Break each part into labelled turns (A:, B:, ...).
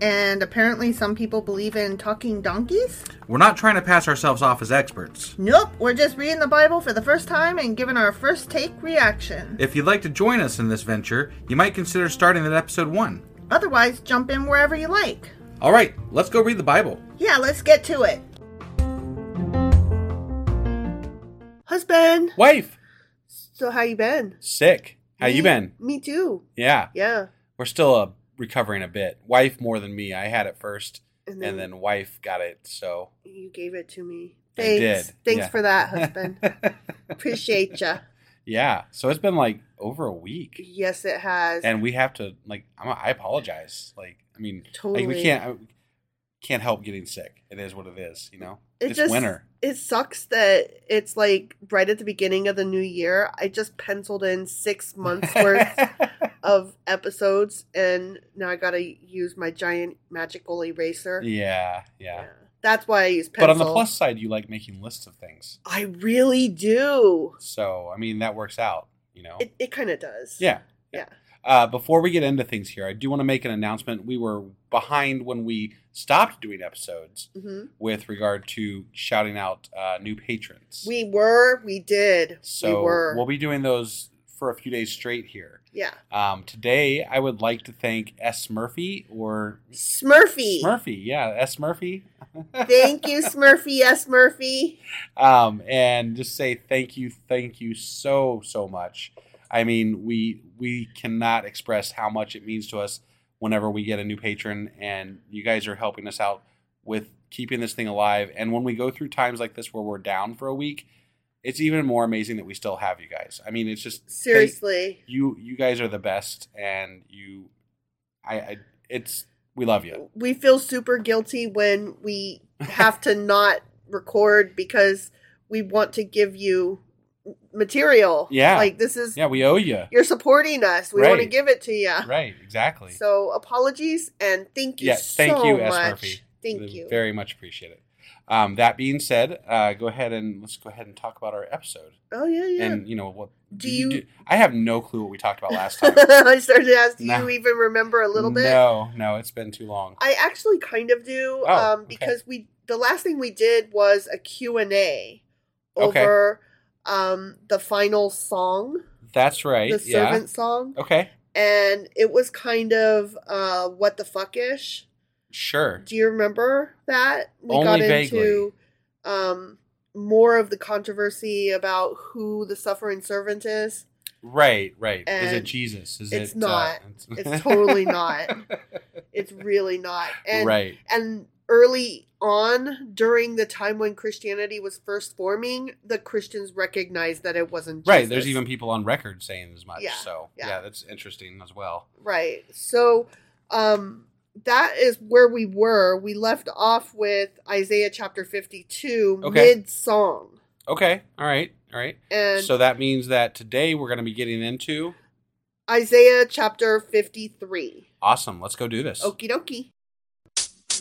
A: and apparently some people believe in talking donkeys?
B: We're not trying to pass ourselves off as experts.
A: Nope, we're just reading the Bible for the first time and giving our first take reaction.
B: If you'd like to join us in this venture, you might consider starting at episode 1.
A: Otherwise, jump in wherever you like.
B: All right, let's go read the Bible.
A: Yeah, let's get to it. Husband,
B: Wife,
A: so how you been?
B: sick. How
A: Me-
B: you been?
A: Me too.
B: Yeah,
A: Yeah.
B: we're still uh, recovering a bit. Wife more than me. I had it first,
A: Mm.
B: and then wife got it. So
A: you gave it to me.
B: I
A: Thanks.
B: did,
A: Thanks
B: yeah.
A: for that, husband. Appreciate ya.
B: yeah, so it's been like over a week,
A: Yes, it has.
B: and we have to like. I'm, I apologize. Like, I mean,
A: totally.
B: like we can't I can't help getting sick. It is what it is. You know,
A: It
B: it's
A: just-
B: winter.
A: it sucks that it's like right at the beginning of the new year. I just penciled in six months worth of episodes, and now I gotta use my giant magical eraser.
B: yeah, yeah.
A: Yeah. That's why I use pencil.
B: But on the plus side, you like making lists of things.
A: I really do.
B: So I mean, that works out. You know,
A: It, it kind of does.
B: Oh. Yeah.
A: Yeah.
B: Uh, before we get into things here, I do want to make an announcement. We were behind when we stopped doing episodes
A: hmm
B: with regard to shouting out uh, new patrons.
A: We were. We did.
B: so
A: we were.
B: will be doing those for a few days straight here.
A: yeah.
B: Um, today, I would like to thank S. Murphy or
A: Smurfy.
B: Smurfy. Yeah, S. Murphy.
A: Thank you, Smurfy. Yes, Murphy.
B: um, and just say thank you, thank you so so much. I mean, we we cannot express how much it means to us whenever we get a new patron, and you guys are helping us out with keeping this thing alive. And when we go through times like this where we're down for a week, it's even more amazing that we still have you guys. I mean, it's just
A: Seriously.
B: you you guys are the best, and you, I, I it's we love you.
A: we feel super guilty when we have to not record because we want to give you material.
B: Yeah.
A: Like this is
B: Yeah, we owe you.
A: you're supporting us. We want to
B: Right.
A: give it to you.
B: Right, exactly.
A: So apologies and thank you
B: Yes,
A: so
B: thank you, S.
A: much.
B: Murphy.
A: Thank
B: We
A: you.
B: Very much appreciate it. Um, that being said, uh, go ahead and let's go ahead and talk about our episode.
A: oh yeah, yeah.
B: And you know what?
A: Do you-
B: I have no clue what we talked about last time.
A: I started to ask, do
B: No.
A: you even remember a little bit?
B: No, no, it's been too long.
A: I actually kind of do
B: Oh,
A: um,
B: okay.
A: because we the last thing we did was a Q&A
B: Okay.
A: over um, the final song,
B: That's right.
A: the
B: yeah.
A: servant song,
B: Okay.
A: and it was kind of uh, what the fuckish.
B: Sure.
A: Do you remember that? We
B: Only
A: got
B: vaguely.
A: into um, more of the controversy about who the suffering servant is.
B: Right. Right. Is it
A: And
B: Jesus? Is
A: it's
B: it? uh,
A: not.
B: it's-
A: It's totally not. It's really not. And
B: right.
A: and early on during the time when christianity was first forming the christians recognized that it wasn't
B: Right.
A: Jesus.
B: There's even people on record saying as much.
A: Yeah,
B: So
A: yeah.
B: yeah, that's interesting as well.
A: right so um that is where we were we left off with isaiah chapter 52
B: Okay.
A: mid song
B: Okay. All right. All right.
A: and
B: So that means that today we're going to be getting into
A: isaiah chapter 53
B: Awesome. Let's go do this.
A: okie dokie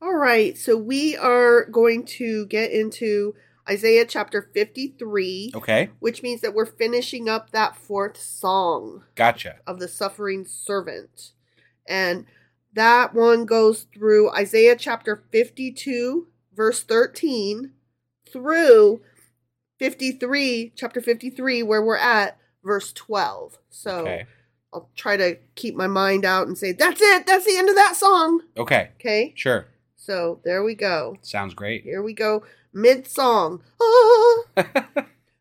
A: All right, so we are going to get into Isaiah chapter 53,
B: Okay.
A: which means that we're finishing up that fourth song
B: Gotcha.
A: of the suffering servant. And that one goes through Isaiah chapter 52, verse 13, through 53, chapter 53, where we're at, verse 12. So
B: Okay.
A: I'll try to keep my mind out and say, that's it, that's the end of that song.
B: Okay.
A: Okay,
B: Sure.
A: so there we go.
B: Sounds great.
A: Here we go, mid song. Ah,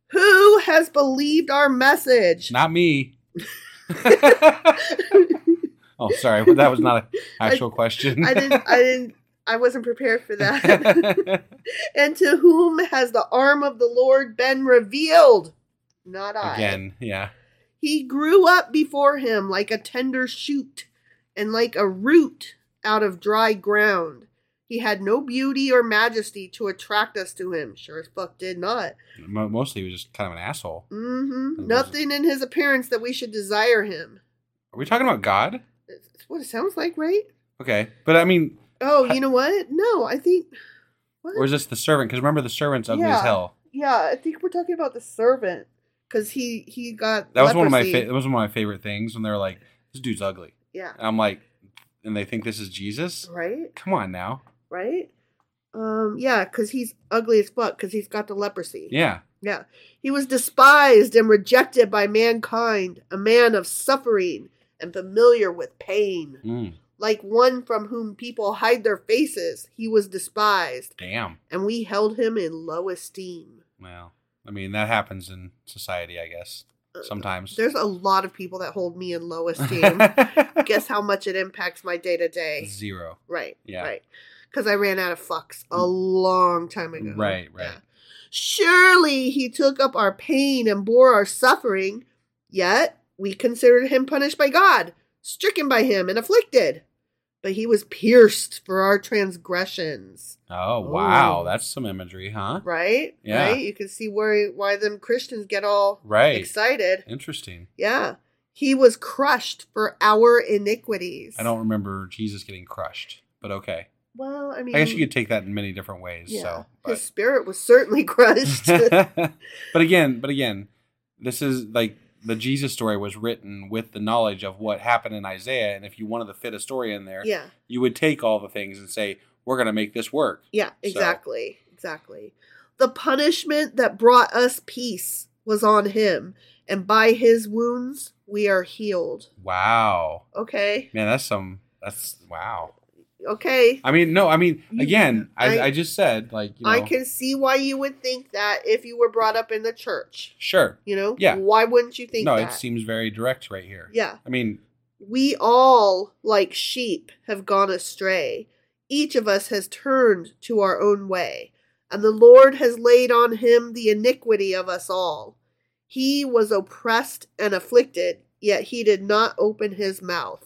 A: who has believed our message?
B: Not me. oh, sorry. Well, that was not an actual question.
A: I didn't. I didn't. I wasn't prepared for that. and to whom has the arm of the Lord been revealed? Not I.
B: Again, yeah.
A: He grew up before him like a tender shoot and like a root out of dry ground. He had no beauty or majesty to attract us to him. Sure as fuck did not.
B: Mo- Mostly he was just kind of an asshole.
A: Mm-hmm. Nothing in his appearance that we should desire him.
B: Are we talking about God?
A: That's what it sounds like, right?
B: Okay. But I mean,
A: Oh, you know what? No, I think. What?
B: or is this the servant? Because remember, the servant's ugly as
A: Yeah.
B: hell.
A: Yeah, I think we're talking about the servant because he he got
B: That was one of my
A: leprosy.
B: fa- uh, that was one of my favorite things when they're like, "This dude's ugly,"
A: yeah,
B: and I'm like, and they think this is Jesus.
A: right,
B: Come on now,
A: right. Um, yeah, because he's ugly as fuck because he's got the leprosy.
B: yeah,
A: yeah. He was despised and rejected by mankind, a man of suffering and familiar with pain.
B: Mm,
A: Like one from whom people hide their faces, he was despised,
B: damn.
A: and we held him in low esteem.
B: Well, I mean, that happens in society, I guess. Sometimes.
A: Uh, There's a lot of people that hold me in low esteem. Guess how much it impacts my day to day.
B: Zero.
A: Right.
B: Yeah. Mm.
A: Right. Because I ran out of fucks a long time ago.
B: Right, right.
A: Yeah. Surely he took up our pain and bore our suffering, yet we considered him punished by God, stricken by him, and afflicted. But he was pierced for our transgressions.
B: Oh wow,
A: Ooh.
B: that's some imagery, huh?
A: Right?
B: Yeah.
A: Right? You can see where why them Christians get all
B: Right.
A: excited.
B: Interesting.
A: Yeah. He was crushed for our iniquities.
B: I don't remember Jesus getting crushed, but okay.
A: Well, I mean
B: I guess you could take that in many different ways. So, but.
A: Mm. his spirit was certainly crushed.
B: but again, but again, this is like the Jesus story was written with the knowledge of what happened in Isaiah, and if you wanted to fit a story in there,
A: yeah,
B: you would take all the things and say, "We're going to make this work."
A: yeah, exactly, exactly. The punishment that brought us peace was on him, and by his wounds we are healed.
B: Wow,
A: Okay,
B: man, that's some. That's wow.
A: okay.
B: I mean, no, I mean,
A: You-
B: again, I, I,
A: I-
B: just said like you know,
A: I can see why you would think that if you were brought up in the church.
B: sure.
A: You know,
B: Yeah.
A: Why wouldn't you think
B: No,
A: that?
B: it seems very direct right here.
A: Yeah.
B: I mean,
A: We all, like sheep, have gone astray. Each of us has turned to our own way, and the Lord has laid on him the iniquity of us all. He was oppressed and afflicted, yet he did not open his mouth.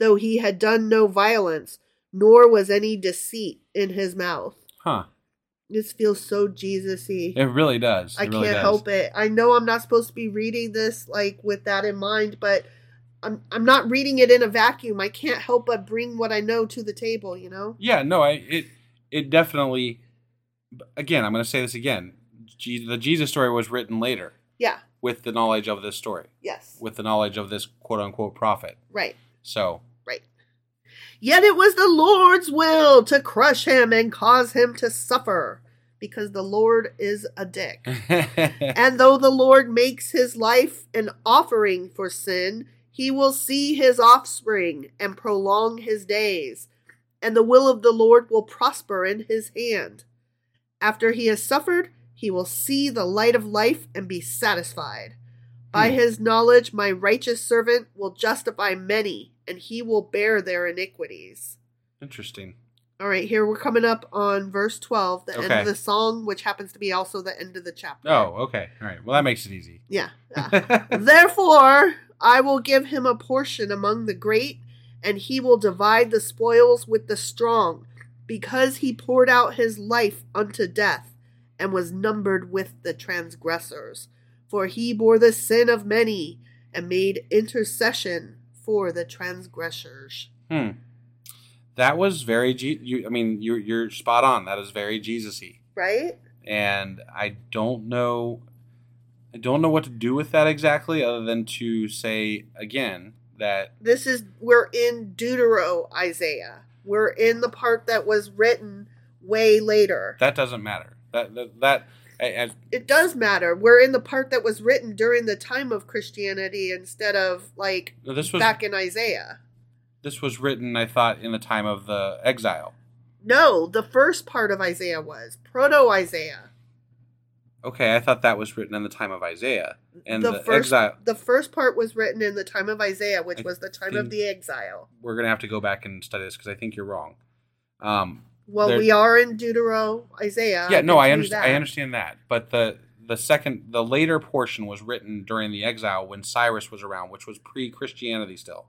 A: though he had done no violence, nor was any deceit in his mouth.
B: Huh.
A: This feels so Jesus y.
B: It really does. It
A: I
B: really
A: can't
B: does.
A: help it. I know I'm not supposed to be reading this like with that in mind, but I'm I'm not reading it in a vacuum. I can't help but bring what I know to the table, you know?
B: Yeah, no, I it it definitely. Again, I'm going to say this again. Je- the Jesus story was written later
A: Yeah.
B: with the knowledge of this story,
A: Yes.
B: with the knowledge of this quote unquote prophet.
A: Right.
B: So
A: Right. Yet it was the Lord's will to crush him and cause him to suffer, because the Lord is a dick. and though the Lord makes his life an offering for sin, he will see his offspring and prolong his days, and the will of the Lord will prosper in his hand. After he has suffered, he will see the light of life and be satisfied.
B: Hmm.
A: By his knowledge, my righteous servant will justify many, and he will bear their iniquities.
B: interesting.
A: All right, here we're coming up on verse 12, the end
B: Okay.
A: of the song, which happens to be also the end of the chapter.
B: Oh, okay. All right. Well, that makes it easy.
A: Yeah. yeah. Therefore, I will give him a portion among the great, and he will divide the spoils with the strong, because he poured out his life unto death, and was numbered with the transgressors. For he bore the sin of many, and made intercession for the transgressors.
B: Hmm. That was very. Je- you, I mean, you're you're spot on. That is very Jesusy,
A: Right?
B: and I don't know. I don't know what to do with that exactly, other than to say again that
A: This is, we're in Deutero Isaiah. We're in the part that was written way later.
B: that doesn't matter. That that, that I, I,
A: it does matter. We're in the part that was written during the time of Christianity instead of like
B: No, this was
A: back in Isaiah.
B: this was written. I thought in the time of the exile.
A: No, the first part of Isaiah was proto Isaiah.
B: Okay, I thought that was written in the time of Isaiah and the,
A: first
B: exile.
A: the first part was written in the time of Isaiah, which
B: I
A: was the time of
B: think-
A: the exile.
B: We're gonna have to go back and study this because I think you're wrong. Um,
A: Well,
B: there-
A: we are in Deutero Isaiah.
B: yeah, no,
A: can
B: I
A: do
B: understand.
A: that.
B: I understand that, but the the second, the later portion was written during the exile when Cyrus was around, which was pre-Christianity still.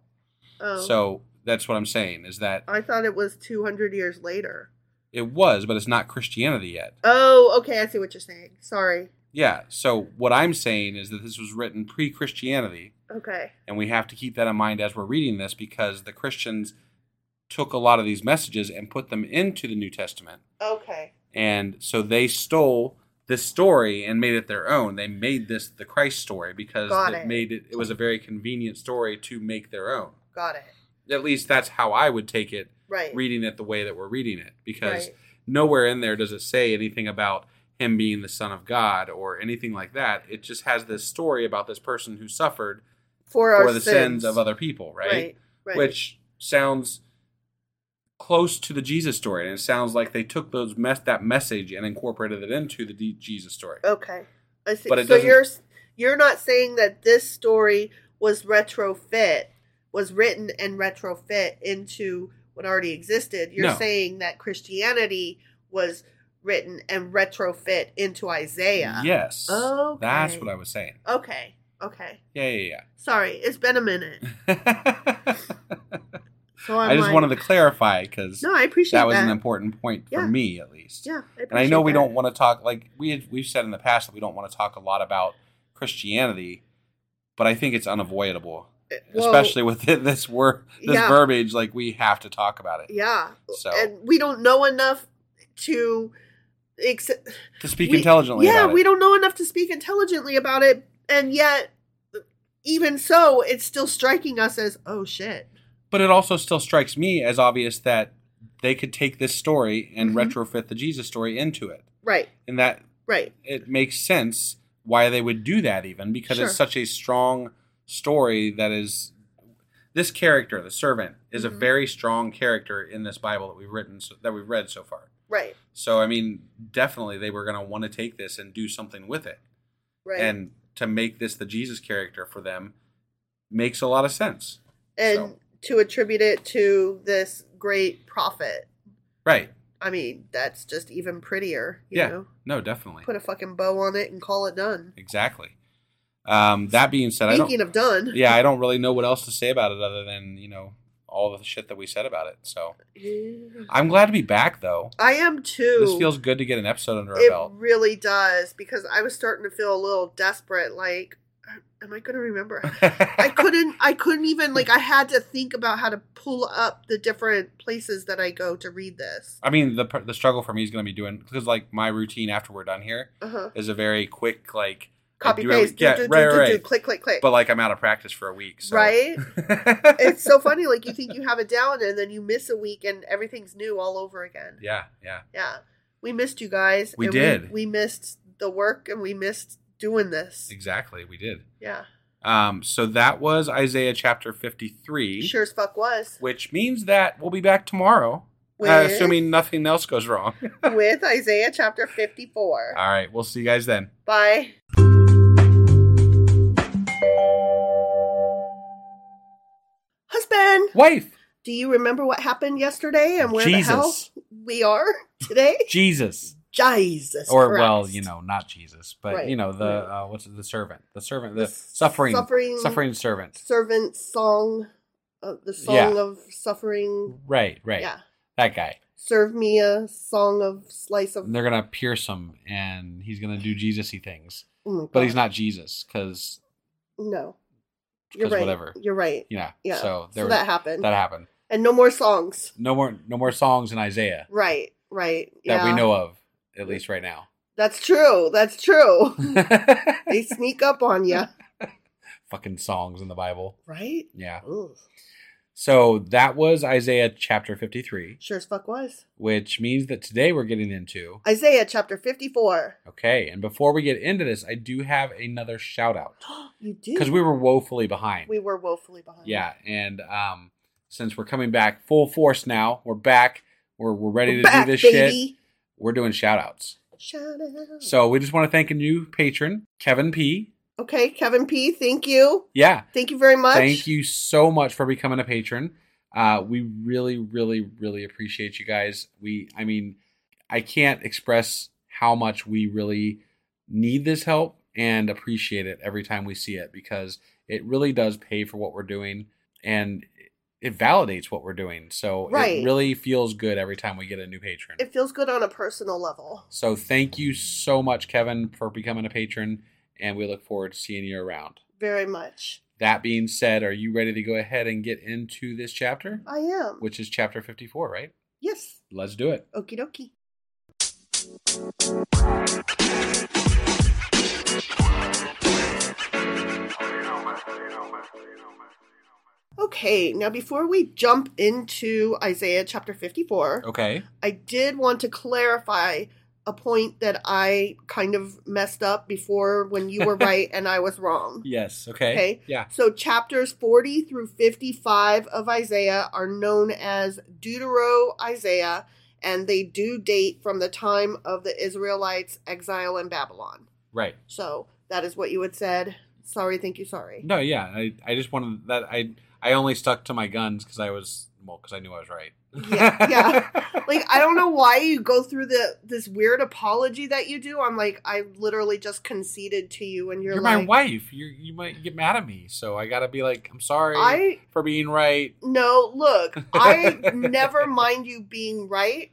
A: Oh,
B: So that's what I'm saying is that
A: I thought it was two hundred years later.
B: it was, but it's not Christianity yet.
A: Oh, okay, I see what you're saying. Sorry.
B: Yeah. So what I'm saying is that this was written pre-Christianity,
A: Okay.
B: and we have to keep that in mind as we're reading this because the Christians took a lot of these messages and put them into the New Testament.
A: Okay.
B: And so they stole this story and made it their own. They made this the Christ story because
A: Got
B: it,
A: it.
B: made it it was a very convenient story to make their own.
A: Got it.
B: At least that's how I would take it
A: Right.
B: reading it the way that we're reading it because
A: Right.
B: nowhere in there does it say anything about him being the son of God or anything like that. It just has this story about this person who suffered
A: for
B: for
A: our
B: the sins. of other people, right?
A: Right, right.
B: Which sounds close to the Jesus story, and it sounds like they took those mes- that message and incorporated it into the D- Jesus story.
A: Okay, I see.
B: But it
A: so
B: doesn't-
A: you're you're not saying that this story was retrofit was written and retrofit into what already existed. You're
B: No.
A: saying that Christianity was written and retrofit into Isaiah.
B: Yes,
A: Okay.
B: that's what I was saying.
A: Okay. Okay.
B: Yeah, yeah,
A: Sorry, it's been a minute.
B: yeah.
A: So I'm
B: I just
A: like-
B: wanted to clarify because
A: No, I appreciate
B: that was
A: that.
B: an important point for
A: Yeah.
B: me, at least.
A: Yeah, I
B: and I know
A: appreciate
B: we
A: that.
B: don't want to talk like we had, we've said in the past that we don't want to talk a lot about Christianity, but I think it's unavoidable,
A: Eh, well-
B: especially with this word, this
A: Yeah.
B: verbiage. Like we have to talk about it
A: Yeah.
B: So-
A: And we don't know enough to ex-
B: to speak
A: we-
B: intelligently.
A: Yeah,
B: about it.
A: we don't know enough to speak intelligently about it, and yet, even so, it's still striking us as oh shit.
B: But it also still strikes me as obvious that they could take this story and
A: Mm-hmm.
B: retrofit the Jesus story into it,
A: Right,
B: and that
A: right,
B: it makes sense why they would do that even because
A: Sure.
B: it's such a strong story that is this character the servant
C: is
A: Mm-hmm.
C: a very strong character in this Bible that we've written so, that we've read so far.
A: Right.
C: So I mean, definitely they were going to want to take this and do something with it,
A: Right.
C: and to make this the Jesus character for them makes a lot of sense.
A: and
C: so-
A: to attribute it to this great prophet.
C: Right?
A: I mean, that's just even prettier. You
C: yeah.
A: Know?
C: No, definitely.
A: Put a fucking bow on it and call it done.
C: exactly. Um, that being said, I
A: Speaking
C: don't.
A: of done,
C: yeah, I don't really know what else to say about it other than you know all the shit that we said about it. So I'm glad to be back though.
A: I am too.
C: This feels good to get an episode under our
A: it
C: belt.
A: really does because I was starting to feel a little desperate. Like, am I going to remember? I couldn't. I couldn't even. Like, I had to think about how to pull up the different places that I go to read this.
C: I mean, the pr- the struggle for me is going to be doing because like my routine after we're done here
A: Uh
B: Uh-huh.
A: huh.
C: is a very quick like I
A: Copy
C: do every-
A: paste. Do,
C: yeah,
A: do, do,
C: right,
A: do,
C: right,
A: do,
C: right.
A: click, click, click.
C: But like I'm out of practice for a week, so
A: Right? it's so funny. Like you think you have it down, and then you miss a week, and everything's new all over again.
C: yeah, yeah.
A: Yeah. We missed you guys.
C: We
A: and
C: did.
A: We, missed the work and we missed doing this.
C: Exactly, we did.
A: Yeah.
C: Um, so that was Isaiah chapter 53,
A: Sure as fuck was.
C: which means that we'll be back tomorrow,
A: With-
C: uh, assuming nothing else goes wrong.
A: With Isaiah chapter 54.
C: All right, we'll see you guys then.
A: Bye. Husband,
C: Wife,
A: do you remember what happened yesterday and where
B: Jesus.
A: the hell we are today?
B: Jesus.
A: Jesus.
B: Or well,
A: Christ.
B: you know, not Jesus, but
A: Right,
B: you know the
A: right.
B: uh, what's it, the servant, the servant, the suffering,
A: suffering-
B: suffering, servant.
A: Servant song, uh, the song
B: Yeah.
A: of suffering.
B: Right, right.
A: Yeah.
B: That guy.
A: Serve me a song of slice of.
B: And they're gonna pierce him, and he's gonna do Jesusy things,
A: Oh my
B: but he's
A: God.
B: not Jesus because
A: No. You're
B: because
A: right.
B: whatever.
A: You're right.
B: You know.
A: Yeah.
B: So there
A: so
B: was,
A: that happened.
B: that happened.
A: And no more songs.
B: No more no more songs in Isaiah
A: Right. Right.
B: that we
A: yeah.
B: know of, at least right now.
A: That's true. That's true. they sneak up on you.
B: Fucking songs in the Bible.
A: Right?
B: Yeah.
A: Ooh.
B: So that was Isaiah chapter 53,
A: Sure as fuck was.
B: which means that today we're getting into.
A: Isaiah chapter 54.
B: Okay. And before we get into this, I do have another shout out
A: You did.
B: because we were woefully behind.
A: We were woefully behind.
B: yeah. And um, since we're coming back full force now, we're back. We're, we're ready to
A: We're back,
B: do this shit.
A: baby.
B: We're doing shout outs.
A: Shout out.
B: So we just want to thank a new patron, Kevin P.
A: okay, Kevin P., thank you.
B: Yeah.
A: Thank you very much.
B: Thank you so much for becoming a patron. Uh, we really, really, really appreciate you guys. We, I mean, I can't express how much we really need this help and appreciate it every time we see it because it really does pay for what we're doing and it validates what we're doing. So
A: Right.
B: it really feels good every time we get a new patron.
A: It feels good on a personal level.
B: so thank you so much, Kevin, for becoming a patron, and we look forward to seeing you around.
A: Very much.
B: That being said, are you ready to go ahead and get into this chapter?
A: I am.
B: Which is chapter 54, right?
A: Yes.
B: Let's do it.
A: Okie dokie. Okay, now before we jump into Isaiah chapter 54,
B: Okay.
A: I did want to clarify a point that I kind of messed up before when you were right and I was wrong.
B: Yes. Okay.
A: Okay.
B: Yeah.
A: So chapters 40 through 55 of Isaiah are known as Deutero Isaiah, and they do date from the time of the Israelites' exile in Babylon.
B: Right.
A: So that is what you had said. Sorry, thank you, sorry.
B: No, yeah. I, I just wanted that. I I only stuck to my guns because I was, well, because I knew I was right.
A: Yeah, yeah. Like I don't know why you go through the this weird apology that you do. I'm like I literally just conceded to you, and you're,
B: You're,
A: like,
B: my wife. You you might get mad at me. So I got to be like, I'm sorry
A: I-
B: for being right.
A: No, look, I never mind you being right.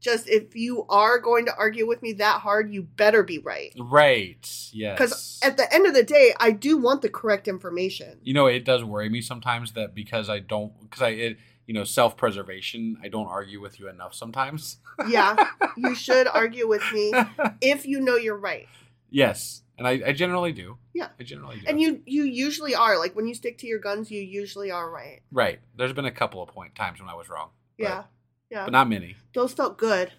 A: Just if you are going to argue with me that hard, you better be right.
B: Right. Yes.
A: Because at the end of the day, I do want the correct information.
B: you know it does worry me sometimes that because i don't because i it, you know self-preservation i don't argue with you enough sometimes
A: Yeah, you should argue with me if you know you're right.
B: yes and i, I generally do
A: Yeah.
B: i generally do
A: And you you usually are. Like when you stick to your guns, you usually are right.
B: right there's been a couple of point times when i was wrong but-
A: Yeah. Yeah.
B: but not many
A: Those felt good.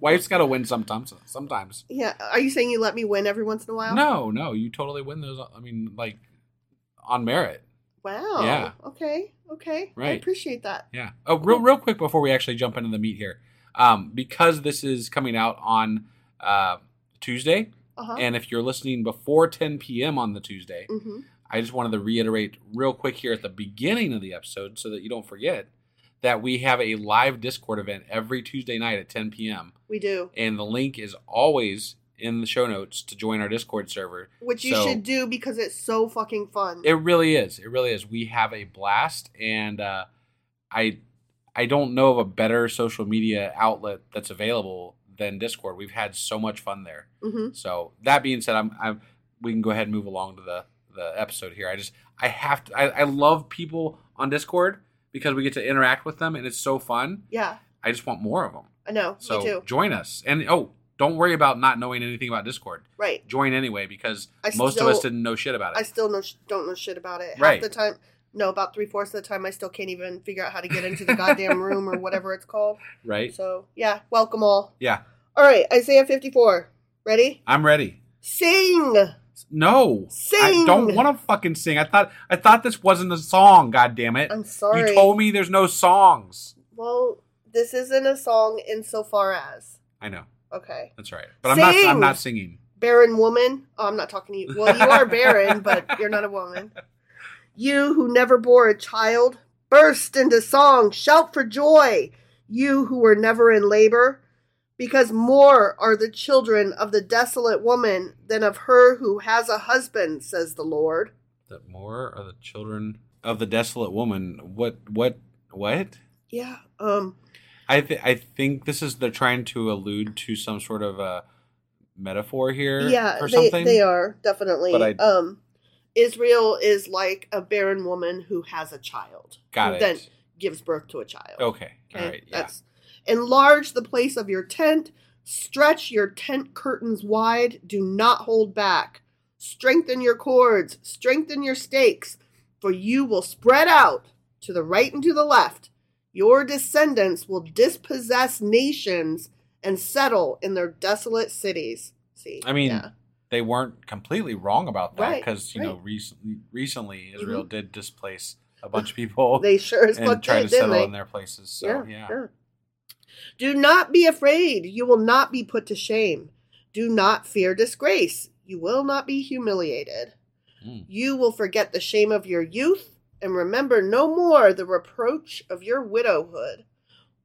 B: wife's gotta win sometimes sometimes
A: Yeah. Are you saying you let me win every once in a while?
B: no no you totally win those i mean like on merit
A: Wow.
B: Yeah.
A: Okay. Okay. I
B: Right.
A: appreciate that.
B: Yeah. Oh, real real quick before we actually jump into the meat here, um, because this is coming out on uh, Tuesday,
A: Uh huh.
B: and if you're listening before 10 p.m. on the Tuesday,
A: Mm-hmm.
B: I just wanted to reiterate real quick here at the beginning of the episode so that you don't forget that we have a live Discord event every Tuesday night at 10 p.m.
A: We do,
B: and the link is always in the show notes to join our Discord server.
A: which you
B: So-
A: should do because it's so fucking fun.
B: It really is. It really is. We have a blast, and uh, I I don't know of a better social media outlet that's available than Discord. We've had so much fun there.
A: hmm
B: So that being said, I'm, I'm we can go ahead and move along to the the episode here. I just I have to. I, I love people on Discord because we get to interact with them, and it's so fun.
A: Yeah.
B: I just want more of them.
A: I know.
B: So
A: me too.
B: join us, and oh, don't worry about not knowing anything about Discord.
A: Right.
B: Join anyway because
A: I
B: most of us
A: still-
B: didn't know shit about it.
A: I still know, don't know shit about it. Half
B: Right.
A: the time, no, about three fourths of the time, I still can't even figure out how to get into the goddamn room or whatever it's called.
B: right?
A: So, yeah, welcome all.
B: Yeah,
A: All right, Isaiah 54. Ready?
B: I'm ready.
A: Sing!
B: No, I
A: Sing!
B: don't want to fucking sing. I thought I thought this wasn't a song. God damn it!
A: I'm sorry.
B: You told me there's no songs.
A: Well, this isn't a song insofar as.
B: I know
A: Okay.
B: that's right, but I'm not. I'm
A: Sing!
B: not singing.
A: Barren woman. Oh, I'm not talking to you. Well, you are barren, but you're not a woman. You who never bore a child, burst into song, shout for joy. You who were never in labor, because more are the children of the desolate woman than of her who has a husband, says the Lord.
B: That more are the children of the desolate woman. What? What? What?
A: Yeah. Um.
B: I th- I think this is they're trying to allude to some sort of a metaphor here.
A: Yeah.
B: or
A: They,
B: something.
A: they are definitely.
B: But I-
A: um. Israel is like a barren woman who has a child.
B: Got
A: who
B: it.
A: Then gives birth to a child.
B: Okay.
A: Okay,
B: All right. Yeah.
A: that's- enlarge the place of your tent, stretch your tent curtains wide, do not hold back. Strengthen your cords, strengthen your stakes, for you will spread out to the right and to the left. Your descendants will dispossess nations and settle in their desolate cities. See,
B: I mean,
A: yeah.
B: they weren't completely wrong about that
A: Right,
B: because you know
A: right. Mm-hmm.
B: recently recently Israel did displace a bunch of people
A: they sure as
B: and
A: fuck
B: try
A: did,
B: to
A: didn't
B: settle
A: they?
B: in their places. So yeah,
A: Do not be afraid. You will not be put to shame. Do not fear disgrace. You will not be humiliated.
B: Mm.
A: You will forget the shame of your youth and remember no more the reproach of your widowhood.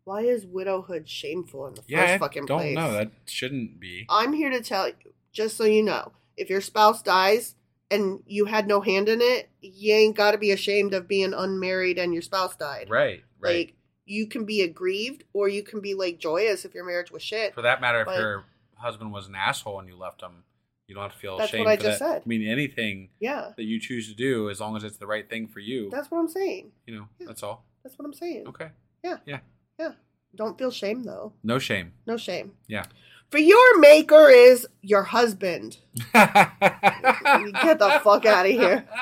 A: Why is widowhood shameful in the
B: Yeah,
A: first
B: I
A: fucking
B: don't
A: place?
B: know. That shouldn't be.
A: I'm here to tell you, just so you know, if your spouse dies and you had no hand in it, you ain't got to be ashamed of being unmarried and your spouse died.
B: Right. Right.
A: Like you can be aggrieved or you can be like joyous if your marriage was shit.
B: for that matter, if
A: but-
B: your husband was an asshole and you left him, you don't have to feel
A: That's
B: ashamed.
A: what I
B: for
A: just
B: that.
A: said.
B: I mean, anything
A: Yeah.
B: that you choose to do, as long as it's the right thing for you,
A: That's what I'm saying.
B: you know,
A: yeah.
B: that's all.
A: That's what I'm saying.
B: Okay.
A: Yeah.
B: Yeah.
A: Yeah. Don't feel shame though.
B: No shame.
A: No shame.
B: Yeah.
A: For your maker is your husband.
B: Get
A: Get the fuck out of here.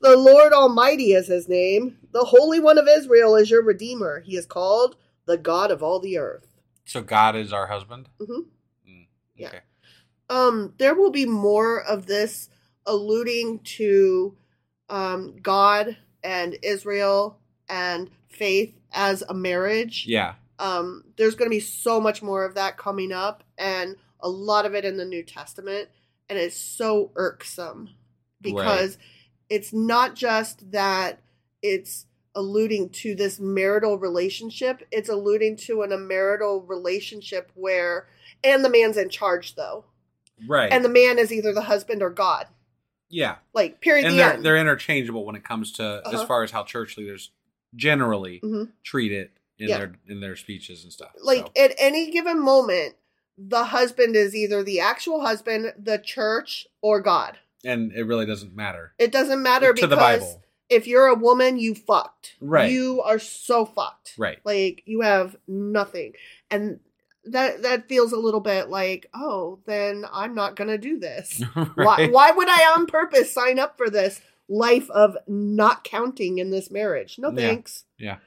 A: The Lord Almighty is his name. The Holy One of Israel is your Redeemer. He is called the God of all the earth.
B: So God is our husband.
A: hmm
B: Mm.
A: Yeah.
B: Okay.
A: um there will be more of this alluding to um god and israel and faith as a marriage
B: Yeah.
A: um there's going to be so much more of that coming up and a lot of it in the new testament and it's so irksome because it's not just that it's alluding to this marital relationship it's alluding to an a marital relationship where and the man's in charge though
B: Right.
A: and the man is either the husband or God.
B: yeah.
A: Like period.
B: And
A: the
B: they're
A: end.
B: they're interchangeable when it comes to as
A: Uh-huh.
B: far as how church leaders generally
A: Mhm.
B: treat it in
A: Yeah.
B: their in their speeches and stuff.
A: like
B: So,
A: at any given moment, the husband is either the actual husband, the church, or God.
B: and it really doesn't matter.
A: It doesn't matter
B: To
A: because
B: the Bible.
A: if you're a woman, you fucked.
B: Right.
A: You are so fucked.
B: Right.
A: Like you have nothing, and that that feels a little bit like, oh, then I'm not gonna do this. Why,
B: Right.
A: why would I on purpose sign up for this life of not counting in this marriage? No
B: Yeah.
A: thanks.
B: Yeah.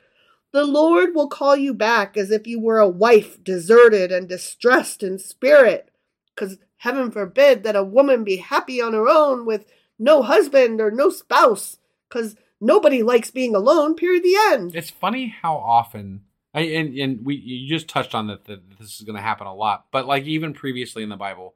A: The Lord will call you back as if you were a wife deserted and distressed in spirit, because heaven forbid that a woman be happy on her own with no husband or no spouse, because nobody likes being alone. Period. The end.
B: It's funny how often I and and we you just touched on that, that this is going to happen a lot, but like even previously in the Bible,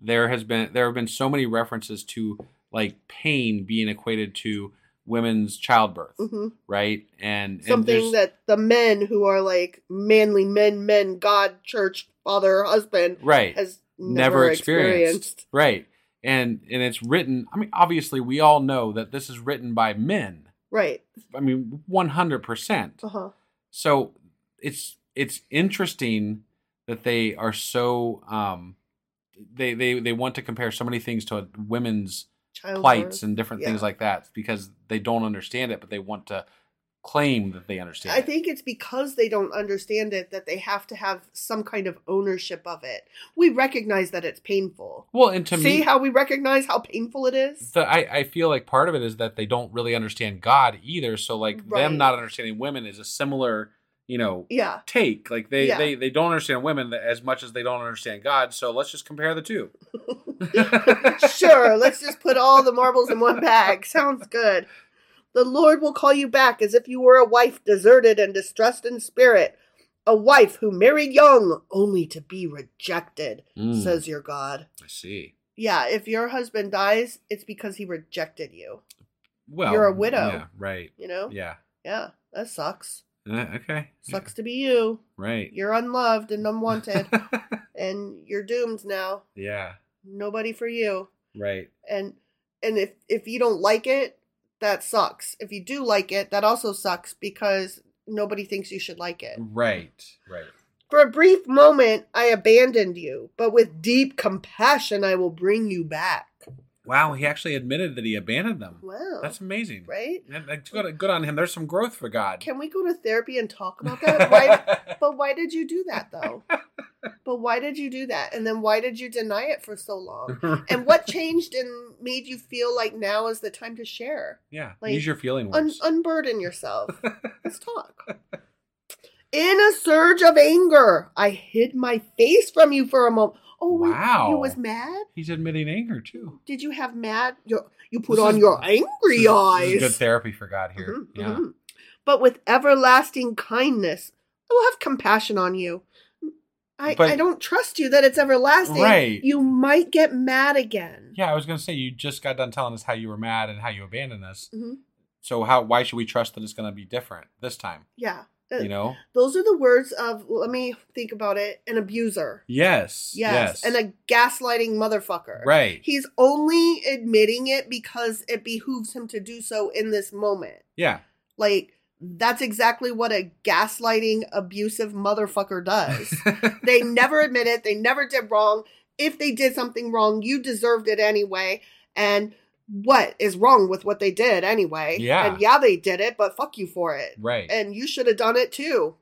B: there has been there have been so many references to like pain being equated to women's childbirth,
A: hmm
B: right? And and there's-
A: Something that the men who are like manly men, men, God, church, father, husband
B: right
A: has
B: never,
A: never,
B: experienced.
A: experienced.
B: right? And and it's written. I mean, obviously, we all know that this is written by men.
A: Right.
B: I mean, one hundred percent.
A: Uh huh.
B: so it's it's interesting that they are so um they they they want to compare so many things to women's
A: Child
B: plights and different things
A: Yeah.
B: like that because they don't understand it but they want to claim that they understand
A: I
B: it.
A: think it's because they don't understand it that they have to have some kind of ownership of it. We recognize that it's painful.
B: well and to
A: See
B: me
A: how we recognize how painful it is?
B: the, I, I feel like part of it is that they don't really understand god either so like
A: Right.
B: them not understanding women is a similar you know
A: Yeah.
B: take like they,
A: Yeah.
B: they they don't understand women as much as they don't understand god so let's just compare the two
A: Sure, let's just put all the marbles in one bag. Sounds good. The Lord will call you back as if you were a wife deserted and distressed in spirit, a wife who married young only to be rejected,
B: Mm.
A: says your God.
B: i see
A: Yeah, if your husband dies, it's because he rejected you.
B: well
A: You're a widow.
B: yeah, right
A: You know?
B: yeah
A: Yeah, that sucks.
B: Uh, okay
A: Sucks to be you.
B: Yeah, right
A: You're unloved and unwanted, and you're doomed now.
B: yeah
A: Nobody for you.
B: right
A: and and if if you don't like it that sucks if you do like it that also sucks because nobody thinks you should like it
B: right right
A: for a brief moment i abandoned you but with deep compassion i will bring you back
B: wow he actually admitted that he abandoned them
A: wow
B: that's amazing
A: right
B: Yeah, that's good, good on him there's some growth for god
A: can we go to therapy and talk about that why but why did you do that though but why did you do that and then why did you deny it for so long and what changed and made you feel like now is the time to share
B: yeah
A: like,
B: use your feeling
A: Un-
B: words
A: unburden yourself. Let's talk. In a surge of anger, I hid my face from you for a moment. Oh, wait,
B: Wow.
A: you was mad?
B: he's admitting anger too
A: Did you have mad? Your, you put
B: This
A: on
B: is-
A: your
B: This
A: angry
B: is-
A: eyes.
B: this is good therapy for god here
A: Mhm,
B: yeah
A: mhm. But with everlasting kindness, I will have compassion on you. I,
B: But-
A: I don't trust you that it's everlasting.
B: Right.
A: You might get mad again.
B: yeah i was gonna say you just got done telling us how you were mad and how you abandoned us
A: Mhm.
B: so how why should we trust that it's gonna be different this time
A: Yeah. Uh,
B: you know
A: Those are the words of, let me think about it, an abuser.
B: yes
A: Yes.
B: yes,
A: And a gaslighting motherfucker.
B: Right.
A: He's only admitting it because it behooves him to do so in this moment.
B: yeah
A: Like, that's exactly what a gaslighting, abusive motherfucker does. they never admit it. They never did wrong. If they did something wrong, you deserved it anyway. And what is wrong with what they did anyway?
B: Yeah.
A: And yeah, they did it, but fuck you for it.
B: right
A: And you should have done it too.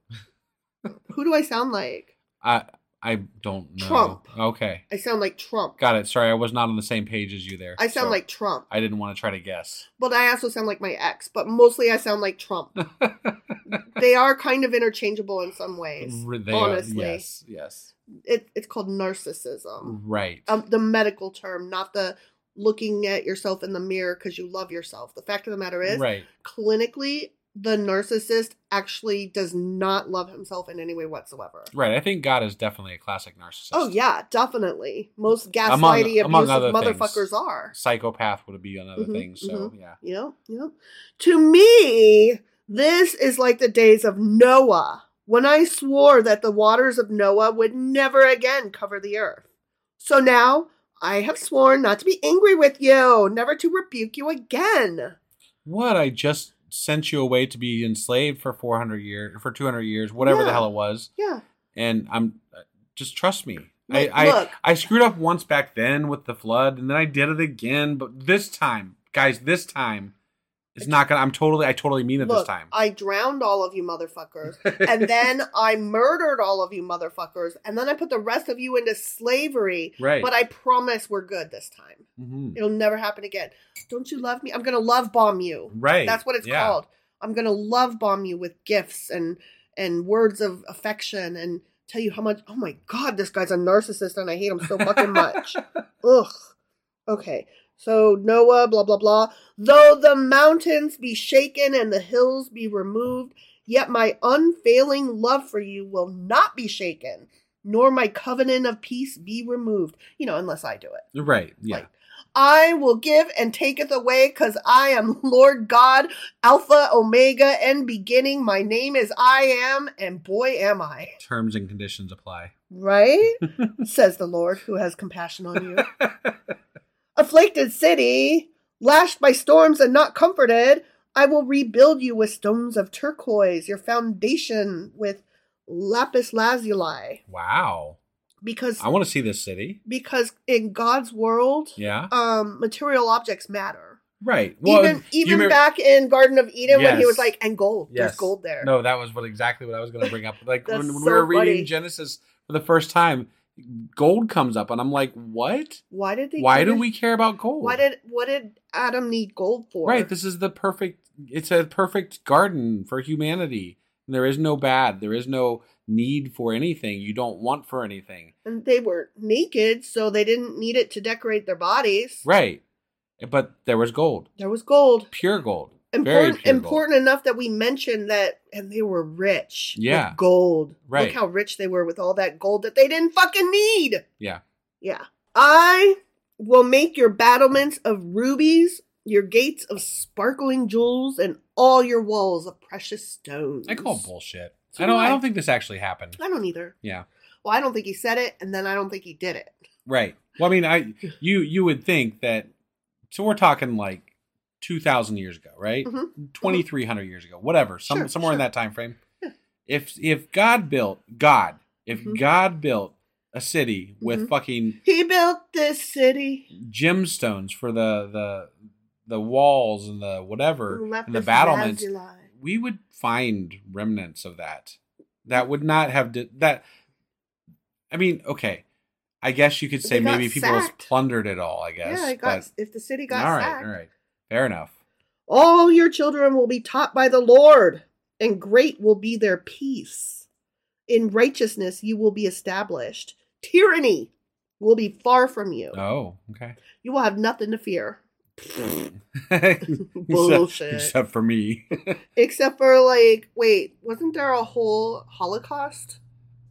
A: Who do I sound like?
B: I I don't know.
A: Trump.
B: Okay.
A: I sound like Trump.
B: Got it. Sorry, I was not on the same page as you there.
A: I sound
B: So
A: like Trump.
B: I didn't want to try to guess.
A: But I also sound like my ex, but mostly I sound like Trump. they are kind of interchangeable in some ways.
B: Re- they are-
A: honestly,
B: yes, yes.
A: it, it's called narcissism.
B: Right.
A: Um, the medical term, not the looking at yourself in the mirror because you love yourself. The fact of the matter is,
B: right.
A: clinically, the narcissist actually does not love himself in any way whatsoever.
B: Right. I think God is definitely a classic narcissist.
A: Oh yeah, definitely. Most gaslighty, abusive
B: among other
A: motherfuckers
B: things.
A: are.
B: Psychopath would be another
A: Mhm,
B: thing. So
A: mhm.
B: yeah.
A: Yep, yep. To me, this is like the days of Noah, when I swore that the waters of Noah would never again cover the earth. So now I have sworn not to be angry with you, never to rebuke you again.
B: What I just sent you away to be enslaved for four hundred years, for two hundred years, whatever the
A: Yeah.
B: hell it was,
A: Yeah.
B: and I'm uh, just trust me.
A: Look-
B: I, I
A: look.
B: I screwed up once back then with the flood, and then I did it again. But this time, guys, this time it's not gonna. I'm totally, I totally mean it
A: Look,
B: this time.
A: I drowned all of you motherfuckers, and then I murdered all of you motherfuckers, and then I put the rest of you into slavery.
B: Right.
A: But I promise we're good this time.
B: Mhm.
A: It'll never happen again. Don't you love me? I'm gonna love bomb you.
B: Right.
A: That's what it's
B: Yeah.
A: called. I'm gonna love bomb you with gifts and and words of affection and tell you how much. Oh my god, this guy's a narcissist and I hate him so fucking much. Ugh. Okay. So Noah, blah, blah, blah. Though the mountains be shaken and the hills be removed, yet my unfailing love for you will not be shaken, nor my covenant of peace be removed. You know, unless I do it.
B: Right. Yeah.
A: Like, I will give and taketh away, because I am Lord God, Alpha, Omega, and beginning. My name is I am, and boy am I.
B: Terms and conditions apply.
A: Right? Says the Lord, who has compassion on you. Afflicted city, lashed by storms and not comforted, I will rebuild you with stones of turquoise, your foundation with lapis lazuli.
B: Wow.
A: Because
B: I want to see this city.
A: because in God's world,
B: Yeah.
A: um, material objects matter.
B: Right. Well,
A: even
B: you
A: even
B: remember-
A: back in Garden of Eden when he
B: Yes.
A: was like, and gold, there's
B: Yes.
A: gold there.
B: No, that was what exactly what I was going to bring up. Like when,
A: That's
B: when
A: so
B: we were reading
A: funny.
B: Genesis for the first time, gold comes up, and I'm like, what?
A: Why did they?
B: Why
A: give
B: do
A: it-
B: we care about gold?
A: Why did what did Adam need gold for?
B: Right. This is the perfect. It's a perfect garden for humanity. There is no bad. There is no need for anything. You don't want for anything.
A: and they were naked, so they didn't need it to decorate their bodies.
B: Right. But there was gold,
A: There was gold.
B: pure gold, very
A: Important,
B: pure
A: important enough that we mentioned that, and they were rich. with
B: Yeah.
A: gold. Look
B: Right.
A: how rich they were with all that gold that they didn't fucking need.
B: Gold. Yeah.
A: Yeah. I will make your battlements of rubies, your gates of sparkling jewels, and all your walls of precious stones.
B: I call bullshit.
A: So
B: I don't.
A: do
B: I
A: I.
B: don't think this actually happened.
A: I don't either.
B: Yeah.
A: Well, I don't think he said it, and then I don't think he did it.
B: Right. Well, I mean, I you you would think that. So we're talking like two thousand years ago, right? three hundred years ago, whatever, some
A: Mm-hmm. Sure,
B: somewhere in
A: sure.
B: that time frame. If if God built God, if
A: Mm-hmm.
B: God built a city with fucking
A: He built this city.
B: gemstones for the the the walls and the whatever and the
A: Lapis
B: battlements,
A: lazuli.
B: we would find remnants of that. That would not have di- that. I mean, okay, I guess you could say
A: They got
B: maybe people just
A: sacked.
B: plundered it all. I guess.
A: yeah, it got, if the city got
B: all right,
A: sacked.
B: all right, fair enough.
A: All your children will be taught by the Lord, and great will be their peace. In righteousness you will be established. Tyranny will be far from you.
B: Oh, okay.
A: You will have nothing to fear.
B: Except-
A: Bullshit.
B: except for me.
A: Except for, like, wait, wasn't there a whole Holocaust?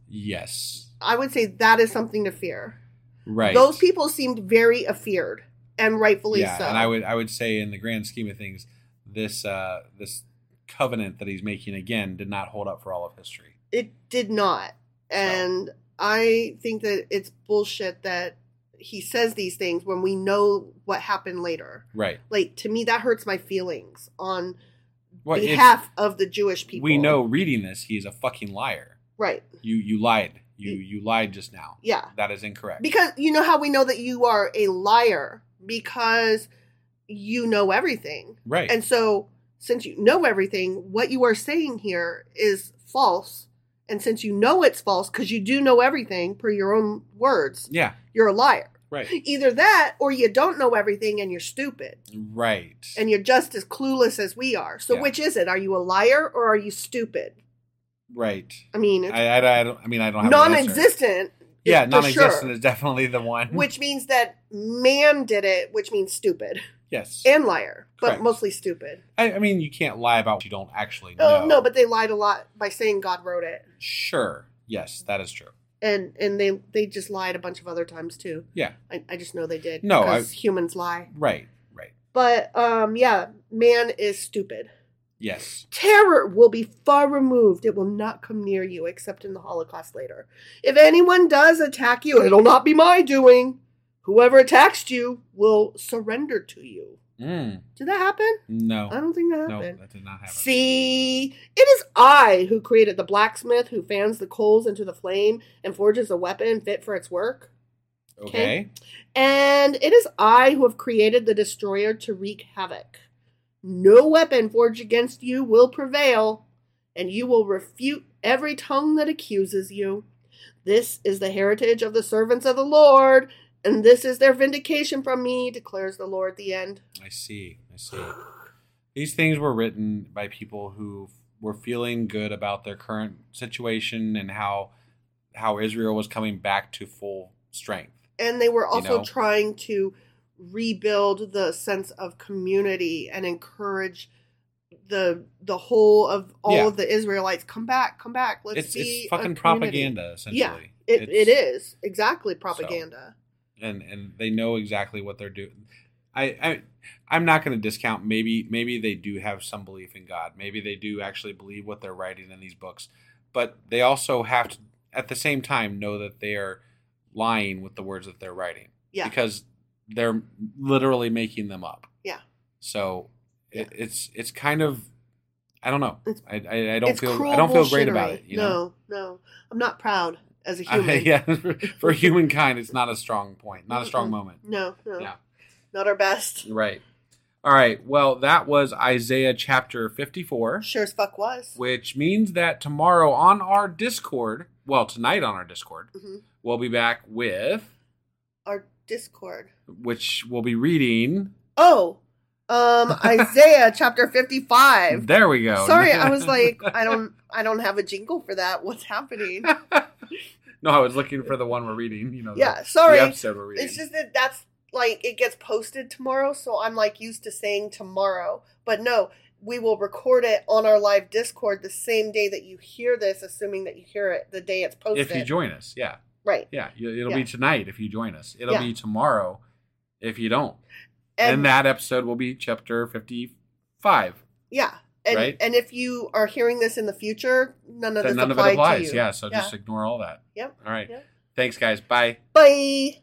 B: yes.
A: I would say that is something to fear.
B: Right.
A: Those people seemed very afeared, and rightfully
B: yeah,
A: so.
B: and I would I would say in the grand scheme of things, this uh this covenant that he's making again did not hold up for all of history.
A: It did not. And I think that it's bullshit that he says these things when we know what happened later.
B: Right.
A: Like to me that hurts my feelings on
B: Well, it's-
A: behalf of the Jewish people.
B: we know reading this, he is a fucking liar.
A: Right.
B: You you lied. You you lied just now.
A: Yeah.
B: That is incorrect.
A: Because you know how we know that you are a liar because you know everything.
B: Right.
A: And so since you know everything, what you are saying here is false. And since you know it's false because you do know everything per your own words,
B: yeah.
A: you're a liar.
B: Right.
A: Either that or you don't know everything and you're stupid
B: Right.
A: and you're just as clueless as we are. So
B: Yeah.
A: which is it? Are you a liar or are you stupid?
B: right.
A: I mean, it's
B: I, I, I don't I mean I don't have an answer.
A: non-existent. is
B: Yeah,
A: for
B: non existent
A: sure,
B: is definitely the one.
A: which means that man did it, which means stupid
B: yes.
A: and liar, but
B: Correct.
A: mostly stupid.
B: I, I mean, you can't lie about what you don't actually know.
A: Oh no, but they lied a lot by saying God wrote it,
B: sure. Yes, that is true.
A: and and they they just lied a bunch of other times too.
B: Yeah.
A: I, I just know they did.
B: No, I-
A: 'cause humans lie.
B: Right. Right.
A: But um, yeah, man is stupid.
B: Yes.
A: Terror will be far removed. It will not come near you except in the Holocaust later. If anyone does attack you, it'll not be my doing. Whoever attacks you will surrender to you.
B: Mm.
A: Did that happen?
B: No.
A: I don't think that
B: no,
A: happened.
B: that did not happen.
A: See, it is I who created the blacksmith who fans the coals into the flame and forges a weapon fit for its work.
B: okay.
A: And it is I who have created the destroyer to wreak havoc. No weapon forged against you will prevail, and you will refute every tongue that accuses you. This is the heritage of the servants of the Lord, and this is their vindication from me, declares the Lord at the end.
B: I see. I see. These things were written by people who were feeling good about their current situation and how how Israel was coming back to full strength.
A: And they were also
B: know?
A: trying to rebuild the sense of community and encourage the the whole of all
B: Yeah.
A: of the Israelites come back, come back. Let's
B: it's,
A: be
B: it's
A: a
B: fucking
A: community."
B: propaganda essentially.
A: Yeah, It,
B: It's-
A: it is exactly propaganda.
B: and and they know exactly what they're doing. I, I I'm not going to discount maybe maybe they do have some belief in God. Maybe they do actually believe what they're writing in these books, but they also have to at the same time know that they are lying with the words that they're writing
A: Yeah.
B: because they're literally making them up.
A: Yeah.
B: So it, it's it's kind of I don't know.
A: It's-
B: I, I, I don't
A: it's
B: feel
A: cruel
B: I don't feel great about
A: bullshittery.
B: it. You know.
A: No, no, I'm not proud as a
B: I-
A: human.
B: yeah, for humankind, it's not a strong point, not a strong
A: Mm-mm.
B: moment.
A: No, no,
B: Yeah.
A: not our best.
B: Right. All right. Well, that was Isaiah chapter 54,
A: Sure as fuck was.
B: which means that tomorrow on our Discord, well, tonight on our Discord,
A: Mhm.
B: we'll be back with,
A: Our Discord.
B: which we'll be reading.
A: Oh, um, Isaiah chapter fifty-five.
B: There we go.
A: Sorry, I was like, I don't, I don't have a jingle for that. What's happening?
B: no, I was looking for the one we're reading. You know, the-
A: Yeah, sorry.
B: The episode we're reading.
A: It's just that that's like it gets posted tomorrow, so I'm like used to saying tomorrow. But no, we will record it on our live Discord the same day that you hear this, assuming that you hear it the day it's posted.
B: if you join us, yeah,
A: right.
B: yeah, You- it'll
A: Yeah.
B: be tonight if you join us. It'll
A: Yeah.
B: be tomorrow if you don't. And, that episode will be chapter fifty-five.
A: Yeah. And,
B: Right?
A: and if you are hearing this in the future, none of
B: That
A: this
B: none of it
A: applied
B: applies.
A: to you.
B: Yeah, so just ignore all that.
A: Yep.
B: All right.
A: Yep.
B: Thanks, guys. Bye.
A: Bye.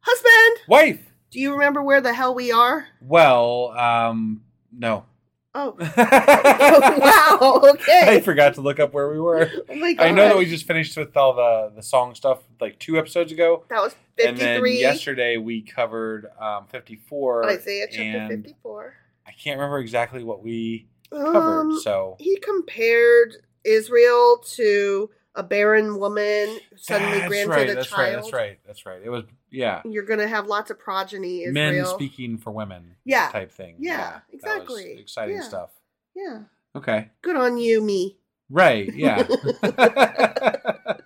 A: Husband,
B: Wife.
A: do you remember where the hell we are?
B: Well, um, no.
A: Oh,
B: wow.
A: okay.
B: I forgot to look up where we were.
A: oh my god!
B: I know that we just finished with all the the song stuff like two episodes ago,
A: That was
B: and then
A: 53.
B: yesterday we covered um, fifty four.
A: Isaiah chapter
B: and
A: 54.
B: I can't remember exactly what we covered.
A: Um,
B: so
A: He compared Israel to a barren woman who suddenly
B: that's
A: granted
B: right.
A: a
B: that's
A: child.
B: right. That's right. That's right. It was yeah.
A: You're going to have lots of progeny, Israel.
B: Men speaking for women.
A: Yeah.
B: Type thing.
A: Yeah,
B: that was
A: exactly.
B: exciting
A: Yeah.
B: stuff.
A: Yeah.
B: Okay.
A: Good on you, me.
B: Right. Yeah.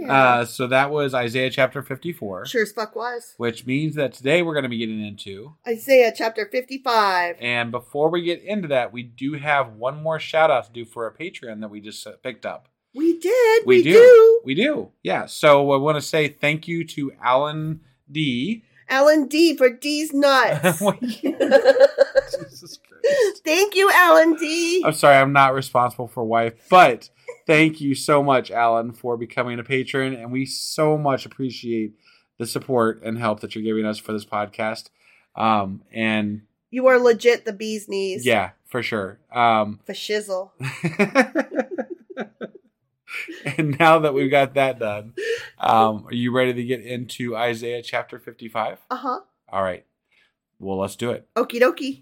A: Yeah.
B: uh, so that was Isaiah chapter 54,
A: sure as fuck was.
B: which means that today we're going to be getting into.
A: Isaiah chapter 55.
B: And before we get into that, we do have one more shout out to do for a Patreon that we just uh, picked up.
A: We did. We, do.
B: We do. Yeah. So I want to say thank you to Alan D.
A: Alan D for D's nuts.
B: Jesus Christ.
A: Thank you, Alan D.
B: I'm sorry, I'm not responsible for wife, but thank you so much, Alan, for becoming a patron, and we so much appreciate the support and help that you're giving us for this podcast. Um, and
A: You are legit the bee's knees.
B: yeah, for sure. Um,
A: For shizzle.
B: and now that we've got that done, um, are you ready to get into Isaiah chapter 55?
A: Uh huh.
B: All right. Well, let's do it.
A: Okie dokie.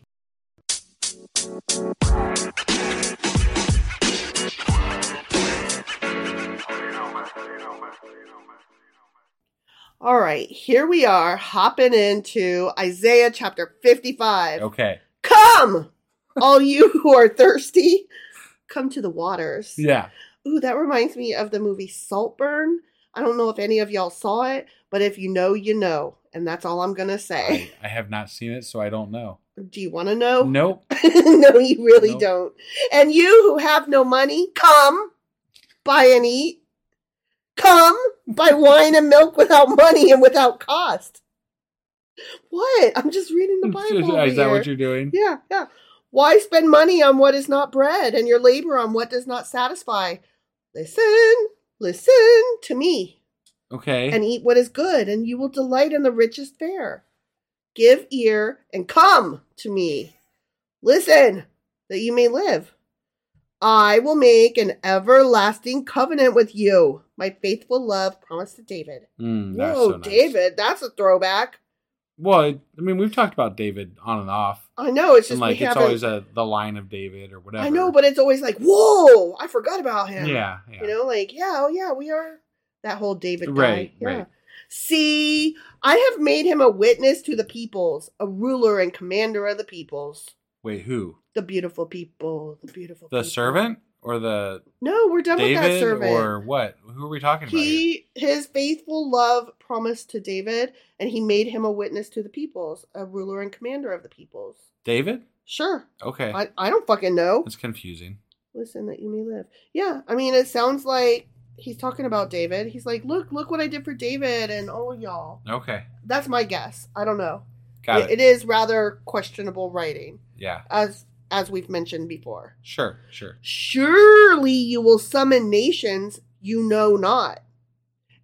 A: All right, here we are hopping into Isaiah chapter 55.
B: Okay.
A: Come, all you who are thirsty, come to the waters.
B: Yeah.
A: Ooh, that reminds me of the movie Saltburn. I don't know if any of y'all saw it, but if you know, you know. And that's all I'm going to say.
B: I, I have not seen it, so I don't know.
A: Do you want to know?
B: Nope.
A: no, you really
B: Nope.
A: don't. And you who have no money, come, buy and eat. Come, buy wine and milk without money and without cost. What? I'm just reading the Bible. over
B: Is that
A: here.
B: what you're doing?
A: Yeah, yeah. Why spend money on what is not bread and your labor on what does not satisfy? Listen, listen to me
B: Okay.
A: and eat what is good, and you will delight in the richest fare. Give ear and come to me. Listen, that you may live. I will make an everlasting covenant with you, my faithful love promised to David.
B: Mm, that's
A: Whoa,
B: so nice.
A: David, that's a throwback.
B: Well, I mean, we've talked about David on and off,
A: I know it's just
B: and
A: we
B: like it's
A: haven't-
B: always a the line of David or whatever.
A: I know, but it's always like, whoa, I forgot about
B: yeah,
A: him.
B: yeah,
A: You know, like, yeah, oh, yeah, we are that whole David guy.
B: Right,
A: yeah.
B: right.
A: See, I have made him a witness to the peoples, a ruler and commander of the peoples,
B: Wait, who?
A: the beautiful people, the beautiful
B: The
A: people.
B: servant or the
A: No, we're done with that
B: David
A: survey.
B: or what? Who are we talking about? here?
A: He his faithful love promised to David, and he made him a witness to the peoples, a ruler and commander of the peoples.
B: David?
A: Sure,
B: Okay.
A: I, I don't fucking know.
B: That's confusing.
A: Listen, that you may live. Yeah, I mean, it sounds like he's talking about David. He's like, look, look what I did for David, and oh y'all.
B: Okay.
A: That's my guess. I don't know.
B: Got
A: It-
B: it.
A: it is rather questionable writing,
B: Yeah.
A: as as we've mentioned before.
B: Sure. Sure.
A: Surely you will summon nations you know not,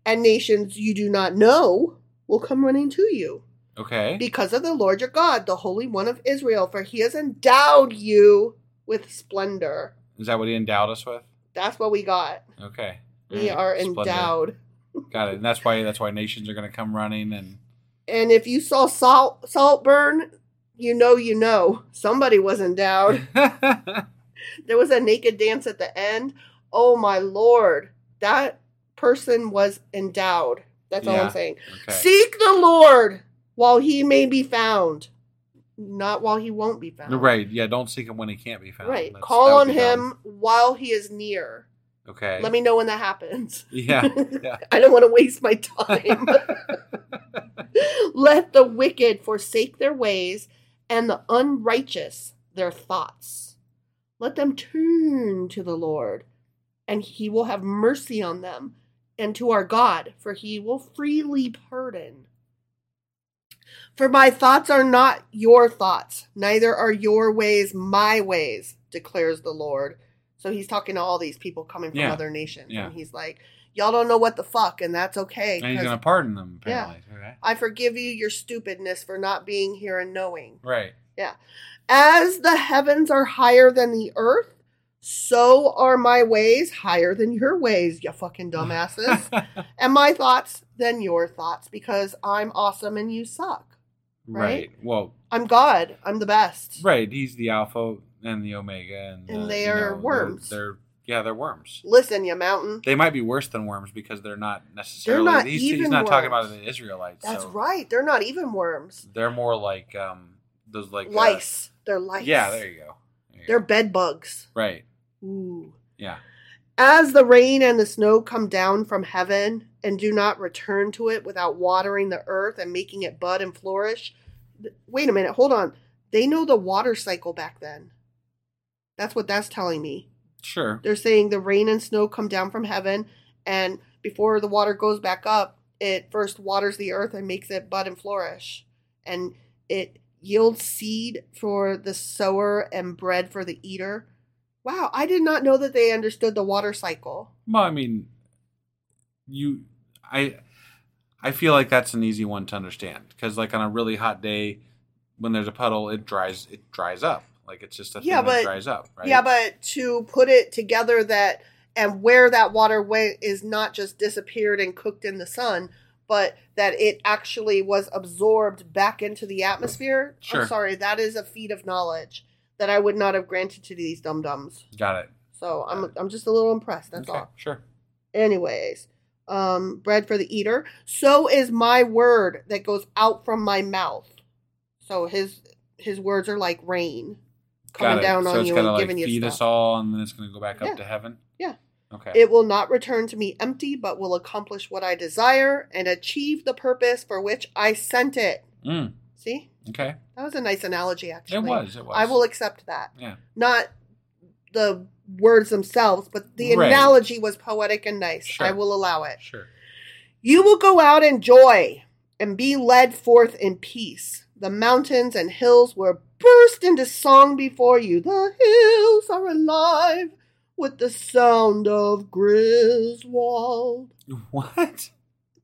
A: and nations you do not know will come running to you
B: Okay.
A: because of the Lord your God, the Holy One of Israel, for he has endowed you with splendor.
B: Is that what he endowed us with?
A: That's what we got.
B: Okay.
A: We are
B: Splendor.
A: endowed.
B: Got it. And that's why that's why nations are going to come running and
A: And if you saw salt salt burn, you know you know somebody was endowed. There was a naked dance at the end. Oh my lord. That person was endowed. That's all
B: Yeah,
A: I'm saying.
B: okay.
A: Seek the Lord while he may be found, not while he won't be found.
B: right. Yeah. Don't seek him when he can't be found.
A: Right.
B: That's- that
A: Call
B: would
A: on
B: be
A: him
B: dumb.
A: while he is near.
B: Okay.
A: Let me know when that happens.
B: Yeah. Yeah.
A: I don't want to waste my time. Let the wicked forsake their ways and the unrighteous their thoughts. Let them turn to the Lord, and he will have mercy on them, and to our God, for he will freely pardon. For my thoughts are not your thoughts, neither are your ways my ways, declares the Lord. So he's talking to all these people coming from
B: Yeah.
A: other nations,
B: Yeah.
A: and he's like, Y'all don't know what the fuck, and that's okay.
B: and he's
A: 'cause
B: going to pardon them
A: Yeah.
B: apparently. Okay.
A: I forgive you your stupidness for not being here and knowing.
B: Right.
A: Yeah. As the heavens are higher than the earth, so are my ways higher than your ways, you fucking dumbasses. and my thoughts than your thoughts because I'm awesome and you suck.
B: Right.
A: Right?
B: Well.
A: I'm God. I'm the best.
B: Right. He's the alpha and the omega, and,
A: And
B: the-
A: they
B: you
A: are
B: know,
A: worms.
B: They're, they're- yeah, they're worms.
A: Listen, you mountain.
B: They might be worse than worms because they're not necessarily.
A: not
B: he's, he's
A: even
B: not talking about
A: worms.
B: the Israelites.
A: That's
B: so
A: right. They're not even worms.
B: They're more like um those like uh,
A: lice. They're lice.
B: Yeah, there you go. There you
A: They're
B: go.
A: bed bugs.
B: right.
A: Ooh.
B: Yeah.
A: As the rain and the snow come down from heaven and do not return to it without watering the earth and making it bud and flourish. Th- Wait a minute, hold on. They know the water cycle back then. That's what that's telling me.
B: Sure.
A: They're saying the rain and snow come down from heaven, and before the water goes back up, it first waters the earth and makes it bud and flourish. And it yields seed for the sower and bread for the eater. Wow, I did not know that they understood the water cycle.
B: Well, I mean, you, I, I feel like that's an easy one to understand because, like, on a really hot day, when there's a puddle, it dries. It dries up. Like it's just a thing
A: Yeah,
B: that
A: but-
B: dries up, right?
A: Yeah, but to put it together that and where that water went is not just disappeared and cooked in the sun, but that it actually was absorbed back into the atmosphere.
B: Sure.
A: I'm sorry, that is a feat of knowledge that I would not have granted to these dum dums.
B: got it.
A: So I'm I'm just a little impressed. That's
B: Okay,
A: all.
B: Sure.
A: Anyways, um, bread for the eater. So is my word that goes out from my mouth. So his his words are like rain coming
B: got it.
A: down
B: so
A: on
B: it's
A: you
B: gonna
A: and
B: like
A: giving you
B: feed
A: stuff.
B: us all, and then it's gonna go back up
A: Yeah.
B: to heaven.
A: Yeah.
B: Okay.
A: It will not return to me empty, but will accomplish what I desire and achieve the purpose for which I sent it.
B: mm,
A: See?
B: okay.
A: That was a nice analogy, actually.
B: was, it was.
A: I will accept that.
B: Yeah.
A: Not the words themselves, but the
B: Right.
A: analogy was poetic and nice.
B: Sure.
A: I will allow it.
B: Sure.
A: You will go out in joy and be led forth in peace. The mountains and hills will burst into song before you. The hills are alive with the sound of Griswold.
B: What?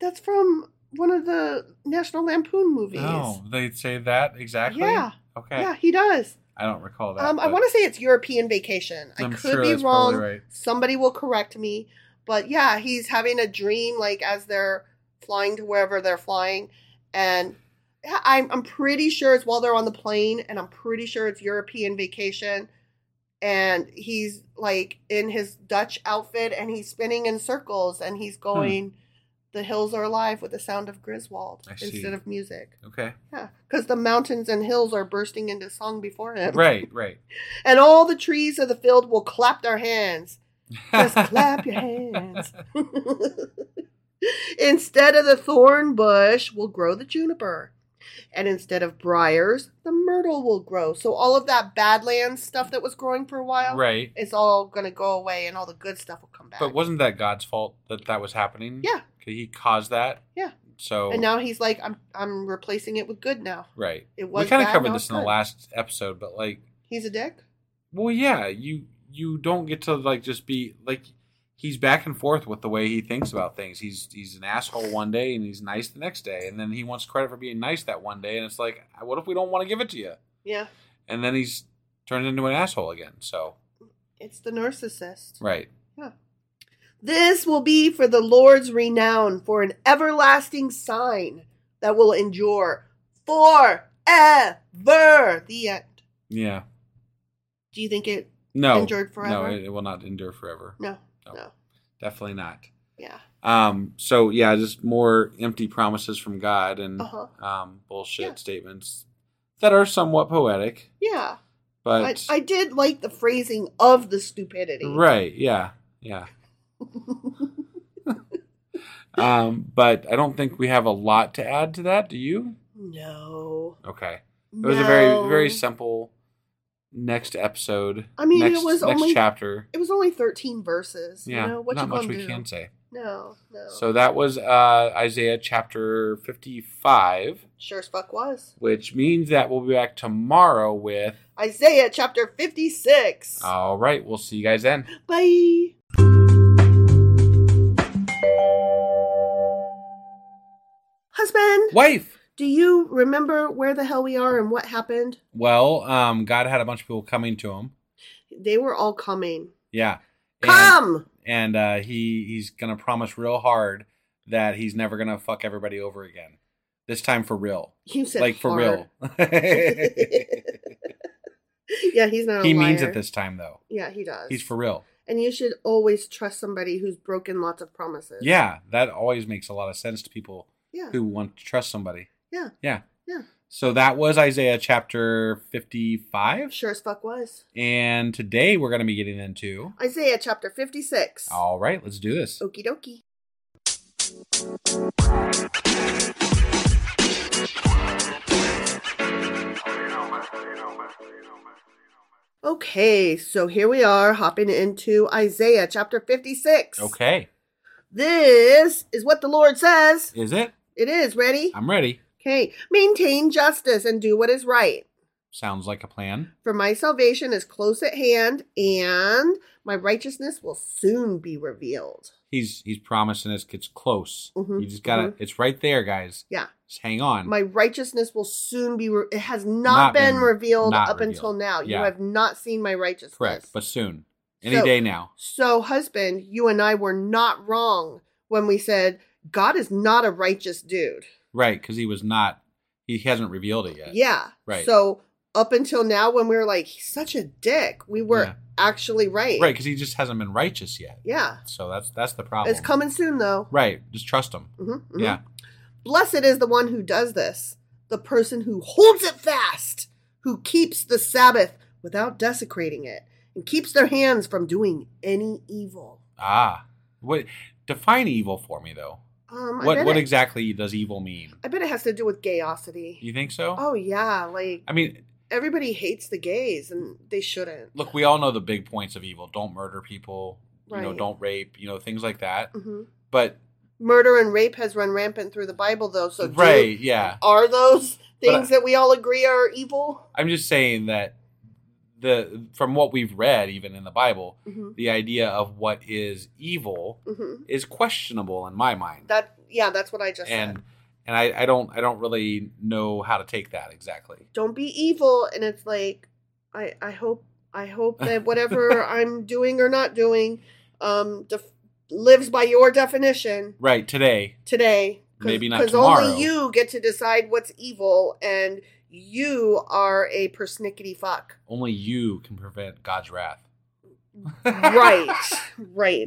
A: That's from one of the National Lampoon movies.
B: No, they say that exactly.
A: Yeah.
B: Oh, Okay.
A: Yeah, he does.
B: I don't recall that.
A: Um, I
B: but-
A: want to say it's European Vacation. i
B: I'm
A: could
B: sure
A: be
B: that's probably
A: wrong.
B: right.
A: Somebody will correct me. But yeah, he's having a dream like as they're flying to wherever they're flying, and yeah, I'm I'm pretty sure it's while they're on the plane, and I'm pretty sure it's European Vacation, and he's
B: Hmm.
A: like in his Dutch outfit, and he's spinning in circles, and he's going The hills are alive with the sound of Griswold
B: I see.
A: instead of music.
B: Okay.
A: Yeah, because the mountains and hills are bursting into song before him.
B: Right, right.
A: And all the trees of the field will clap their hands. Just clap your hands. instead of the thorn bush will grow the juniper. And instead of briars, the myrtle will grow. So all of that badlands stuff that was growing for a while,
B: Right.
A: it's all going to go away and all the good stuff will come back.
B: But wasn't that God's fault that that was happening?
A: Yeah.
B: 'Kay, He caused that.
A: Yeah.
B: So
A: And now he's like, I'm I'm replacing it with good now.
B: right.
A: It was
B: we kind of
A: bad,
B: covered
A: now
B: this
A: it's
B: in the
A: good.
B: last episode, but like,
A: He's a dick.
B: well, yeah, you you don't get to like just be like he's back and forth with the way he thinks about things. He's he's an asshole one day and he's nice the next day, and then he wants credit for being nice that one day, and it's like, "Uh, what if we don't want to give it to you?
A: Yeah.
B: And then he's turned into an asshole again. So
A: It's the narcissist.
B: right.
A: This will be for the Lord's renown, for an everlasting sign that will endure forever. The end.
B: Yeah.
A: Do you think it?
B: No.
A: Endured forever?
B: No, it, it will not endure forever.
A: No.
B: No.
A: No.
B: Definitely not.
A: Yeah.
B: Um, so yeah, just more empty promises from God and
A: Uh-huh.
B: um, bullshit
A: Yeah.
B: statements that are somewhat poetic,
A: Yeah. I,
B: but
A: I did like the phrasing of the stupidity.
B: right, yeah, yeah. um, but I don't think we have a lot to add to that. Do you?
A: No.
B: Okay, it was a very
A: No.
B: very simple next episode.
A: I mean, it
B: next,
A: was
B: next
A: only-
B: chapter.
A: It was only 13 verses.
B: Yeah,
A: You know, what
B: not
A: you
B: much
A: gonna
B: we
A: do?
B: can say.
A: No, no.
B: So that was uh, Isaiah chapter fifty-five.
A: sure as fuck was.
B: which means that we'll be back tomorrow with.
A: Isaiah chapter 56.
B: All right, we'll see you guys then.
A: Bye. Husband,
B: Wife.
A: do you remember where the hell we are and what happened?
B: Well, um, God had a bunch of people coming to him.
A: They were all coming.
B: Yeah. And,
A: Come!
B: And uh, he he's gonna promise real hard that he's never gonna fuck everybody over again. This time for real.
A: You said
B: like for
A: hard.
B: real.
A: yeah, he's not. a
B: he means
A: liar.
B: it this time though.
A: Yeah, he does.
B: He's for real.
A: And you should always trust somebody who's broken lots of promises.
B: Yeah, that always makes a lot of sense to people
A: Yeah.
B: who want to trust somebody.
A: Yeah.
B: Yeah.
A: Yeah.
B: So that was Isaiah chapter fifty-five.
A: Sure as fuck was.
B: And today we're going to be getting into.
A: Isaiah chapter 56.
B: All right, let's do this.
A: Okie dokie. Okay, so here we are hopping into Isaiah chapter 56.
B: Okay.
A: This is what the Lord says.
B: Is it?
A: It is. Ready?
B: I'm ready.
A: Okay. Maintain justice and do what is right.
B: Sounds like a plan.
A: For my salvation is close at hand, and my righteousness will soon be revealed.
B: He's he's promising us gets close.
A: Mhm,
B: You just got to it's right there, guys.
A: Yeah.
B: Just hang on.
A: My righteousness will soon be, re- it has not,
B: Not
A: been,
B: been-
A: revealed
B: not
A: up
B: revealed.
A: until now.
B: Yeah.
A: You have not seen my righteousness.
B: Correct, but soon. Any
A: So-
B: day now.
A: So, husband, you and I were not wrong when we said God is not a righteous dude.
B: Right, cuz he was not he hasn't revealed it yet.
A: Yeah.
B: Right.
A: So, up until now, when we were like, he's such a dick, we were
B: Yeah.
A: actually right.
B: Right, cuz he just hasn't been righteous yet.
A: Yeah.
B: So that's that's the problem.
A: It's coming soon, though.
B: Right, just trust him.
A: Mhm, mhm.
B: Yeah.
A: Blessed is the one who does this, the person who holds it fast, who keeps the Sabbath without desecrating it, and keeps their hands from doing any evil.
B: Ah. What define evil for me though?
A: Um, I,
B: What
A: bet
B: what
A: it,
B: exactly does evil mean?
A: I bet it has to do with gayosity.
B: You think so?
A: Oh yeah, like
B: I mean,
A: everybody hates the gays, and they shouldn't.
B: look, we all know the big points of evil. Don't murder people, you know,
A: Right.
B: don't rape, you know, things like that.
A: hmm
B: But
A: Murder and rape has run rampant through the Bible, though. So do-
B: right, yeah.
A: are those
B: But
A: things that we all agree are evil?
B: I'm just saying that the from what we've read even in the Bible,
A: hmm
B: the idea of what is evil
A: hmm
B: is questionable in my mind.
A: That yeah, that's what I just
B: and
A: said.
B: and I, I don't I don't really know how to take that exactly.
A: Don't be evil, and it's like I I hope I hope that whatever I'm doing or not doing, um, def- lives by your definition
B: Right, today.
A: today.
B: Maybe not
A: because
B: tomorrow.
A: only you get to decide what's evil, and you are a persnickety fuck.
B: Only you can prevent God's wrath.
A: right, right.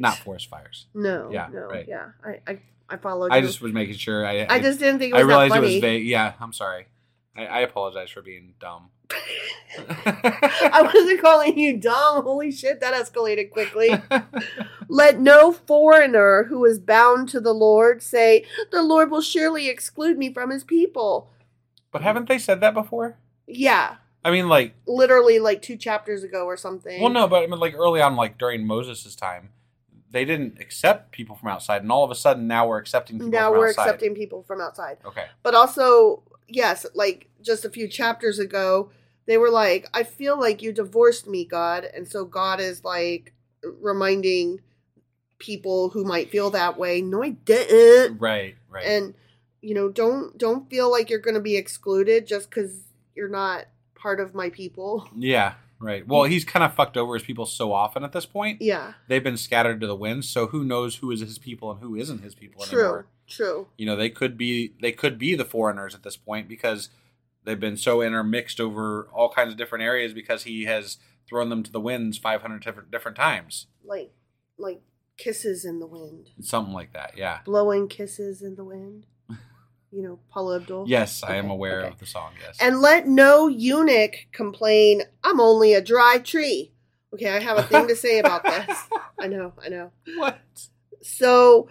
B: Not forest fires.
A: No.
B: Yeah,
A: No.
B: right.
A: Yeah. I, I I followed
D: I
A: you.
D: just was making sure. I
A: I just didn't think it
D: I
A: was that
D: realized it
A: funny.
D: was vague. Yeah, I'm sorry. I, I apologize for being dumb.
A: I wasn't calling you dumb. Holy shit, that escalated quickly. Let no foreigner who is bound to the Lord say, The Lord will surely exclude me from his people.
B: But haven't they said that before?
A: Yeah,
B: I mean, like,
A: literally like two chapters ago or something.
B: well, no, but I mean, like early on, like during Moses' time, they didn't accept people from outside, and all of a sudden now we're accepting people
A: Now
B: from
A: we're
B: outside.
A: accepting people from outside.
B: Okay.
A: But also, yes, like just a few chapters ago, they were like, I feel like you divorced me, God. And so God is like reminding people who might feel that way, No, I didn't.
B: Right. Right.
A: And, you know, don't don't feel like you're gonna be excluded just because you're not part of my people.
B: yeah. Right. Well, he's kind of fucked over his people so often at this point.
A: Yeah.
B: They've been scattered to the winds, so who knows who is his people and who isn't his people
A: True.
B: anymore.
A: True.
B: You know, they could be they could be the foreigners at this point because they've been so intermixed over all kinds of different areas because he has thrown them to the winds 500 different, different times.
A: Like like kisses in the wind.
B: Something like that. Yeah.
A: Blowing kisses in the wind. You know, Paula Abdul.
B: Yes, I am
A: Okay,
B: aware
A: okay.
B: of the song. Yes.
A: and let no eunuch complain i'm only a dry tree okay i have a thing to say about this i know i know
B: what?
A: so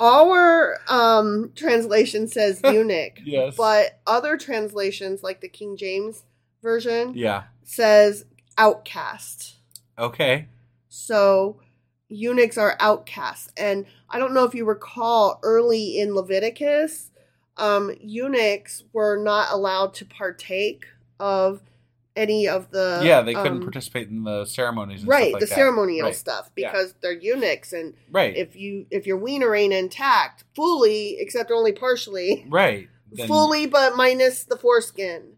A: our um translation says eunuch
B: Yes.
A: but other translations like the king james version
B: Yeah.
A: says outcast
B: Okay.
A: so eunuchs are outcasts. And I don't know if you recall early in Leviticus, um, eunuchs were not allowed to partake of any of the.
B: yeah, they couldn't
A: um,
B: participate in the ceremonies. And
A: Right,
B: stuff like
A: the
B: that.
A: ceremonial
B: Right.
A: stuff
B: Yeah.
A: because they're eunuchs, and
B: Right.
A: if you if your wiener ain't intact fully, except only partially,
B: right. Then-
A: fully but minus the foreskin,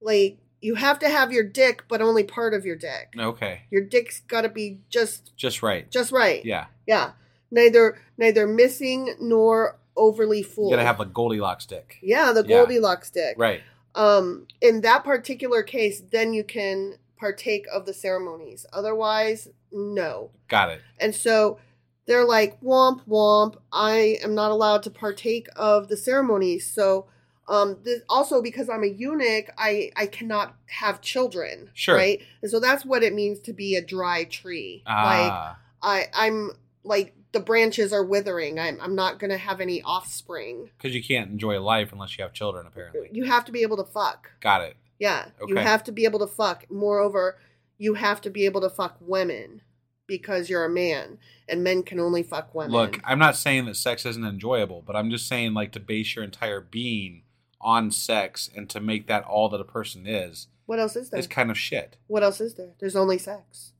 A: like you have to have your dick, but only part of your dick.
B: Okay.
A: Your dick's got to be just
B: Just right.
A: just right.
B: Yeah.
A: Yeah. Neither neither missing nor overly full.
B: You gotta have a Goldilocks dick.
A: yeah, the
B: yeah.
A: Goldilocks stick.
B: Right.
A: Um, in that particular case, then you can partake of the ceremonies. Otherwise, no.
B: Got it.
A: And so they're like, womp womp. I am not allowed to partake of the ceremonies. So um, this, also because I'm a eunuch, I I cannot have children.
B: Sure.
A: Right. And so that's what it means to be a dry tree. Like
B: Ah.
A: I I'm like the branches are withering. I'm I'm not gonna have any offspring.
B: Because you can't enjoy life unless you have children, apparently.
A: You have to be able to fuck.
B: Got it.
A: Yeah. You
B: Okay.
A: have to be able to fuck. Moreover, you have to be able to fuck women because you're a man and men can only fuck women.
B: Look, I'm not saying that sex isn't enjoyable, but I'm just saying, like, to base your entire being on sex and to make that all that a person is
A: what else is there?
B: is kind of shit.
A: what else is there? There's only sex.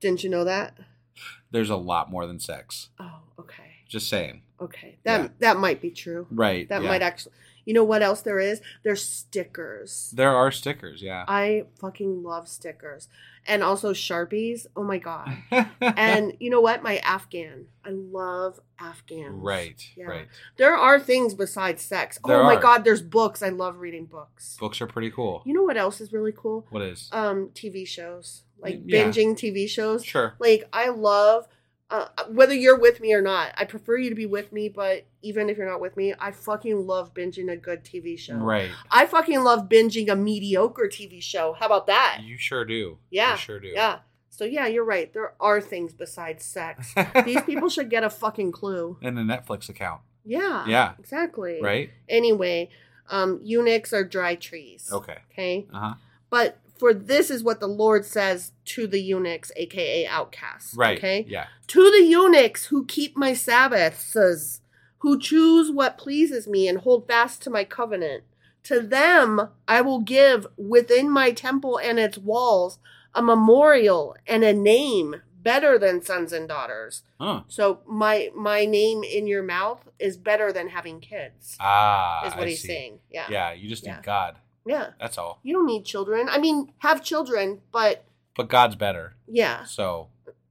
A: Didn't you know that?
B: There's a lot more than sex.
A: Oh, okay.
B: Just saying.
A: Okay. That
B: Yeah.
A: that might be true.
B: Right.
A: That
B: yeah.
A: might actually you know what else there is? There's stickers.
B: There are stickers, yeah.
A: I fucking love stickers and also Sharpies. Oh my God. and you know what? My Afghan. I love Afghans.
B: right.
A: Yeah.
B: Right.
A: There are things besides sex.
B: There
A: oh my
B: are.
A: God, there's books. I love reading books.
B: Books are pretty cool.
A: You know what else is really cool?
B: What is?
A: Um, TV shows. Like
B: Yeah.
A: binging TV shows.
B: sure.
A: Like I love uh, whether you're with me or not, I prefer you to be with me, but even if you're not with me, I fucking love binging a good TV show.
B: Right.
A: I fucking love binging a mediocre TV show. How about that?
B: You sure do.
A: Yeah.
B: You sure do.
A: Yeah. So yeah, you're right. There are things besides sex. These people should get a fucking clue.
B: And a Netflix account.
A: Yeah.
B: Yeah.
A: Exactly.
B: Right?
A: Anyway, um, eunuchs are dry trees.
B: Okay.
A: Okay.
B: Uh huh.
A: But for this is what the Lord says to the eunuchs, aka outcasts.
B: Right.
A: Okay.
B: Yeah.
A: To the eunuchs who keep my Sabbaths, who choose what pleases me and hold fast to my covenant, to them I will give within my temple and its walls a memorial and a name better than sons and daughters.
B: Huh.
A: So my my name in your mouth is better than having kids.
B: Ah.
A: Is what
B: I
A: he's
B: see.
A: saying. Yeah.
B: Yeah. You just need
A: Yeah.
B: God.
A: Yeah.
B: That's all.
A: You don't need children. I mean, have children, but
B: But God's better.
A: yeah.
B: So,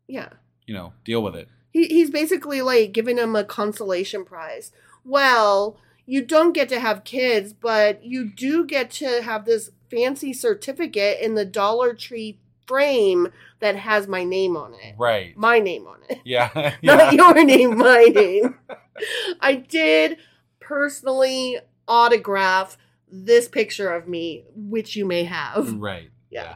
A: Yeah.
B: you know, deal with it.
A: He, he's basically like giving him a consolation prize. Well, you don't get to have kids, but you do get to have this fancy certificate in the Dollar Tree frame that has my name on it.
B: Right.
A: My name on it.
B: yeah.
A: Not your name, my name. I did personally autograph this picture of me, which you may have.
E: Right.
A: Yeah.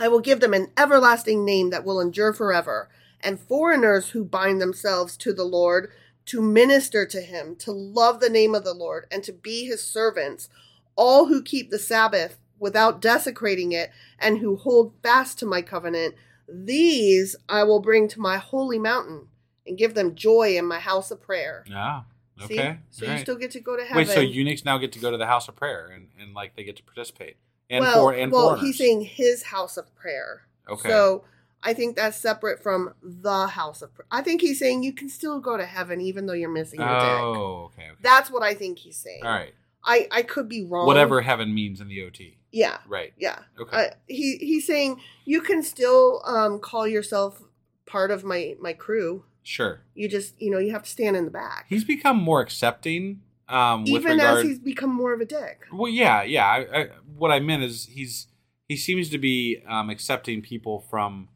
A: I will give them an everlasting name that will endure forever, and foreigners who bind themselves to the Lord, to minister to him, to love the name of the Lord, and to be his servants, all who keep the Sabbath without desecrating it, and who hold fast to my covenant, these I will bring to my holy mountain and give them joy in my house of prayer.
E: Yeah.
A: See?
B: Okay,
A: So you
B: alright.
A: still get to go to heaven.
B: Wait, so eunuchs now get to go to the house of prayer and, and like they get to participate and
A: well,
B: for and
A: well,
B: foreigners.
A: he's saying his house of prayer.
B: Okay.
A: So I think that's separate from the house of prayer. I think he's saying you can still go to heaven even though you're missing your dick.
B: oh, okay, okay.
A: That's what I think he's saying.
B: All right.
A: I I could be wrong.
B: Whatever heaven means in the OT.
A: Yeah.
B: Right.
A: Yeah.
B: Okay.
A: Uh, he he's saying you can still um, call yourself part of my my crew.
B: Sure.
A: You just you know you have to stand in the back.
B: He's become more accepting. Um, with
A: even
B: regard,
A: as he's become more of a dick.
B: Well, yeah, yeah. I, I, what I meant is he's he seems to be um, accepting people from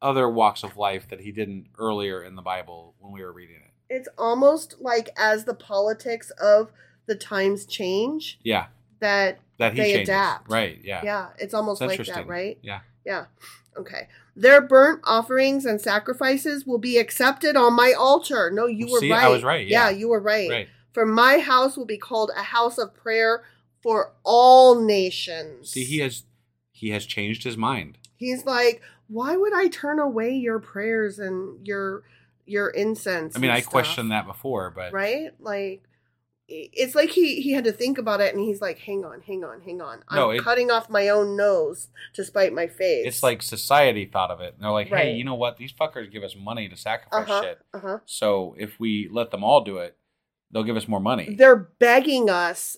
B: other walks of life that he didn't earlier in the Bible when we were reading it.
A: It's almost like as the politics of the times change,
B: Yeah,
A: that
B: that he
A: they
B: changes.
A: adapt.
B: Right. Yeah.
A: Yeah, it's almost
B: It's
A: like
B: interesting.
A: that, right?
B: Yeah.
A: Yeah. Okay. Their burnt offerings and sacrifices will be accepted on my altar. No, you were
B: See,
A: right.
B: I was right, yeah.
A: you were right.
B: Right.
A: For my house will be called a house of prayer for all nations.
B: See, he has he has changed his mind.
A: He's like, why would I turn away your prayers and your your incense?
B: I mean,
A: and
B: I
A: stuff?"
B: questioned that before, but
A: right? Like it's like he he had to think about it and he's like, "Hang on, hang on, hang on. I'm
B: No, it-
A: cutting off my own nose to spite my face."
B: it's like society thought of it. And they're like, hey,
A: Right.
B: you know what? These fuckers give us money to sacrifice
A: uh-huh,
B: shit.
A: uh-huh.
B: So if we let them all do it, they'll give us more money.
A: They're begging us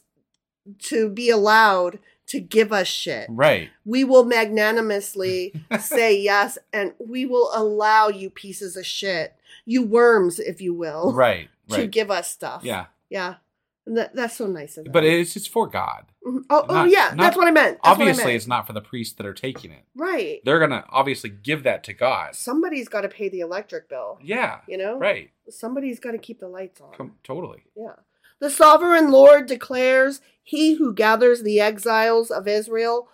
A: to be allowed to give us shit.
B: right.
A: We will magnanimously say yes and we will allow you pieces of shit, you worms if you will,
B: Right.
A: to
B: Right.
A: give us stuff.
B: yeah.
A: Yeah. And that, that's so nice of them.
B: But it's it's for God.
A: Mhm. Oh, oh
B: Not-
A: yeah,
B: not-
A: that's what I meant. That's what I
B: obviously,
A: meant.
B: it's not for the priests that are taking it.
A: right.
B: They're gonna obviously give that to God.
A: somebody's got to pay the electric bill.
B: Yeah.
A: You know?
B: Right.
A: Somebody's got to keep the lights on.
B: Com- totally.
A: Yeah. The sovereign Lord declares, He who gathers the exiles of Israel,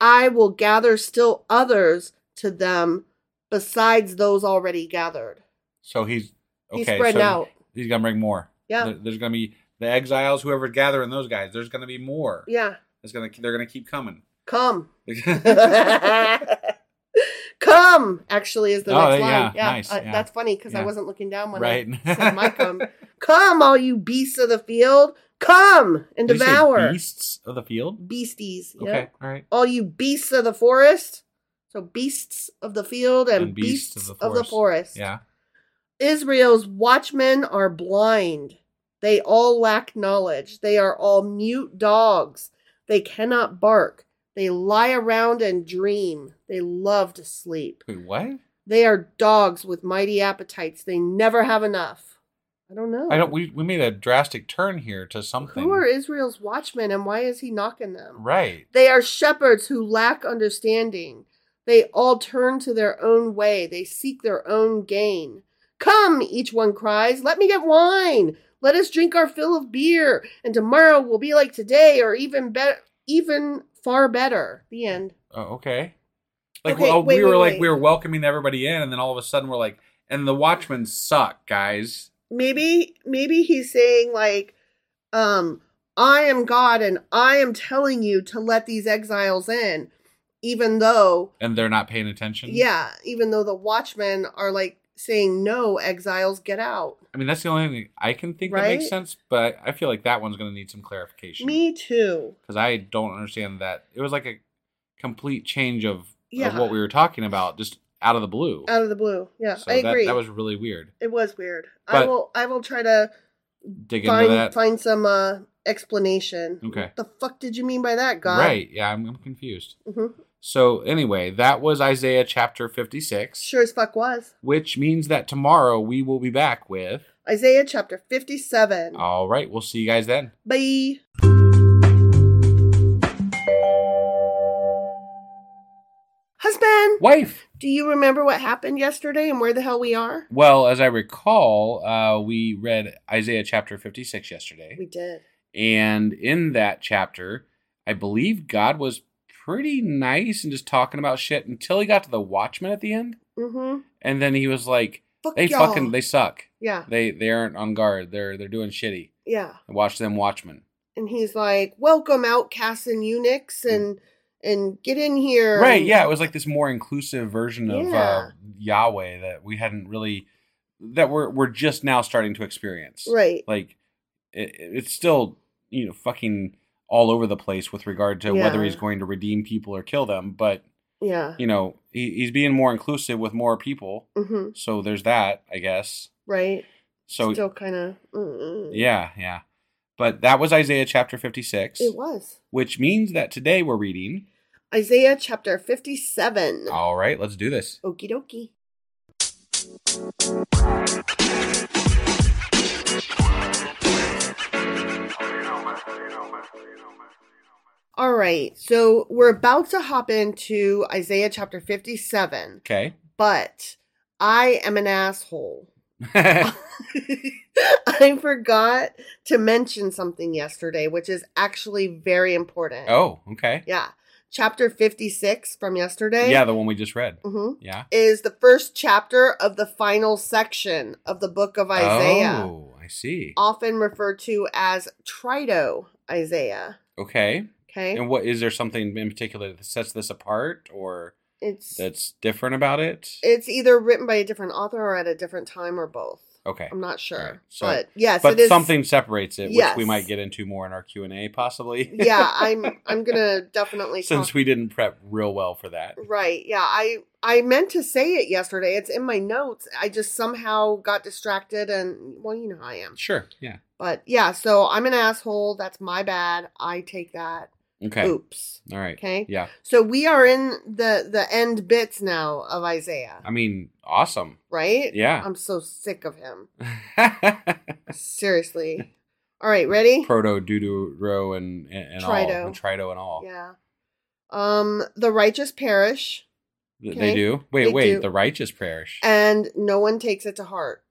A: I will gather still others to them besides those already gathered.
B: So he's okay.
A: He's spreading
B: so
A: out.
B: He's gonna bring more.
A: Yeah.
B: There- there's gonna be the exiles, whoever gathering those guys. There's gonna be more.
A: Yeah.
B: It's gonna. They're gonna keep coming.
A: Come.
B: yeah.
A: Come, actually, is the
B: Oh,
A: next
B: yeah,
A: line. Yeah,
B: nice,
A: uh,
B: yeah.
A: that's funny because
B: Yeah.
A: I wasn't looking down when I
B: Right.
A: said my come. Come, all you beasts of the field, come and
B: Did you say
A: devour.
B: beasts of the field.
A: Beasties.
B: Okay.
A: yeah.
B: All right.
A: all you beasts of the forest. So beasts of the field and, beasts, of, the forest.
B: Yeah.
A: Israel's watchmen are blind. They all lack knowledge. They are all mute dogs. They cannot bark. They lie around and dream. They love to sleep.
B: Wait. What?
A: They are dogs with mighty appetites. They never have enough. I don't know.
B: I don't. We, we made a drastic turn here to something.
A: Oh. Who are Israel's watchmen and why is he knocking them?
B: Right.
A: They are shepherds who lack understanding. They all turn to their own way. They seek their own gain. Come, each one cries, let me get wine. Let us drink our fill of beer, and tomorrow will be like today, or even better, even far better. The end.
B: Oh, okay. Like
A: Okay,
B: well,
A: wait,
B: we were
A: wait,
B: like
A: wait.
B: we were welcoming everybody in, and then all of a sudden we're like, and the Watchmen suck, guys.
A: Maybe, maybe he's saying like, um, I am God, and I am telling you to let these exiles in, even though
B: And they're not paying attention.
A: Yeah, even though the Watchmen are like saying, "No, exiles, get out."
B: I mean, that's the only thing I can think that makes
A: Right?
B: sense, but I feel like that one's going to need some clarification.
A: Me too.
B: Because I don't understand that. It was like a complete change of, of
A: Yeah.
B: what we were talking about, just out of the blue.
A: Out of the blue. Yeah,
B: so
A: I
B: that,
A: agree.
B: that was really weird.
A: it was weird. I
B: But-
A: will. I will try to
B: Dig
A: find
B: into that.
A: find some uh, explanation.
B: Okay.
A: What the fuck did you mean by that, God?
B: Right. Yeah, I'm, I'm confused.
A: hmm
B: So, anyway, that was Isaiah chapter 56,
A: Sure as fuck was
B: which means that tomorrow we will be back with.
A: Isaiah chapter fifty-seven.
B: All right. We'll see you guys then.
A: Bye. Husband. Jason,
B: Wife.
A: do you remember what happened yesterday and where the hell we are?
B: Well, as I recall, uh, we read Isaiah chapter 56 yesterday.
A: We did.
B: And in that chapter, I believe God was pretty nice and just talking about shit until he got to the Watchmen at the end.
A: Mm-hmm.
B: And then he was like,
A: Fuck
B: they
A: y'all.
B: fucking, they suck.
A: yeah,
B: They they aren't on guard. They're they're doing shitty.
A: yeah.
B: Watch them Watchmen.
A: And he's like, "Welcome, outcasts and eunuchs, and and get in here."
B: Hmm. Right,
A: and-
B: yeah. It was like this more inclusive version of uh,
A: Yeah.
B: Yahweh that we hadn't really, that we're, we're just now starting to experience.
A: right.
B: like it, it's still you know fucking all over the place with regard to whether
A: Yeah.
B: he's going to redeem people or kill them but
A: yeah.
B: you know he, he's being more inclusive with more people
A: Mm-hmm.
B: so there's that i guess
A: Right.
B: so
A: still kind of. mm
B: yeah yeah but that was isaiah chapter 56
A: It was
B: which means that today we're reading
A: Isaiah chapter fifty-seven.
B: all right let's do this
A: Okie dokie. All right, so we're about to hop into Isaiah chapter 57,
B: okay
A: but I am an asshole. I forgot to mention something yesterday, which is actually very important.
B: oh okay
A: yeah. Chapter 56 from yesterday.
B: yeah the one we just read
A: hmm
B: yeah
A: is the first chapter of the final section of the book of Isaiah,
B: oh i see
A: often referred to as Trito Isaiah.
B: okay
A: Okay.
B: And what is there something in particular that sets this apart or
A: it's
B: that's different about it?
A: it's either written by a different author or at a different time or both.
B: okay.
A: I'm not sure.
B: All right. So-
A: but um, yes,
B: but
A: it is
B: something separates it, which we
A: Yes.
B: might get into more in our Q and A, possibly.
A: yeah, um, I'm I'm gonna definitely
B: Since
A: talk-
B: we didn't prep real well for that.
A: Right. Yeah. I I meant to say it yesterday. It's in my notes. I just somehow got distracted and well, you know how I am.
B: Sure. Yeah.
A: But yeah, so I'm an asshole. That's my bad. I take that.
B: Okay.
A: Oops.
B: All right.
A: Okay.
B: Yeah.
A: So we are in the the end bits now of Isaiah,
B: I mean, awesome.
A: right?
B: Uh, Yeah.
A: I'm so sick of him. Seriously. All right, ready?
B: Proto, Deutero, and and, and all,
A: Trito.
B: and Trito, and all.
A: Yeah. Um, the righteous perish,
B: Th- They
A: Okay.
B: do. Wait,
A: They
B: wait.
A: do.
B: The righteous perish.
A: and no one takes it to heart.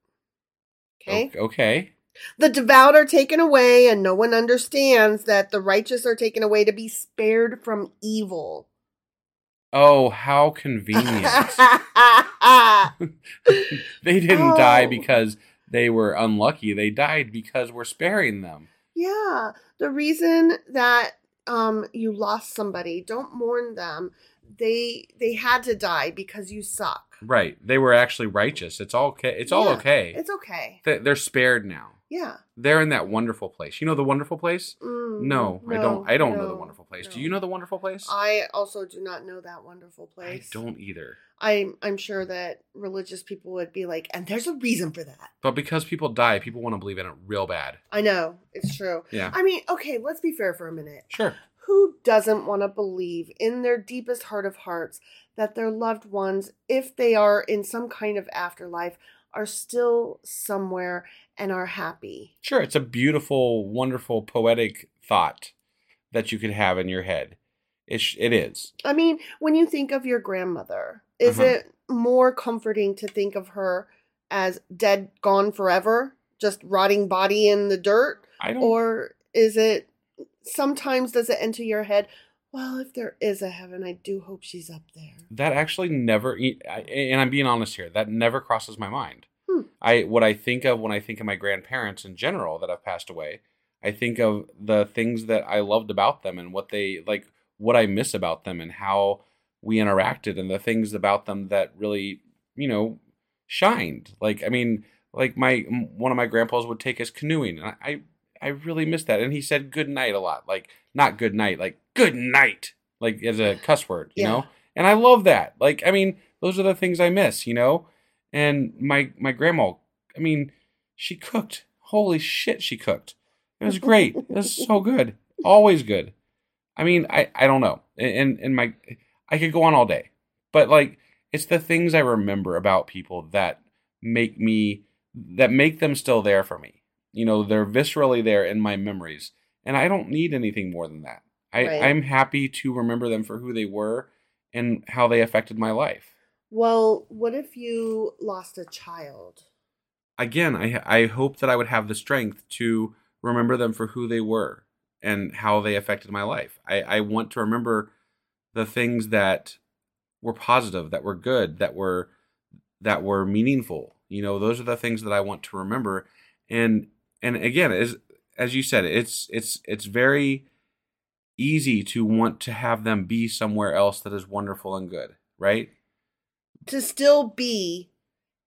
A: Okay.
B: O- okay.
A: The devout are taken away, and no one understands that the righteous are taken away to be spared from evil.
B: Oh, how convenient. they didn't
A: Oh.
B: die because they were unlucky. They died because we're sparing them.
A: Yeah, the reason that um you lost somebody, don't mourn them. They they had to die because you suck.
B: Right. They were actually righteous. It's all okay. It's all
A: Yeah,
B: okay.
A: It's okay.
B: They- They're spared now.
A: Yeah.
B: They're in that wonderful place. You know the wonderful place?
A: Mm,
B: No, I don't. I don't know the
A: no,
B: wonderful place. Do
A: no.
B: you know the wonderful place?
A: I also do not know that wonderful place.
B: I don't either.
A: I'm I'm sure that religious people would be like, and there's a reason for that.
B: But because people die, people want to believe in it real bad.
A: I know it's true.
B: Yeah.
A: I mean, okay, let's be fair for a minute.
B: Sure.
A: Who doesn't want to believe in their deepest heart of hearts that their loved ones, if they are in some kind of afterlife, are still somewhere and are happy?
B: Sure. It's a beautiful, wonderful, poetic thought that you could have in your head. It, sh- it is.
A: I mean, when you think of your grandmother, is
B: Uh-huh.
A: it more comforting to think of her as dead, gone forever, just rotting body in the dirt?
B: I don't.
A: Or is it sometimes does it enter your head, well, if there is a heaven, I do hope she's up there.
B: That actually never, e, I- and I'm being honest here, that never crosses my mind.
A: Hmm.
B: I what I think of when I think of my grandparents in general that have passed away, I think of the things that I loved about them and what they like, what I miss about them and how we interacted and the things about them that really, you know, shined. Like I mean, like my m- one of my grandpas would take us canoeing, and I I really miss that. And he said good night a lot, like not good night, like good night, like as a cuss word, you
A: Yeah.
B: know and I love that. Like, I mean, those are the things I miss, you know. And my my grandma, I mean, she cooked. Holy shit, she cooked. It was great. it was so good. Always good. I mean, I I don't know. And and my I could go on all day, but like it's the things I remember about people that make me that make them still there for me. You know, they're viscerally there in my memories, and I don't need anything more than that. I,
A: Right.
B: I'm happy to remember them for who they were and how they affected my life.
A: Well, what if you lost a child?
B: Again, I I hope that I would have the strength to remember them for who they were and how they affected my life. I, I want to remember the things that were positive, that were good, that were that were meaningful. You know, those are the things that I want to remember. And and again, as as you said, it's it's it's very easy to want to have them be somewhere else that is wonderful and good, right?
A: To still be,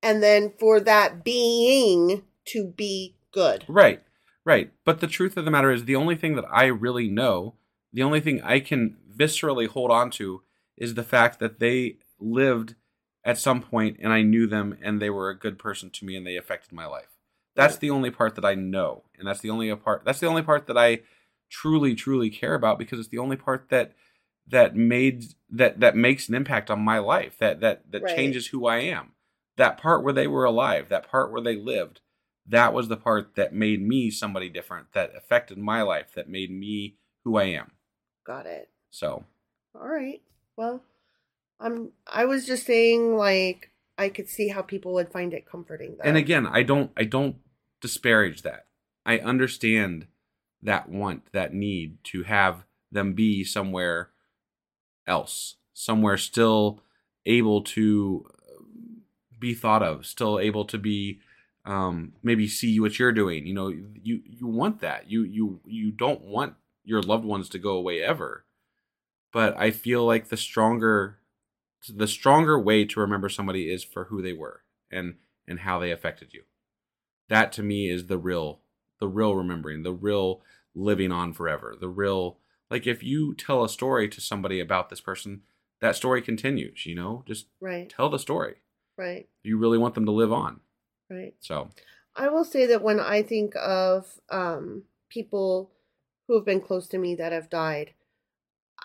A: and then for that being to be good.
B: Right. Right. But the truth of the matter is the only thing that I really know, the only thing I can viscerally hold on to is the fact that they lived at some point and I knew them and they were a good person to me and they affected my life. That's the only part that I know. And that's the only part that's the only part that I truly truly care about because it's the only part that that made that that makes an impact on my life that that that
A: Right.
B: changes who I am that part where they were alive that part where they lived that was the part that made me somebody different that affected my life that made me who I am
A: Got it.
B: so
A: All right. Well, I'm. I was just saying, like, I could see how people would find it comforting. Though.
B: and again I don't I don't disparage that I understand that want that need to have them be somewhere else somewhere still able to uh, be thought of, still able to be um, maybe see what you're doing. You know, you you want that. You you you don't want your loved ones to go away ever. But I feel like the stronger the stronger way to remember somebody is for who they were and and how they affected you. That to me is the real the real remembering, the real living on forever, the real like if you tell a story to somebody about this person, that story continues, you know? Just
A: right,
B: tell the story
A: right,
B: you really want them to live on.
A: right.
B: So
A: I will say that when I think of um, people who have been close to me that have died,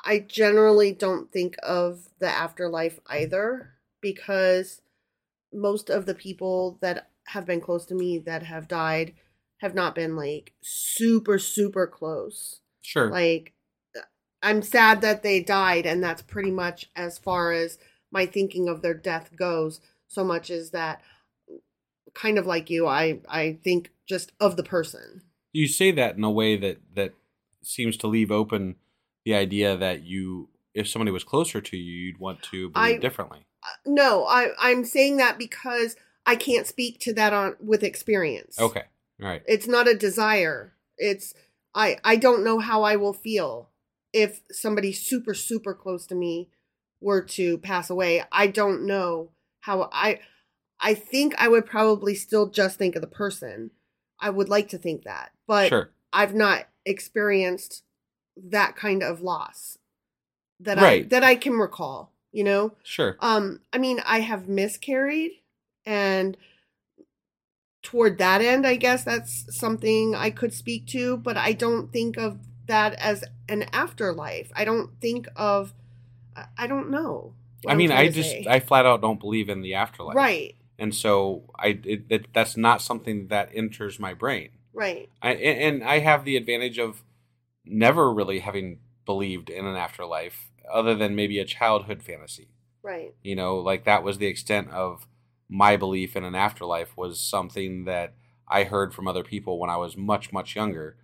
A: I generally don't think of the afterlife either because most of the people that have been close to me that have died have not been like super, super close.
B: sure,
A: Like, uh, I'm sad that they died, and that's pretty much as far as my thinking of their death goes. So much as that, kind of like you, I I think just of the person.
B: you say that in a way that that seems to leave open the idea that you, if somebody was closer to you, you'd want to believe
A: I-
B: differently.
A: Uh, No, I I'm saying that because I can't speak to that on with experience.
B: Okay, all right,
A: It's not a desire. It's I I don't know how I will feel if somebody super super close to me were to pass away. I don't know how I I think I would probably still just think of the person. I would like to think that, but
B: sure,
A: I've not experienced that kind of loss that I
B: Right.
A: that I can recall, you know?
B: sure,
A: Um, I mean, I have miscarried, and toward that end, I guess that's something I could speak to, but I don't think of that as an afterlife. I don't think of, I- I don't know. what
B: I
A: I'm
B: mean,
A: trying
B: I
A: to
B: just
A: say.
B: I flat out don't believe in the afterlife,
A: right,
B: And so I it, that, that's not something that enters my brain.
A: right,
B: I and and I have the advantage of never really having believed in an afterlife, other than maybe a childhood fantasy.
A: right,
B: you know like that was the extent of my belief in an afterlife was something that i heard from other people when i was much much younger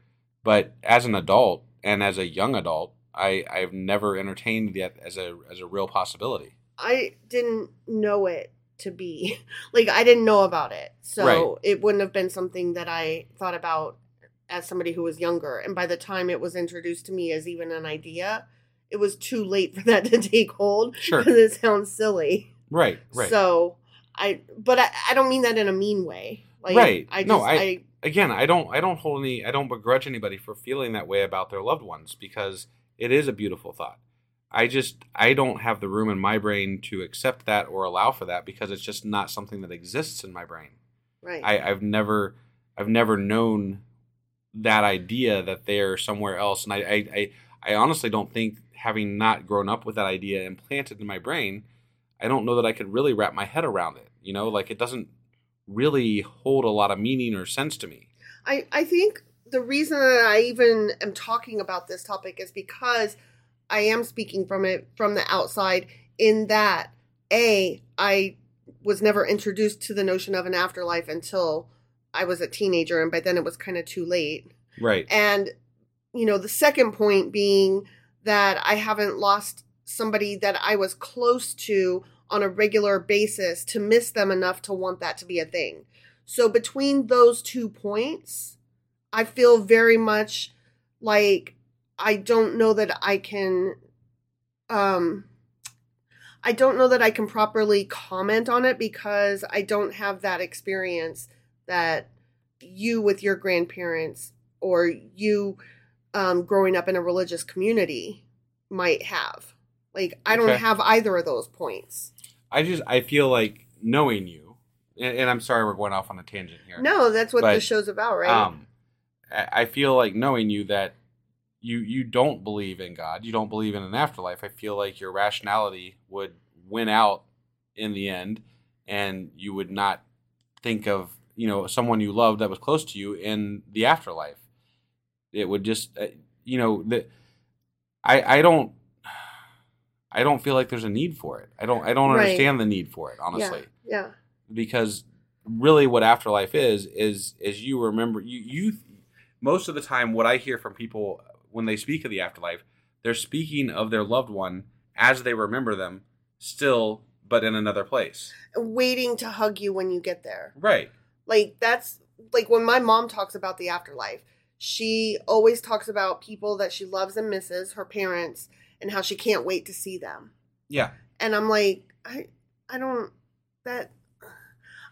B: but as an adult and as a young adult i i've never entertained that as a as a real possibility
A: I didn't know it to be like I didn't know about it, so
B: Right.
A: it wouldn't have been something that I thought about as somebody who was younger. And by the time it was introduced to me as even an idea, it was too late for that to take hold.
B: Sure.
A: 'cause it sounds silly.
B: right right
A: So I, but I, I don't mean that in a mean way. Like,
B: Right.
A: I just,
B: No,
A: I,
B: I- again i don't i don't hold any i don't begrudge anybody for feeling that way about their loved ones because it is a beautiful thought i just i don't have the room in my brain to accept that or allow for that because it's just not something that exists in my brain
A: right.
B: I, I've never I've never known that idea that they're somewhere else. And I, I, I, I honestly don't think having not grown up with that idea implanted in my brain, I don't know that I could really wrap my head around it. You know, like it doesn't really hold a lot of meaning or sense to me.
A: I, I think the reason that I even am talking about this topic is because I am speaking from it from the outside in that a I was never introduced to the notion of an afterlife until I was a teenager, and by then it was kind of too late.
B: Right.
A: And, you know, the second point being that I haven't lost somebody that I was close to on a regular basis to miss them enough to want that to be a thing. So between those two points, I feel very much like I don't know that I can um I don't know that I can properly comment on it because I don't have that experience that you with your grandparents or you um, growing up in a religious community might have. Like, I don't
B: Okay.
A: have either of those points.
B: I just I feel like knowing you, and, and I'm sorry we're going off on a tangent here.
A: No, that's what
B: But,
A: the show's about, right?
B: Um, I I feel like knowing you that you you don't believe in God, you don't believe in an afterlife. I feel like your rationality would win out in the end, and you would not think of you know someone you loved that was close to you in the afterlife. It would just uh, you know that I I don't. I don't feel like there's a need for it. I don't. I don't
A: Right.
B: understand the need for it, honestly
A: Yeah. yeah.
B: because really what afterlife is is is you remember you you most of the time what I hear from people when they speak of the afterlife they're speaking of their loved one as they remember them still but in another place
A: Waiting to hug you when you get there.
B: right
A: Like, that's like when my mom talks about the afterlife, she always talks about people that she loves and misses, her parents, and how she can't wait to see them.
B: yeah
A: and I'm like, I I don't that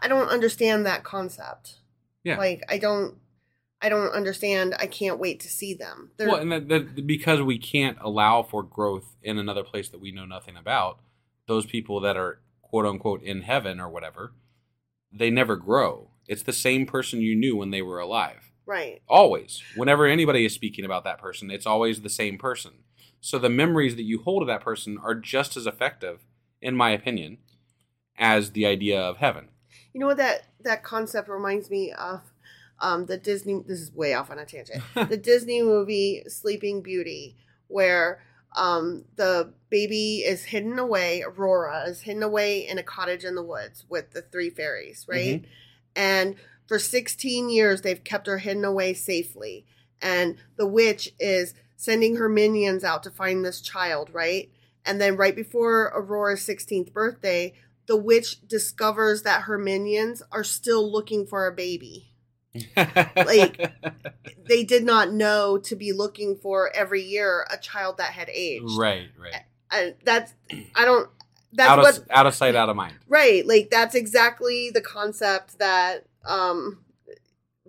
A: I don't understand that concept.
B: yeah
A: Like I don't I don't understand. I can't wait to see them. They're,
B: well and that, that, because we can't allow for growth in another place that we know nothing about those people that are quote unquote in heaven or whatever they never grow it's the same person you knew when they were alive
A: right.
B: always whenever anybody is speaking about that person it's always the same person so the memories that you hold of that person are just as effective in my opinion as the idea of heaven
A: You know what that that concept reminds me of um the Disney this is way off on a tangent. the Disney movie Sleeping Beauty where um the baby is hidden away, Aurora is hidden away in a cottage in the woods with the three fairies, right? And for 16 years they've kept her hidden away safely. And the witch is sending her minions out to find this child, right? And then right before Aurora's 16th birthday, the witch discovers that her minions are still looking for a baby. Like they did not know to be looking for every year a child that had aged.
B: right right
A: And that's I don't that's
B: out of,
A: what
B: out of sight out of mind
A: right, like that's exactly the concept that um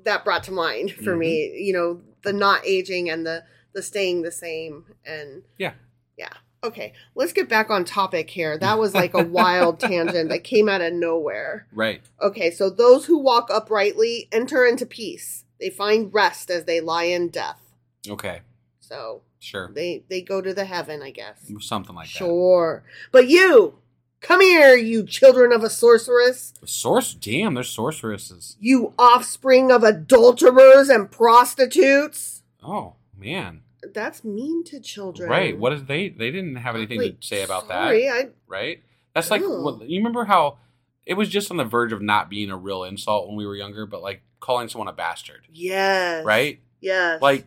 A: that brought to mind for
B: Mm-hmm.
A: me, you know, the not aging and the the staying the same and
B: yeah
A: yeah. Okay, let's get back on topic here. That was like a wild tangent that came out of nowhere.
B: right
A: Okay, so those who walk uprightly enter into peace. They find rest as they lie in death.
B: okay
A: So
B: sure
A: they they go to the heaven, I guess.
B: something like
A: Sure. But you, come here, you children of a sorceress,
B: that source damn they're sorceresses
A: you offspring of adulterers and prostitutes.
B: oh man
A: That's mean to children.
B: right what is they they didn't have anything
A: Like,
B: to say about
A: Sorry,
B: that
A: I
B: right? That's like
A: Ooh.
B: what, you remember how it was just on the verge of not being a real insult when we were younger, but like calling someone a bastard,
A: yes.
B: right?
A: Yes.
B: Like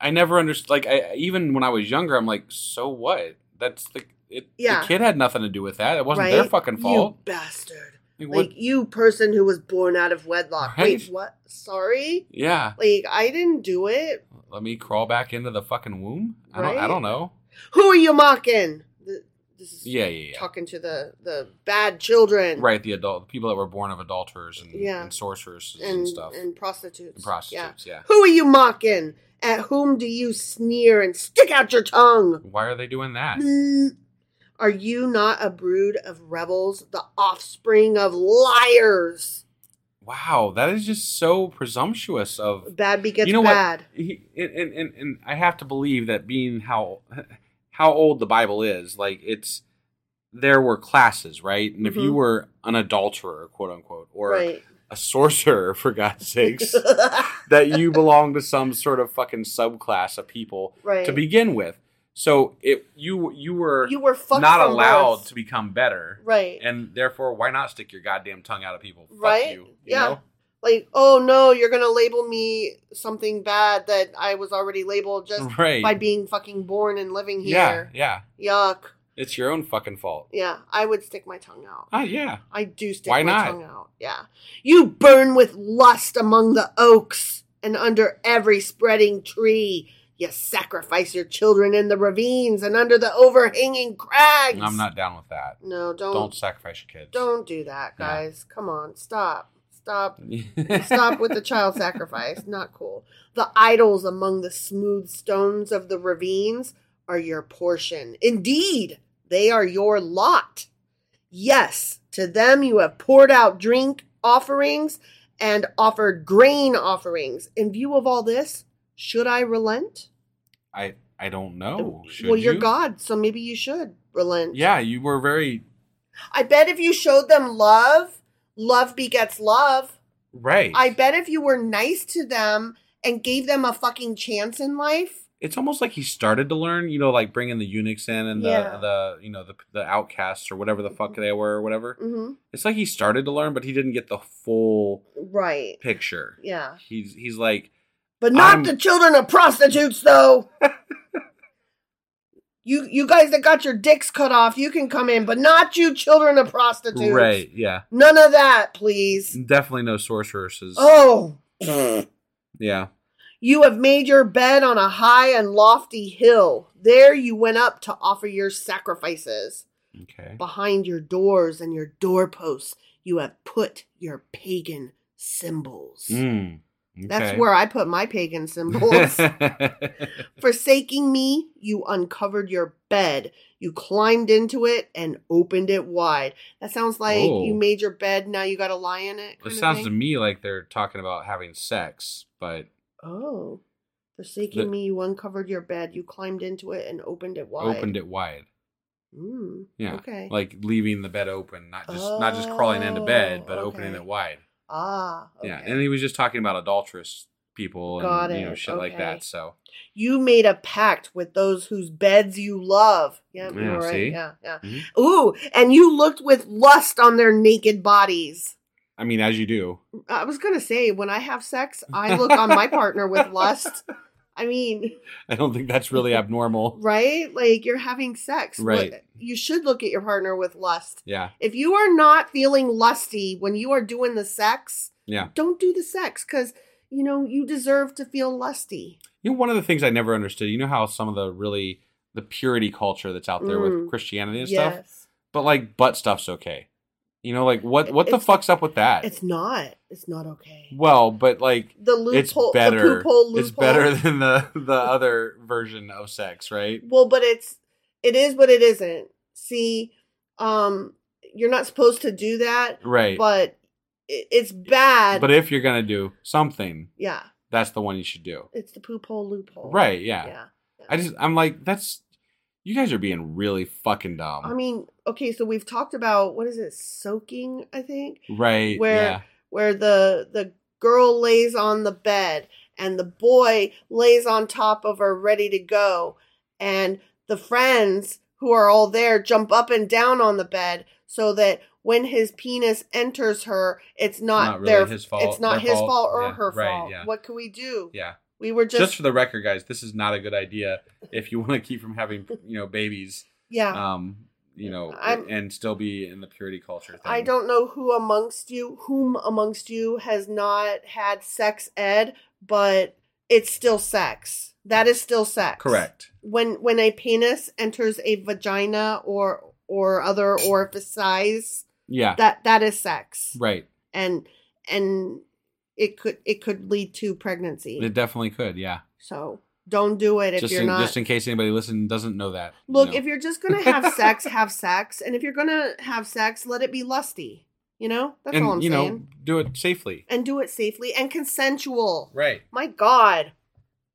B: I never understood. Like I even when I was younger, I'm like, so what? That's the it,
A: Yeah.
B: the kid had nothing to do with that. It wasn't their
A: Right?
B: fucking fault.
A: You bastard.
B: Like, what-
A: like you person who was born out of wedlock. Wait,
B: Right?
A: what? Sorry?
B: yeah,
A: Like I didn't do it.
B: let me crawl back into the fucking womb. I don't. I
A: Right?
B: don't know.
A: Who are you mocking? Th- This is
B: Yeah, yeah, yeah.
A: talking to the the bad children,
B: Right, the adult people that were born of adulterers and,
A: Yeah.
B: and sorceresses and,
A: And
B: stuff,
A: and prostitutes,
B: and prostitutes. Yeah.
A: Who are you mocking? At whom do you sneer and stick out your tongue?
B: Why are they doing that?
A: Mm. Are you not a brood of rebels, the offspring of liars?
B: Wow, that is just so presumptuous of
A: Bad begets
B: you know
A: bad.
B: what? He, and, and, and, and I have to believe that being how how old the Bible is, like it's there were classes, right? And if you
A: Mhm.
B: were an adulterer, quote unquote, or
A: Right.
B: a sorcerer, for God's sakes, that you belong to some sort of fucking subclass of people
A: Right.
B: to begin with. So if you you were
A: You were fucked
B: not
A: from
B: allowed
A: birth.
B: to become better,
A: Right.
B: and therefore why not stick your goddamn tongue out of people? Fuck
A: Right?
B: you, you
A: Yeah.
B: know?
A: like, oh no, you're gonna label me something bad that I was already labeled just
B: Right.
A: by being fucking born and living
B: Yeah.
A: here.
B: Yeah.
A: Yuck.
B: It's your own fucking fault.
A: Yeah, I would stick my tongue out.
B: Ah, yeah.
A: I do stick
B: Why
A: my
B: not?
A: tongue out. Yeah. You burn with lust among the oaks and under every spreading tree. You sacrifice your children in the ravines and under the overhanging crags.
B: I'm not down with that.
A: No, don't
B: Don't
A: don't,
B: sacrifice your kids.
A: do that,
B: Yeah.
A: guys. Come on, stop. Stop. Stop with the child sacrifice. Not cool. The idols among the smooth stones of the ravines are your portion. Indeed, they are your lot. Yes, to them you have poured out drink offerings and offered grain offerings. In view of all this, should I relent?
B: I I don't know. Should
A: well,
B: you?
A: you're God, so maybe you should relent.
B: Yeah, you were very
A: I bet if you showed them love, love begets love.
B: right.
A: I bet if you were nice to them and gave them a fucking chance in life,
B: it's almost like he started to learn, you know, like bringing the eunuchs in and the
A: Yeah. Mm-hmm.
B: the you know the the outcasts or whatever the fuck they were or whatever.
A: hmm
B: It's like he started to learn, but he didn't get the full
A: right?
B: picture.
A: Yeah,
B: He's he's like
A: but not
B: I'm-
A: the children of prostitutes, though. you you guys that got your dicks cut off, you can come in, but not you children of prostitutes.
B: right, yeah,
A: None of that, please.
B: definitely no sorceresses.
A: Oh,
B: Yeah,
A: You have made your bed on a high and lofty hill. There you went up to offer your sacrifices.
B: okay.
A: Behind your doors and your doorposts, you have put your pagan symbols.
B: Mm, okay.
A: That's where I put my pagan symbols. Forsaking me, you uncovered your bed. You climbed into it and opened it wide. That sounds like
B: Oh.
A: you made your bed, now you got to lie in it.
B: it
A: kinda
B: sounds to
A: thing.
B: me like they're talking about having sex, but
A: Oh. Forsaking
B: The-
A: me, you uncovered your bed. You climbed into it and opened it wide.
B: opened it wide.
A: Mm,
B: Yeah.
A: Okay.
B: Like leaving the bed open, not just not just crawling into bed,
A: Oh,
B: but opening
A: okay.
B: it wide.
A: ah. Okay.
B: Yeah. And he was just talking about adulterous people and
A: Got
B: you know
A: it.
B: shit like
A: Okay.
B: that. So
A: you made a pact with those whose beds you love. Yeah,
B: Yeah,
A: you're right.
B: see?
A: Yeah, yeah.
B: Mhm.
A: Ooh, and you looked with lust on their naked bodies.
B: I mean, as you do.
A: I was gonna say when I have sex, I look on my partner with lust. I mean,
B: I don't think that's really abnormal.
A: right? Like you're having sex. Look-
B: Right.
A: You should look at your partner with lust.
B: Yeah.
A: If you are not feeling lusty when you are doing the sex,
B: Yeah.
A: don't do the sex because you know you deserve to feel lusty.
B: You know, one of the things I never understood, you know how some of the really the purity culture that's out there with
A: Mm.
B: Christianity and stuff,
A: Yes.
B: but like butt stuff's okay. You know, like what what the
A: It's-
B: fuck's up with that?
A: It's not. It's not okay.
B: well, but like
A: the loophole,
B: it's better.
A: the poophole loophole.
B: It's better than the the other version of sex, right?
A: well, but it's it is what it isn't. See, um, you're not supposed to do that,
B: Right.
A: but it, it's bad.
B: But if you're gonna do something,
A: yeah,
B: that's the one you should do.
A: it's the poophole loophole.
B: Right? Yeah.
A: Yeah.
B: I just I'm like that's you guys are being really fucking dumb.
A: I mean, okay, so we've talked about what is it, soaking? I think
B: right?
A: where
B: yeah.
A: where the the girl lays on the bed and the boy lays on top of her ready to go and the friends who are all there jump up and down on the bed so that when his penis enters her it's not,
B: Not really
A: their
B: his fault-
A: it's not
B: their
A: his
B: fault.
A: fault, or
B: Yeah,
A: her
B: right,
A: fault
B: yeah.
A: what can we do
B: Yeah.
A: we were
B: Just,
A: just,
B: for the record, guys, this is not a good idea if you want to keep from having you know babies,
A: yeah
B: um, you know,
A: I'm-
B: and still be in the purity culture thing.
A: I don't know who amongst you, whom amongst you has not had sex ed, but it's still sex. That is still sex.
B: correct.
A: When when a penis enters a vagina or or other orifice,
B: Yeah.
A: that that is sex,
B: right.
A: and and it could it could lead to pregnancy.
B: It definitely could. Yeah.
A: so don't do it if
B: Just
A: you're
B: in,
A: not.
B: just in case anybody listening doesn't know that. you
A: Look,
B: know.
A: if you're just gonna have sex, have sex, and if you're gonna have sex, let it be lusty. You know, that's
B: and
A: all I'm
B: you
A: saying.
B: know, do it safely.
A: and do it safely and consensual.
B: Right.
A: My God,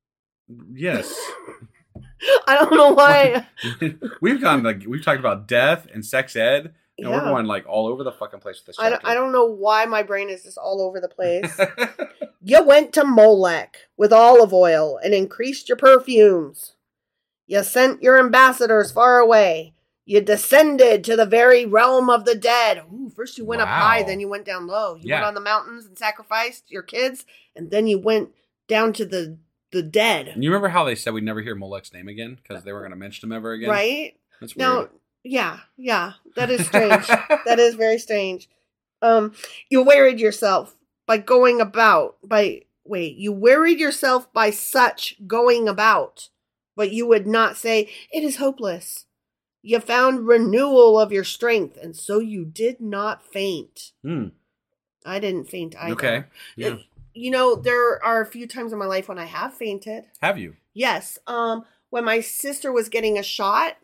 B: Yes.
A: I don't know why.
B: we've gone like we've talked about death and sex ed, and we're
A: Yeah.
B: going like all over the fucking place with this.
A: I don't,
B: chapter.
A: I don't know why my brain is just all over the place. you went to Molech with olive oil and increased your perfumes. You sent your ambassadors far away. You descended to the very realm of the dead. Ooh, first you went up high,
B: Wow.
A: then you went down low. You went
B: Yeah.
A: on the mountains and sacrificed your kids, and then you went down to the the dead.
B: And you remember how they said we'd never hear Molech's name again because they were going to mention him ever again?
A: Right?
B: That's weird.
A: Now, yeah, yeah, that is strange. that is very strange. Um, you wearied yourself by going about by wait, you wearied yourself by such going about, but you would not say it is hopeless. You found renewal of your strength, and so you did not faint.
B: Hmm.
A: I didn't faint either.
B: Okay. Yeah.
A: It- you know, there are a few times in my life when I have fainted.
B: Have you?
A: Yes. Um, when my sister was getting a shot,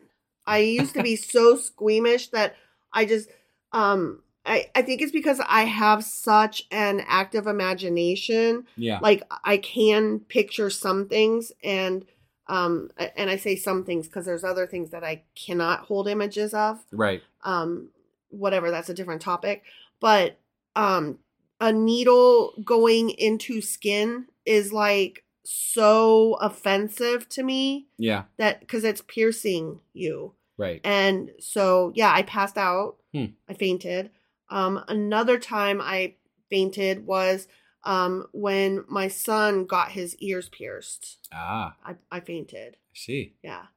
A: I used to be so squeamish that I just um I, I think it's because I have such an active imagination.
B: Yeah.
A: Like I can picture some things and um a- and I say some things because there's other things that I cannot hold images of
B: right.
A: um whatever that's a different topic but um a needle going into skin is like so offensive to me
B: Yeah.
A: that cuz it's piercing you
B: Right.
A: and so yeah i passed out
B: Hmm.
A: i fainted um another time i fainted was um when my son got his ears pierced
B: ah,
A: i i fainted
B: I see.
A: yeah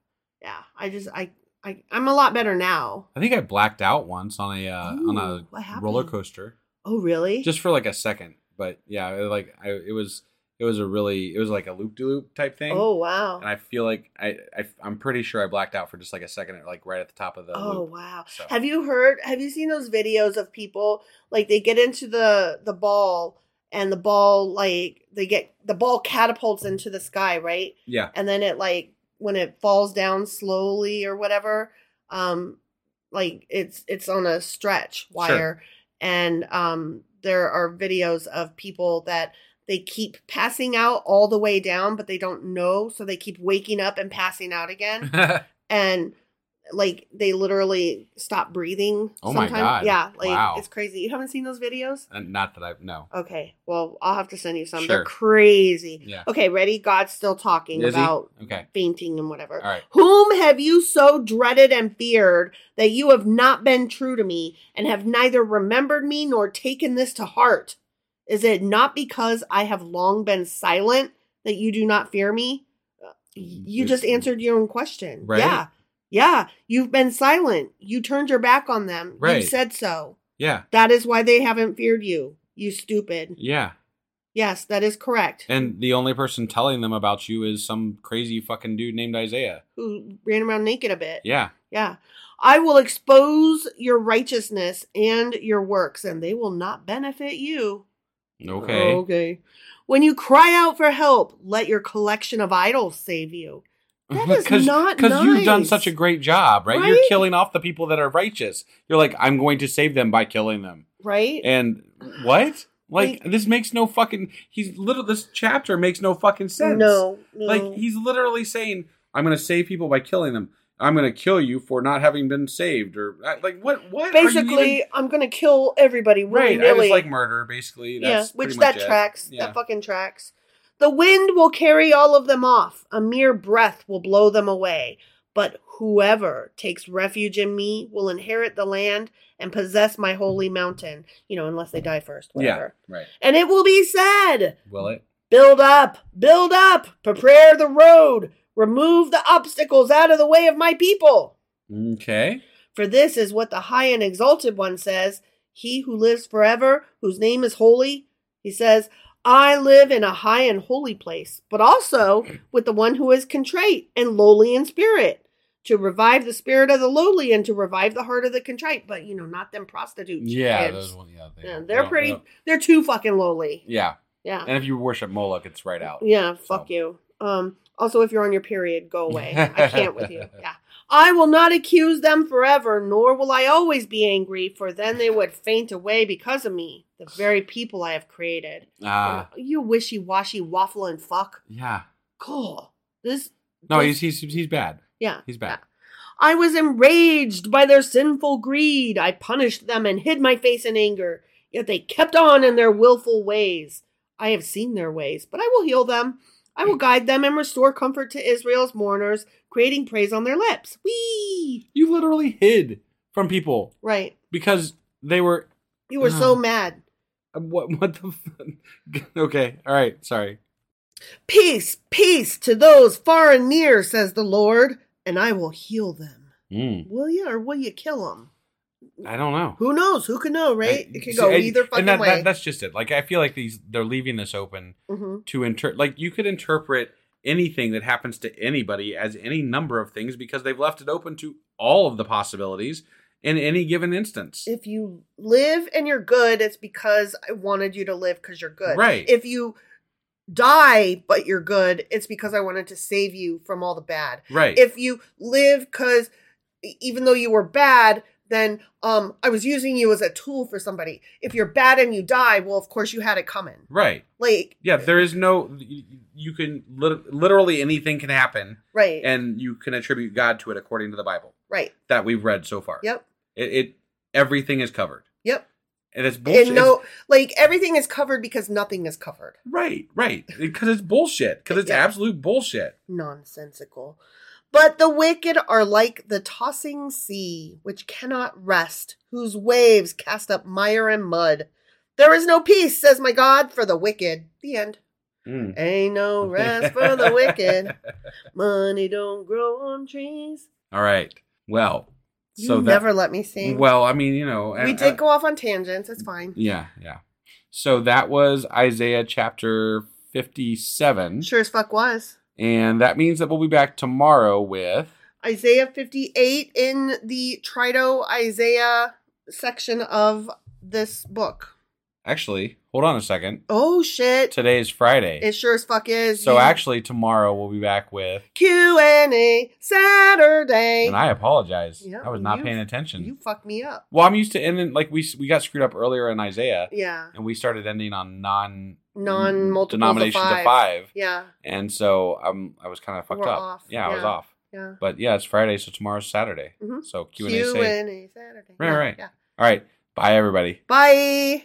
A: yeah i just i, I i'm a lot better now
B: I think I blacked out once on a uh, on
A: Ooh, Oh, what
B: a
A: happened?
B: roller coaster
A: oh really
B: just for like a second, but yeah, it, like I, it was it was a really it was like a loop de loop type thing.
A: Oh wow!
B: And I feel like I, I I'm pretty sure I blacked out for just like a second, at, like right at the top of the.
A: oh
B: loop.
A: wow!
B: So-
A: Have you heard? Have you seen those videos of people like they get into the the ball and the ball like they get the ball catapults into the sky, right?
B: Yeah.
A: And then it like when it falls down slowly or whatever, um, like it's it's on a stretch wire, and um, there are videos of people that they keep passing out all the way down, but they don't know, so they keep waking up and passing out again. and like they literally stop breathing.
B: Oh my God.
A: Yeah, like
B: Wow.
A: it's crazy. You haven't seen those videos?
B: And Not that I no.
A: Okay, well I'll have to send you some. They're
B: Sure.
A: crazy.
B: Yeah.
A: Okay, ready? God's still talking
B: Is he?
A: about
B: Okay.
A: fainting and whatever.
B: All right.
A: Whom have you so dreaded and feared that you have not been true to me and have neither remembered me nor taken this to heart? Is it not because I have long been silent that you do not fear me? Uh, You just answered your own question.
B: Right.
A: Yeah. Yeah. You've been silent. You turned your back on them.
B: Right.
A: You said so.
B: Yeah.
A: That is why they haven't feared you. You stupid.
B: Yeah.
A: Yes, that is correct.
B: And the only person telling them about you is some crazy fucking dude named Isaiah.
A: Who ran around naked a bit.
B: Yeah.
A: Yeah. I will expose your righteousness and your works, and they will not benefit you.
B: Okay.
A: Okay. When you cry out for help, let your collection of idols save you. That is not nice.
B: you've done such a great job, right?
A: Right?
B: You're killing off the people that are righteous. You're like, I'm going to save them by killing them.
A: right.
B: And what? Like this makes no fucking. He's little. This chapter makes no fucking sense.
A: No, no.
B: Like he's literally saying, "I'm going to save people by killing them. I'm going to kill you for not having been saved." Or uh, like what? What? are you
A: basically,
B: even-
A: I'm gonna kill everybody.
B: right? I
A: willy-nilly.
B: was like murder. Basically, that's
A: yeah, which
B: pretty much
A: that
B: it.
A: tracks.
B: Yeah.
A: That fucking tracks. The wind will carry all of them off. A mere breath will blow them away. But whoever takes refuge in me will inherit the land and possess my holy mountain. You know, unless they die first,
B: yeah.
A: whatever.
B: Right.
A: And it will be said,
B: Will it?
A: Build up, build up, prepare the road, remove the obstacles out of the way of my people.
B: Okay.
A: For this is what the high and exalted one says He who lives forever, whose name is holy. He says, I live in a high and holy place, but also with the one who is contrite and lowly in spirit, to revive the spirit of the lowly and to revive the heart of the contrite. But, you know, not them prostitutes.
B: Yeah.
A: kids.
B: Those one, yeah, they-
A: Yeah,
B: they
A: they're
B: don't-
A: pretty,
B: they don't-
A: they're too fucking lowly.
B: Yeah.
A: Yeah.
B: And if you worship Moloch, it's right out.
A: Yeah, fuck
B: So.
A: you. Um, also, if you're on your period, go away. I can't with you. Yeah. I will not accuse them forever, nor will I always be angry, for then they would faint away because of me, the very people I have created.
B: Ah.
A: you wishy washy waffle and fuck.
B: yeah.
A: Cool. This.
B: No,
A: this-
B: he's he's he's bad.
A: yeah.
B: He's bad.
A: I was enraged by their sinful greed. I punished them and hid my face in anger. Yet they kept on in their willful ways. I have seen their ways, but I will heal them. I
B: Hmm.
A: will guide them and restore comfort to Israel's mourners, creating praise on their lips. Whee!
B: You literally hid from people
A: Right.
B: because they were uh,
A: You were so
B: Uh-huh.
A: mad.
B: what? What the? F- okay, all right. Sorry.
A: Peace, peace to those far and near, says the Lord, and I will heal them.
B: Mm.
A: Will you or will you kill them?
B: I don't know.
A: Who knows? Who can know, right?
B: I-
A: It could
B: see,
A: go
B: I-
A: either fucking
B: and that,
A: way.
B: That, that's just it. Like I feel like these they're leaving this open
A: Mhm.
B: to interpret. Like you could interpret anything that happens to anybody as any number of things because they've left it open to all of the possibilities in any given instance.
A: If you live and you're good, it's because I wanted you to live because you're good.
B: Right.
A: If you die but you're good, it's because I wanted to save you from all the bad.
B: right.
A: if you live because even though you were bad then um i was using you as a tool for somebody if you're bad and you die well of course you had it coming
B: right.
A: like
B: Yeah. There is no. You, you can lit- literally anything can happen,
A: right
B: and you can attribute God to it according to the Bible
A: right
B: that we've read so far.
A: yep
B: It, it everything is covered,
A: yep
B: and it's bullshit.
A: and no like everything is covered because nothing is covered
B: Right, right. Because it's bullshit. Because it's
A: Yeah.
B: absolute bullshit.
A: nonsensical but the wicked are like the tossing sea which cannot rest whose waves cast up mire and mud there is no peace says my god for the wicked the end Ain't no rest for the wicked. Money don't grow on trees.
B: All right. Well,
A: You
B: so that,
A: never let me sing.
B: Well, uh, Mm-hmm. I mean, you know,
A: we did go off on tangents. It's fine.
B: Yeah, yeah. So that was Isaiah chapter fifty-seven,
A: Sure as fuck was.
B: and that means that we'll be back tomorrow with
A: Isaiah 58 in the Trito Isaiah section of this book.
B: actually. Hold on a second.
A: Oh shit.
B: Today is Friday,
A: It sure as fuck is.
B: so actually tomorrow we'll be back with.
A: Q&A Saturday.
B: And I apologize.
A: Yeah,
B: I was not
A: you-
B: paying attention.
A: You fucked me up.
B: well, I'm used to ending like we we got screwed up earlier in Isaiah,
A: Yeah.
B: and we started ending on non
A: Non-multiples of
B: Mm, denominations
A: five.
B: of five.
A: Yeah.
B: and so I'm I was kind of fucked
A: We're
B: up.
A: off.
B: Yeah, I was
A: Yeah.
B: off.
A: Yeah.
B: But yeah, it's Friday, so tomorrow's Saturday.
A: Mhm.
B: So Q and A. Say,
A: Q&A Saturday.
B: Right,
A: yeah,
B: right.
A: Yeah.
B: all right, bye everybody.
A: Bye.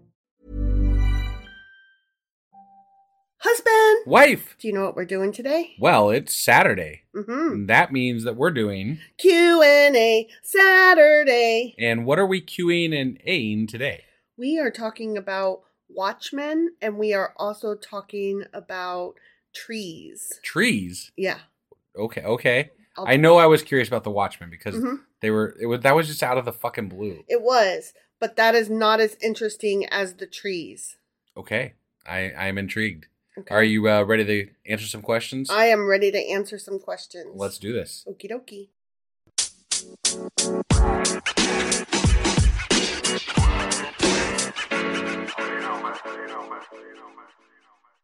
A: Husband,
B: Wife.
A: do you know what we're doing today?
B: Well, it's Saturday.
A: Mm-hmm.
B: And That means that we're doing.
A: Q&A Saturday.
B: And what are we queuing and aing today?
A: We are talking about Watchmen and we are also talking about trees.
B: Trees.
A: Yeah.
B: Okay, okay.
A: I'll-
B: I know I was curious about the Watchmen because
A: Mhm.
B: they were. It was that was just out of the fucking blue.
A: It was, but that is not as interesting as the trees.
B: Okay, I I am intrigued.
A: Okay.
B: Are you uh, ready to answer some questions?
A: I am ready to answer some questions.
B: Let's do this.
A: Okie dokie.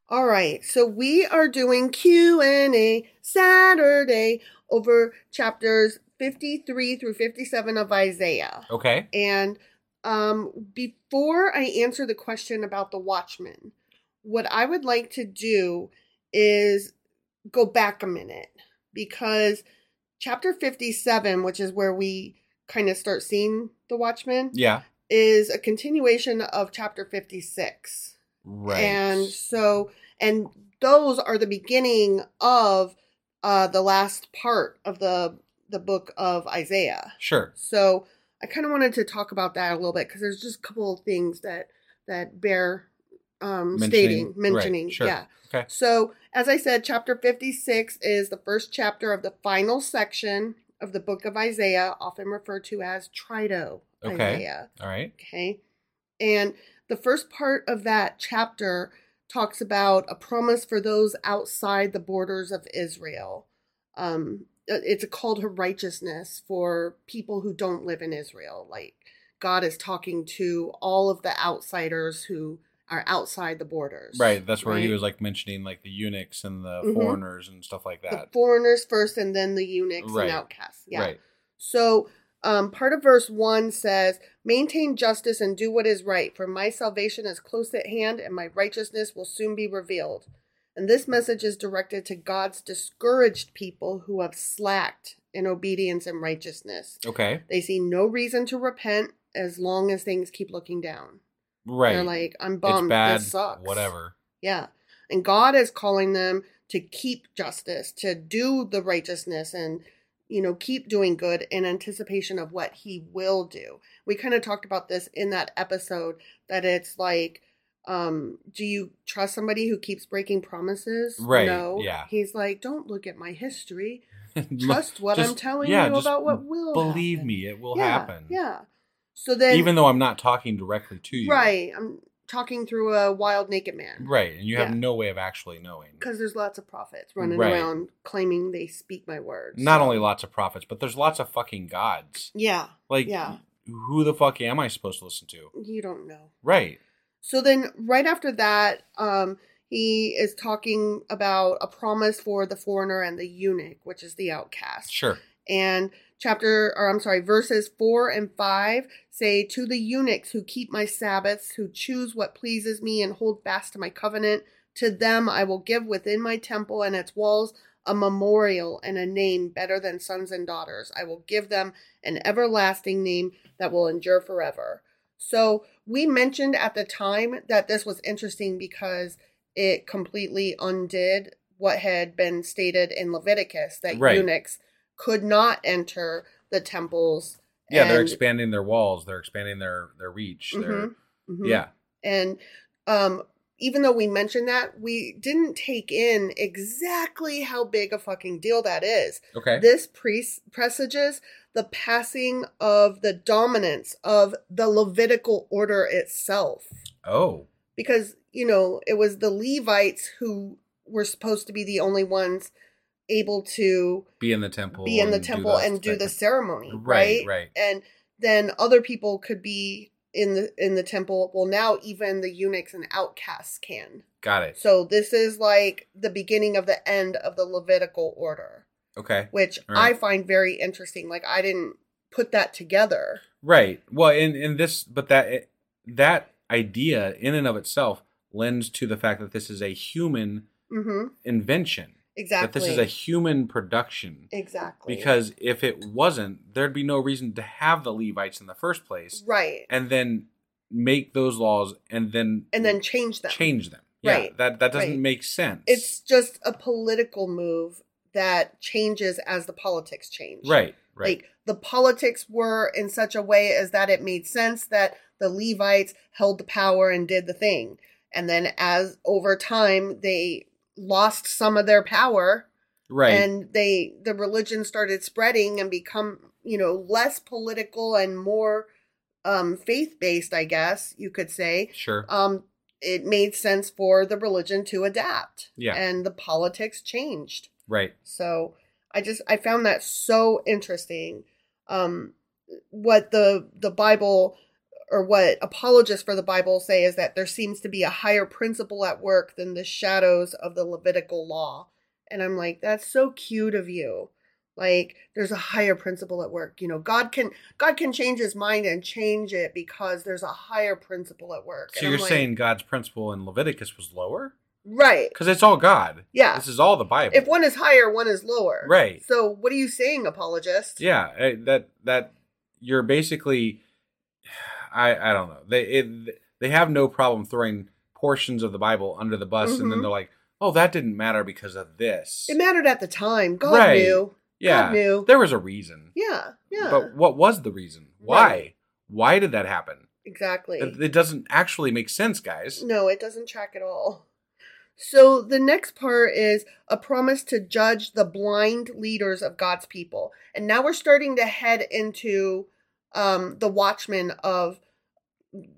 A: All right, so we are doing Q and A Saturday over chapters fifty-three through fifty-seven of Isaiah.
B: Okay.
A: And um, before I answer the question about the Watchmen, what I would like to do is go back a minute because chapter 57, which is where we kind of start seeing the Watchmen,
B: Yeah.
A: is a continuation of chapter 56.
B: Right.
A: And so, and those are the beginning of uh, the last part of the the book of Isaiah.
B: sure.
A: So I kind of wanted to talk about that a little bit because there's just a couple of things that that bear um, stating
B: Right,
A: mentioning.
B: sure.
A: Yeah.
B: Okay.
A: So as I said, chapter 56 is the first chapter of the final section of the book of Isaiah, often referred to as Trito
B: Okay.
A: Isaiah.
B: All right.
A: Okay. And the first part of that chapter talks about a promise for those outside the borders of Israel. Um, it- it's called her righteousness for people who don't live in Israel. Like God is talking to all of the outsiders who are outside the borders.
B: Right. That's where he
A: Right.
B: was like mentioning like the eunuchs and the
A: Mhm.
B: foreigners and stuff like
A: The
B: that.
A: foreigners first and then the eunuchs
B: Right.
A: and outcasts. Yeah.
B: Right.
A: So, um, part of verse 1 says, Maintain justice and do what is right, for my salvation is close at hand, and my righteousness will soon be revealed. And this message is directed to God's discouraged people who have slacked in obedience and righteousness.
B: Okay.
A: They see no reason to repent as long as things keep looking down.
B: Right.
A: They're like, I'm bummed.
B: it's bad.
A: This sucks.
B: Whatever.
A: Yeah. And God is calling them to keep justice, to do the righteousness and you know, keep doing good in anticipation of what he will do. We kind of talked about this in that episode that it's like um do you trust somebody who keeps breaking promises?
B: Right,
A: No.
B: yeah.
A: He's like, don't look at my history.
B: Look,
A: Trust what I'm telling you about what will
B: Believe
A: happen.
B: me, it will
A: yeah,
B: happen.
A: Yeah. So then
B: Even though I'm not talking directly to you.
A: right, I'm talking through a wild naked man.
B: Right. And you have
A: Yeah.
B: no way of actually knowing.
A: Because there's lots of prophets running
B: Right.
A: around claiming they speak my words.
B: Not only lots of prophets, but there's lots of fucking gods.
A: Yeah.
B: Like,
A: yeah,
B: who the fuck am I supposed to listen to?
A: you don't know.
B: Right.
A: So then, right after that, um, he is talking about a promise for the foreigner and the eunuch, which is the outcast.
B: Sure.
A: And chapter, or I'm sorry, verses four and five say, To the eunuchs who keep my Sabbaths, who choose what pleases me and hold fast to my covenant, to them I will give within my temple and its walls a memorial and a name better than sons and daughters. I will give them an everlasting name that will endure forever. So we mentioned at the time that this was interesting because it completely undid what had been stated in Leviticus that
B: Right.
A: eunuchs could not enter the temples.
B: Yeah, they're
A: and-
B: expanding their walls. They're expanding their their reach. They're,
A: Mhm, mhm.
B: Yeah.
A: And um, even though we mentioned that, we didn't take in exactly how big a fucking deal that is.
B: Okay.
A: This pre- presages the passing of the dominance of the Levitical order itself.
B: oh.
A: Because, you know, it was the Levites who were supposed to be the only ones able to
B: Be in the temple.
A: be in the
B: and do
A: temple
B: that
A: and do
B: type
A: the
B: of-
A: ceremony
B: Right,
A: right,
B: right.
A: and then other people could be in the in the temple well now even the eunuchs and outcasts can
B: Got it.
A: so this is like the beginning of the end of the levitical order
B: Okay.
A: which
B: All right.
A: i find very interesting like i didn't put that together
B: Right. Well, in in this, but that eh, that idea in and of itself lends to the fact that this is a human
A: mm-hmm
B: invention. That
A: exactly
B: this is a human production.
A: exactly
B: Because if it wasn't, there'd be no reason to have the Levites in the first place,
A: right
B: and then make those laws, and then
A: and then change them
B: change them. Yeah,
A: Right,
B: that that doesn't
A: right.
B: make sense.
A: it's just a political move that changes as the politics change
B: right, right,
A: Like the politics were in such a way as that it made sense that the Levites held the power and did the thing. And then as over time they lost some of their power
B: right.
A: and they the religion started spreading and become, you know, less political and more um faith-based, I guess you could say.
B: sure.
A: Um it made sense for the religion to adapt.
B: Yeah.
A: And the politics changed.
B: right.
A: So I just I found that so interesting. Um, what the the Bible or what apologists for the Bible say is that there seems to be a higher principle at work than the shadows of the Levitical law. And I'm like, that's so cute of you. Like there's a higher principle at work. You know, God can God can change his mind and change it because there's a higher principle at work.
B: So
A: And I'm
B: you're
A: like,
B: saying God's principle in Leviticus was lower
A: right.
B: because it's all God.
A: Yeah.
B: this is all the Bible.
A: If one is higher, one is lower.
B: Right.
A: So what are you saying, apologist?
B: yeah, eh, that that you're basically, I I don't know. They it, they have no problem throwing portions of the Bible under the bus, and then
A: Mhm.
B: they're like, oh, that didn't matter because of this.
A: It mattered at the time. God
B: Right.
A: knew.
B: Yeah.
A: God knew.
B: There was a reason.
A: Yeah, yeah,
B: But what was the reason? Why?
A: Right.
B: Why did that happen?
A: exactly.
B: It, it doesn't actually make sense, guys.
A: No, it doesn't track at all. So the next part is a promise to judge the blind leaders of God's people. And now we're starting to head into um the watchman of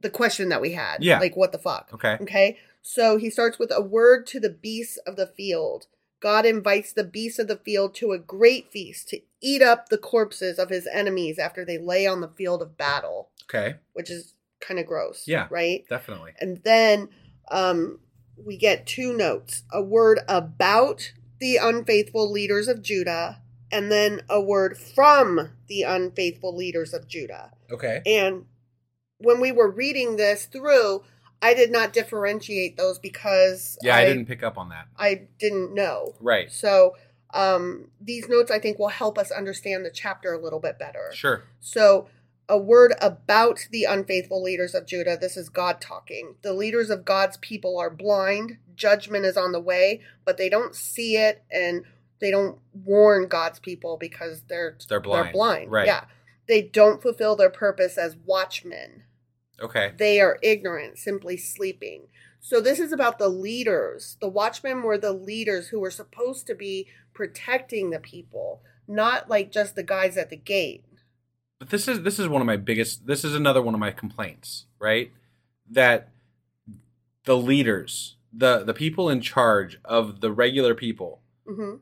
A: the question that we had.
B: Yeah.
A: Like what the fuck?
B: Okay.
A: Okay. So he starts with a word to the beasts of the field. God invites the beasts of the field to a great feast to eat up the corpses of his enemies after they lay on the field of battle,
B: Okay.
A: which is kind of gross.
B: Yeah.
A: Right?
B: Definitely.
A: And then um, we get two notes a word about the unfaithful leaders of Judah, and then a word from the unfaithful leaders of Judah.
B: Okay.
A: And when we were reading this through, I did not differentiate those because
B: Yeah, I, didn't pick up on that.
A: I didn't know.
B: Right.
A: So um, these notes, I think, will help us understand the chapter a little bit better.
B: Sure.
A: So, a word about the unfaithful leaders of Judah. This is God talking. The leaders of God's people are blind. Judgment is on the way, but they don't see it and they don't warn God's people because they're
B: They're blind. Right.
A: Yeah. They don't fulfill their purpose as watchmen.
B: Okay.
A: They are ignorant, simply sleeping. So this is about the leaders. The watchmen were the leaders who were supposed to be protecting the people, not like just the guys at the gate.
B: But this is this is one of my biggest this is another one of my complaints, right? That the leaders, the the people in charge of the regular people,
A: hmm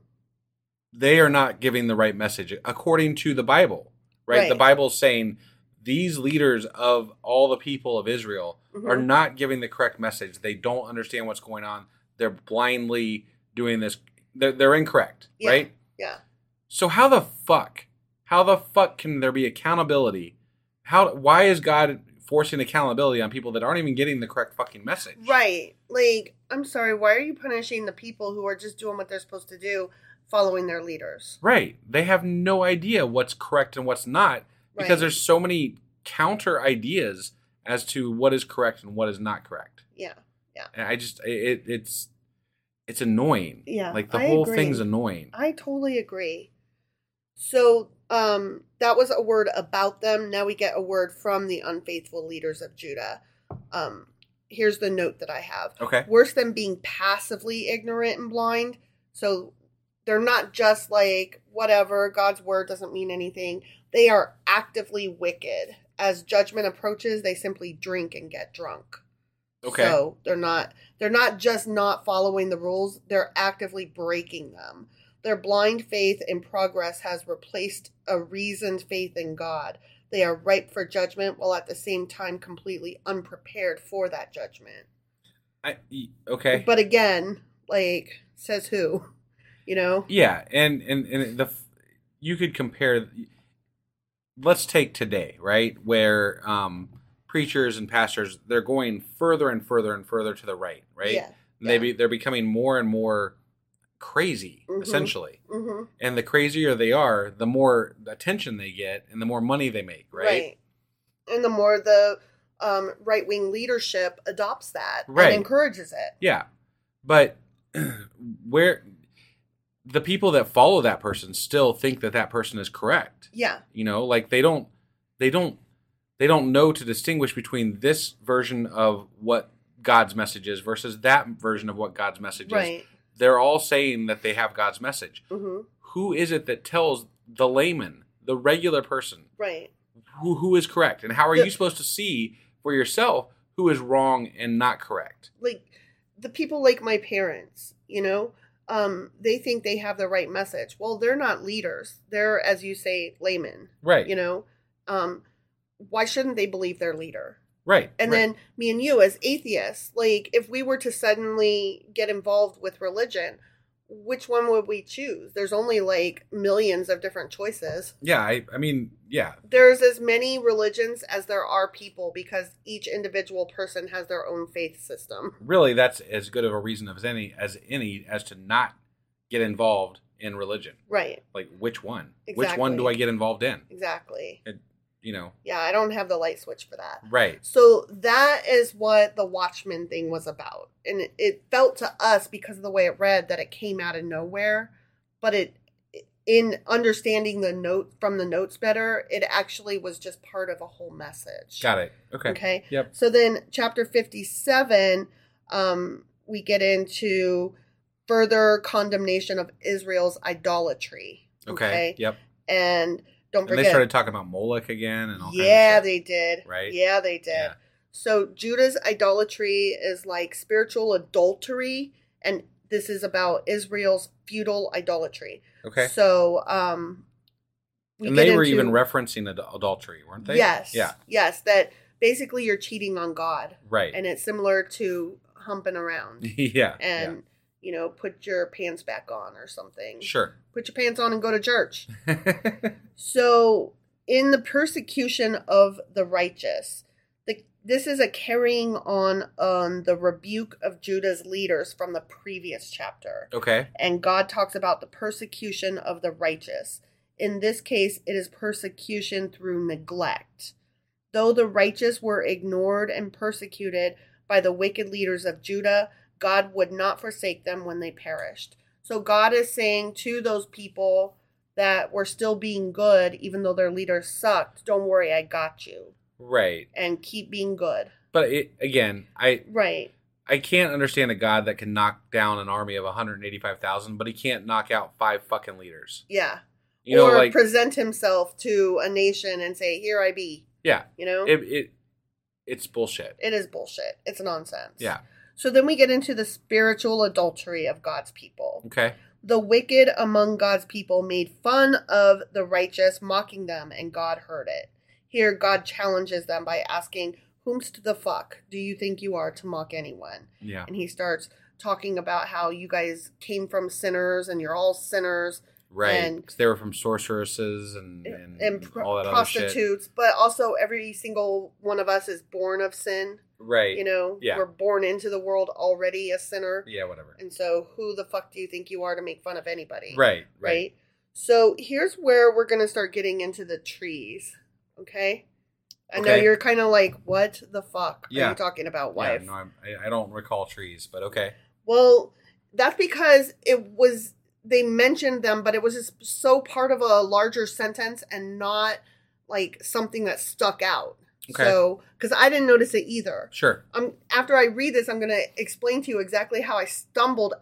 B: they are not giving the right message according to the Bible, right?
A: Right.
B: The Bible's saying these leaders of all the people of Israel are
A: Mm-hmm.
B: not giving the correct message. They don't understand what's going on. They're blindly doing this. They're, they're incorrect,
A: Yeah.
B: right?
A: Yeah.
B: So how the fuck? How the fuck can there be accountability? How? Why is God forcing accountability on people that aren't even getting the correct fucking message?
A: Right. Like, I'm sorry, why are you punishing the people who are just doing what they're supposed to do, following their leaders?
B: Right. They have no idea what's correct and what's not because
A: Right.
B: there's so many counter ideas as to what is correct and what is not correct.
A: Yeah.
B: And I just it, it's it's annoying.
A: Yeah,
B: Like the
A: I
B: whole
A: agree.
B: thing's annoying.
A: I totally agree. So, um, that was a word about them. Now we get a word from the unfaithful leaders of Judah. Um, here's the note that I have.
B: Okay.
A: Worse than being passively ignorant and blind. So they're not just like, whatever, God's word doesn't mean anything. They are actively wicked. As judgment approaches, they simply drink and get drunk.
B: Okay.
A: So they're not they're not just not following the rules, they're actively breaking them. Their blind faith in progress has replaced a reasoned faith in God. They are ripe for judgment while at the same time completely unprepared for that judgment.
B: I, e- okay.
A: But again, like says who? You know?
B: yeah, and and and the f- you could compare let's take today, right? Where um preachers and pastors they're going further and further and further to the right, right?
A: Yeah.
B: they be, they're becoming more and more crazy
A: Mhm.
B: essentially
A: hmm
B: and the crazier they are the more attention they get and the more money they make right,
A: And the more the um, right wing leadership adopts that
B: Right.
A: and encourages it.
B: yeah but where the people that follow that person still think that that person is correct
A: Yeah.
B: you know like they don't they don't they don't know to distinguish between this version of what god's message is versus that version of what god's message is
A: Right.
B: they're all saying that they have god's message
A: hmm
B: who is it that tells the layman, the regular person,
A: Right.
B: who, who is correct? And how are
A: The-
B: you supposed to see for yourself who is wrong and not correct?
A: like the people like my parents, you know, um, they think they have the right message. Well, they're not leaders. They're, as you say, laymen.
B: Right.
A: You know, um, why shouldn't they believe their leader?
B: Right.
A: And
B: right.
A: then me and you, as atheists, like if we were to suddenly get involved with religion, which one would we choose? There's only like millions of different choices.
B: Yeah, I, I mean, yeah.
A: There's as many religions as there are people because each individual person has their own faith system.
B: Really that's as good of a reason as any as any as to not get involved in religion.
A: Right.
B: Like which one? Which one do I
A: Exactly.
B: get involved in?
A: Exactly.
B: It, you know.
A: Yeah, I don't have the light switch for that.
C: Mm.
B: Right.
A: So that is what the Watchmen thing was about. And it, it felt to us because of the way it read that it came out of nowhere, but it, it in understanding the note from the notes better, it actually was just part of a whole message.
C: Got it. Okay.
A: Okay.
C: Yep.
A: So then, chapter 57, um, we get into further condemnation of Israel's idolatry.
C: Okay. Yep.
A: And don't
C: And
A: forget.
C: they started talking about Moloch again and all kinds of
A: yeah,
C: shit.
A: they did.
C: right?
A: Yeah, they did.
C: Yeah.
A: So Judah's idolatry is like spiritual adultery, and this is about Israel's feudal idolatry.
C: Okay.
A: So, um, we
C: and
A: get
C: they were
A: into-
C: even referencing ad- adultery, weren't they?
A: Yes.
C: Yeah.
A: Yes. That basically you're cheating on God.
C: Right.
A: And it's similar to humping around
C: yeah.
A: and, you know, put your pants back on or something.
C: yeah. Sure.
A: Put your pants on and go to church. So, in the persecution of the righteous, the, this is a carrying on on the rebuke of Judah's leaders from the previous chapter.
C: okay.
A: And God talks about the persecution of the righteous. In this case, it is persecution through neglect. Though the righteous were ignored and persecuted by the wicked leaders of Judah, God would not forsake them when they perished. So God is saying to those people that were still being good, even though their leaders sucked, don't worry, I got you.
C: Right.
A: And keep being good.
C: But it, again, I
A: Right.
C: I can't understand a god that can knock down an army of 185,000, but he can't knock out five fucking leaders.
A: Yeah.
C: You
A: or
C: know, like
A: present himself to a nation and say, Here I be.
C: yeah,
A: You know?
C: it, it it's bullshit.
A: it is bullshit. It's nonsense.
C: Yeah.
A: So then we get into the spiritual adultery of God's people.
C: Okay.
A: The wicked among God's people made fun of the righteous, mocking them, and God heard it. Here, God challenges them by asking, Whomst the fuck do you think you are to mock anyone?
C: Yeah.
A: And he starts talking about how you guys came from sinners and you're all sinners
C: Right.
A: and-
C: Because they were from sorceresses and and,
A: and, pro-
C: all that other shit.
A: prostitutes, but also every single one of us is born of sin.
C: Right.
A: You know,
C: Yeah.
A: we're born into the world already a sinner.
C: Yeah. Whatever.
A: And so, who the fuck do you think you are to make fun of anybody?
C: Right. Right.
A: Right. So, here's where we're going to start getting into the trees. Okay. I know
C: Okay.
A: you're kind of like, what the fuck are
C: Yeah.
A: you talking about,
C: Yeah,
A: wife?
C: no, I'm, I, I don't recall trees, but okay.
A: well, that's because it was, they mentioned them, but it was just so part of a larger sentence and not like something that stuck out.
C: Okay.
A: So, because I didn't notice it either.
C: Sure.
A: I'm after I read this, I'm going to explain to you exactly how I stumbled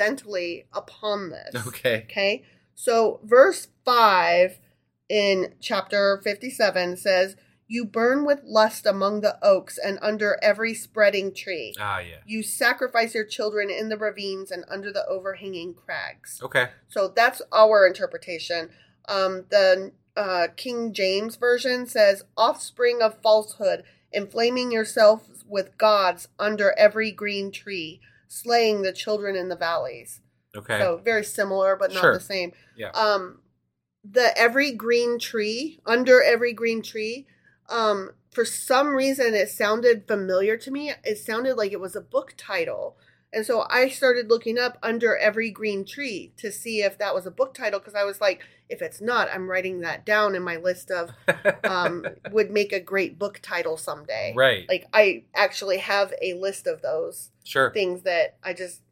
A: accidentally upon this.
C: Okay.
A: Okay. So, verse 5 in chapter 57 says, You burn with lust among the oaks and under every spreading tree.
C: Ah, yeah.
A: You sacrifice your children in the ravines and under the overhanging crags.
C: Okay.
A: So that's our interpretation. Um, the uh, King James Version says, offspring of falsehood, inflaming yourselves with gods under every green tree, slaying the children in the valleys.
C: Okay.
A: So very similar, but not
C: Sure.
A: the same.
C: yeah.
A: Um, the every green tree, under every green tree, um, for some reason it sounded familiar to me. It sounded like it was a book title. And so I started looking up under every green tree to see if that was a book title because I was like, if it's not, I'm writing that down in my list of um, would make a great book title someday.
C: Right.
A: Like I actually have a list of those
C: sure.
A: things that I just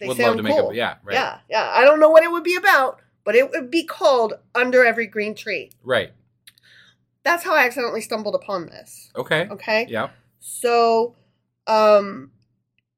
A: they
C: Would love
A: sound
C: to make a-
A: cool.
C: yeah, right.
A: yeah, yeah. I don't know what it would be about, but it would be called "Under Every Green Tree."
C: Right.
A: That's how I accidentally stumbled upon this.
C: Okay.
A: Okay,
C: Yeah.
A: so um,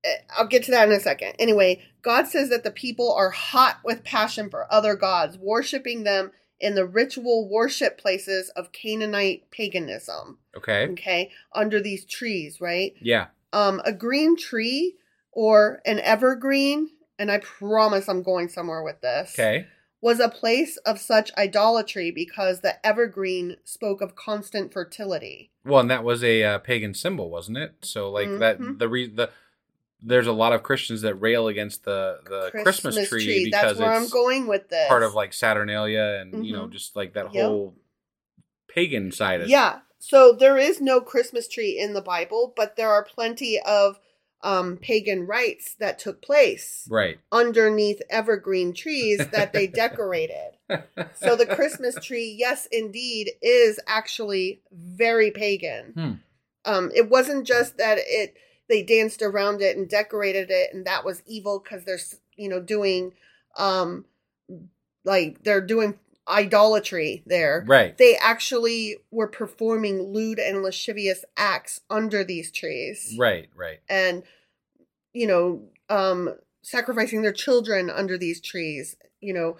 A: eh, I'll get to that in a second. Anyway, God says that the people are hot with passion for other gods, worshiping them in the ritual worship places of Canaanite paganism.
C: Okay.
A: Okay, under these trees, right?
C: Yeah.
A: um, a green tree or an evergreen, and I promise I'm going somewhere with this,
C: Okay.
A: was a place of such idolatry because the evergreen spoke of constant fertility.
C: Well, and that was a uh, pagan symbol, wasn't it? So like
A: Mm-hmm.
C: that the re- the there's a lot of Christians that rail against the the Christmas, tree, because
A: That's where I'm
C: it's
A: going with this.
C: part of like Saturnalia and you know
A: Mhm.
C: just like that
A: Yep.
C: whole pagan side of
A: Yeah. So there is no Christmas tree in the Bible, but there are plenty of um, pagan rites that took place.
C: Right.
A: underneath evergreen trees that they decorated. so the Christmas tree, yes, indeed, is actually very pagan.
C: Hmm.
A: Um, it wasn't just that it they danced around it and decorated it, and that was evil because they're you know doing um, like they're doing idolatry there.
C: Right.
A: They actually were performing lewd and lascivious acts under these trees.
C: Right, right.
A: And you know, um sacrificing their children under these trees, you know,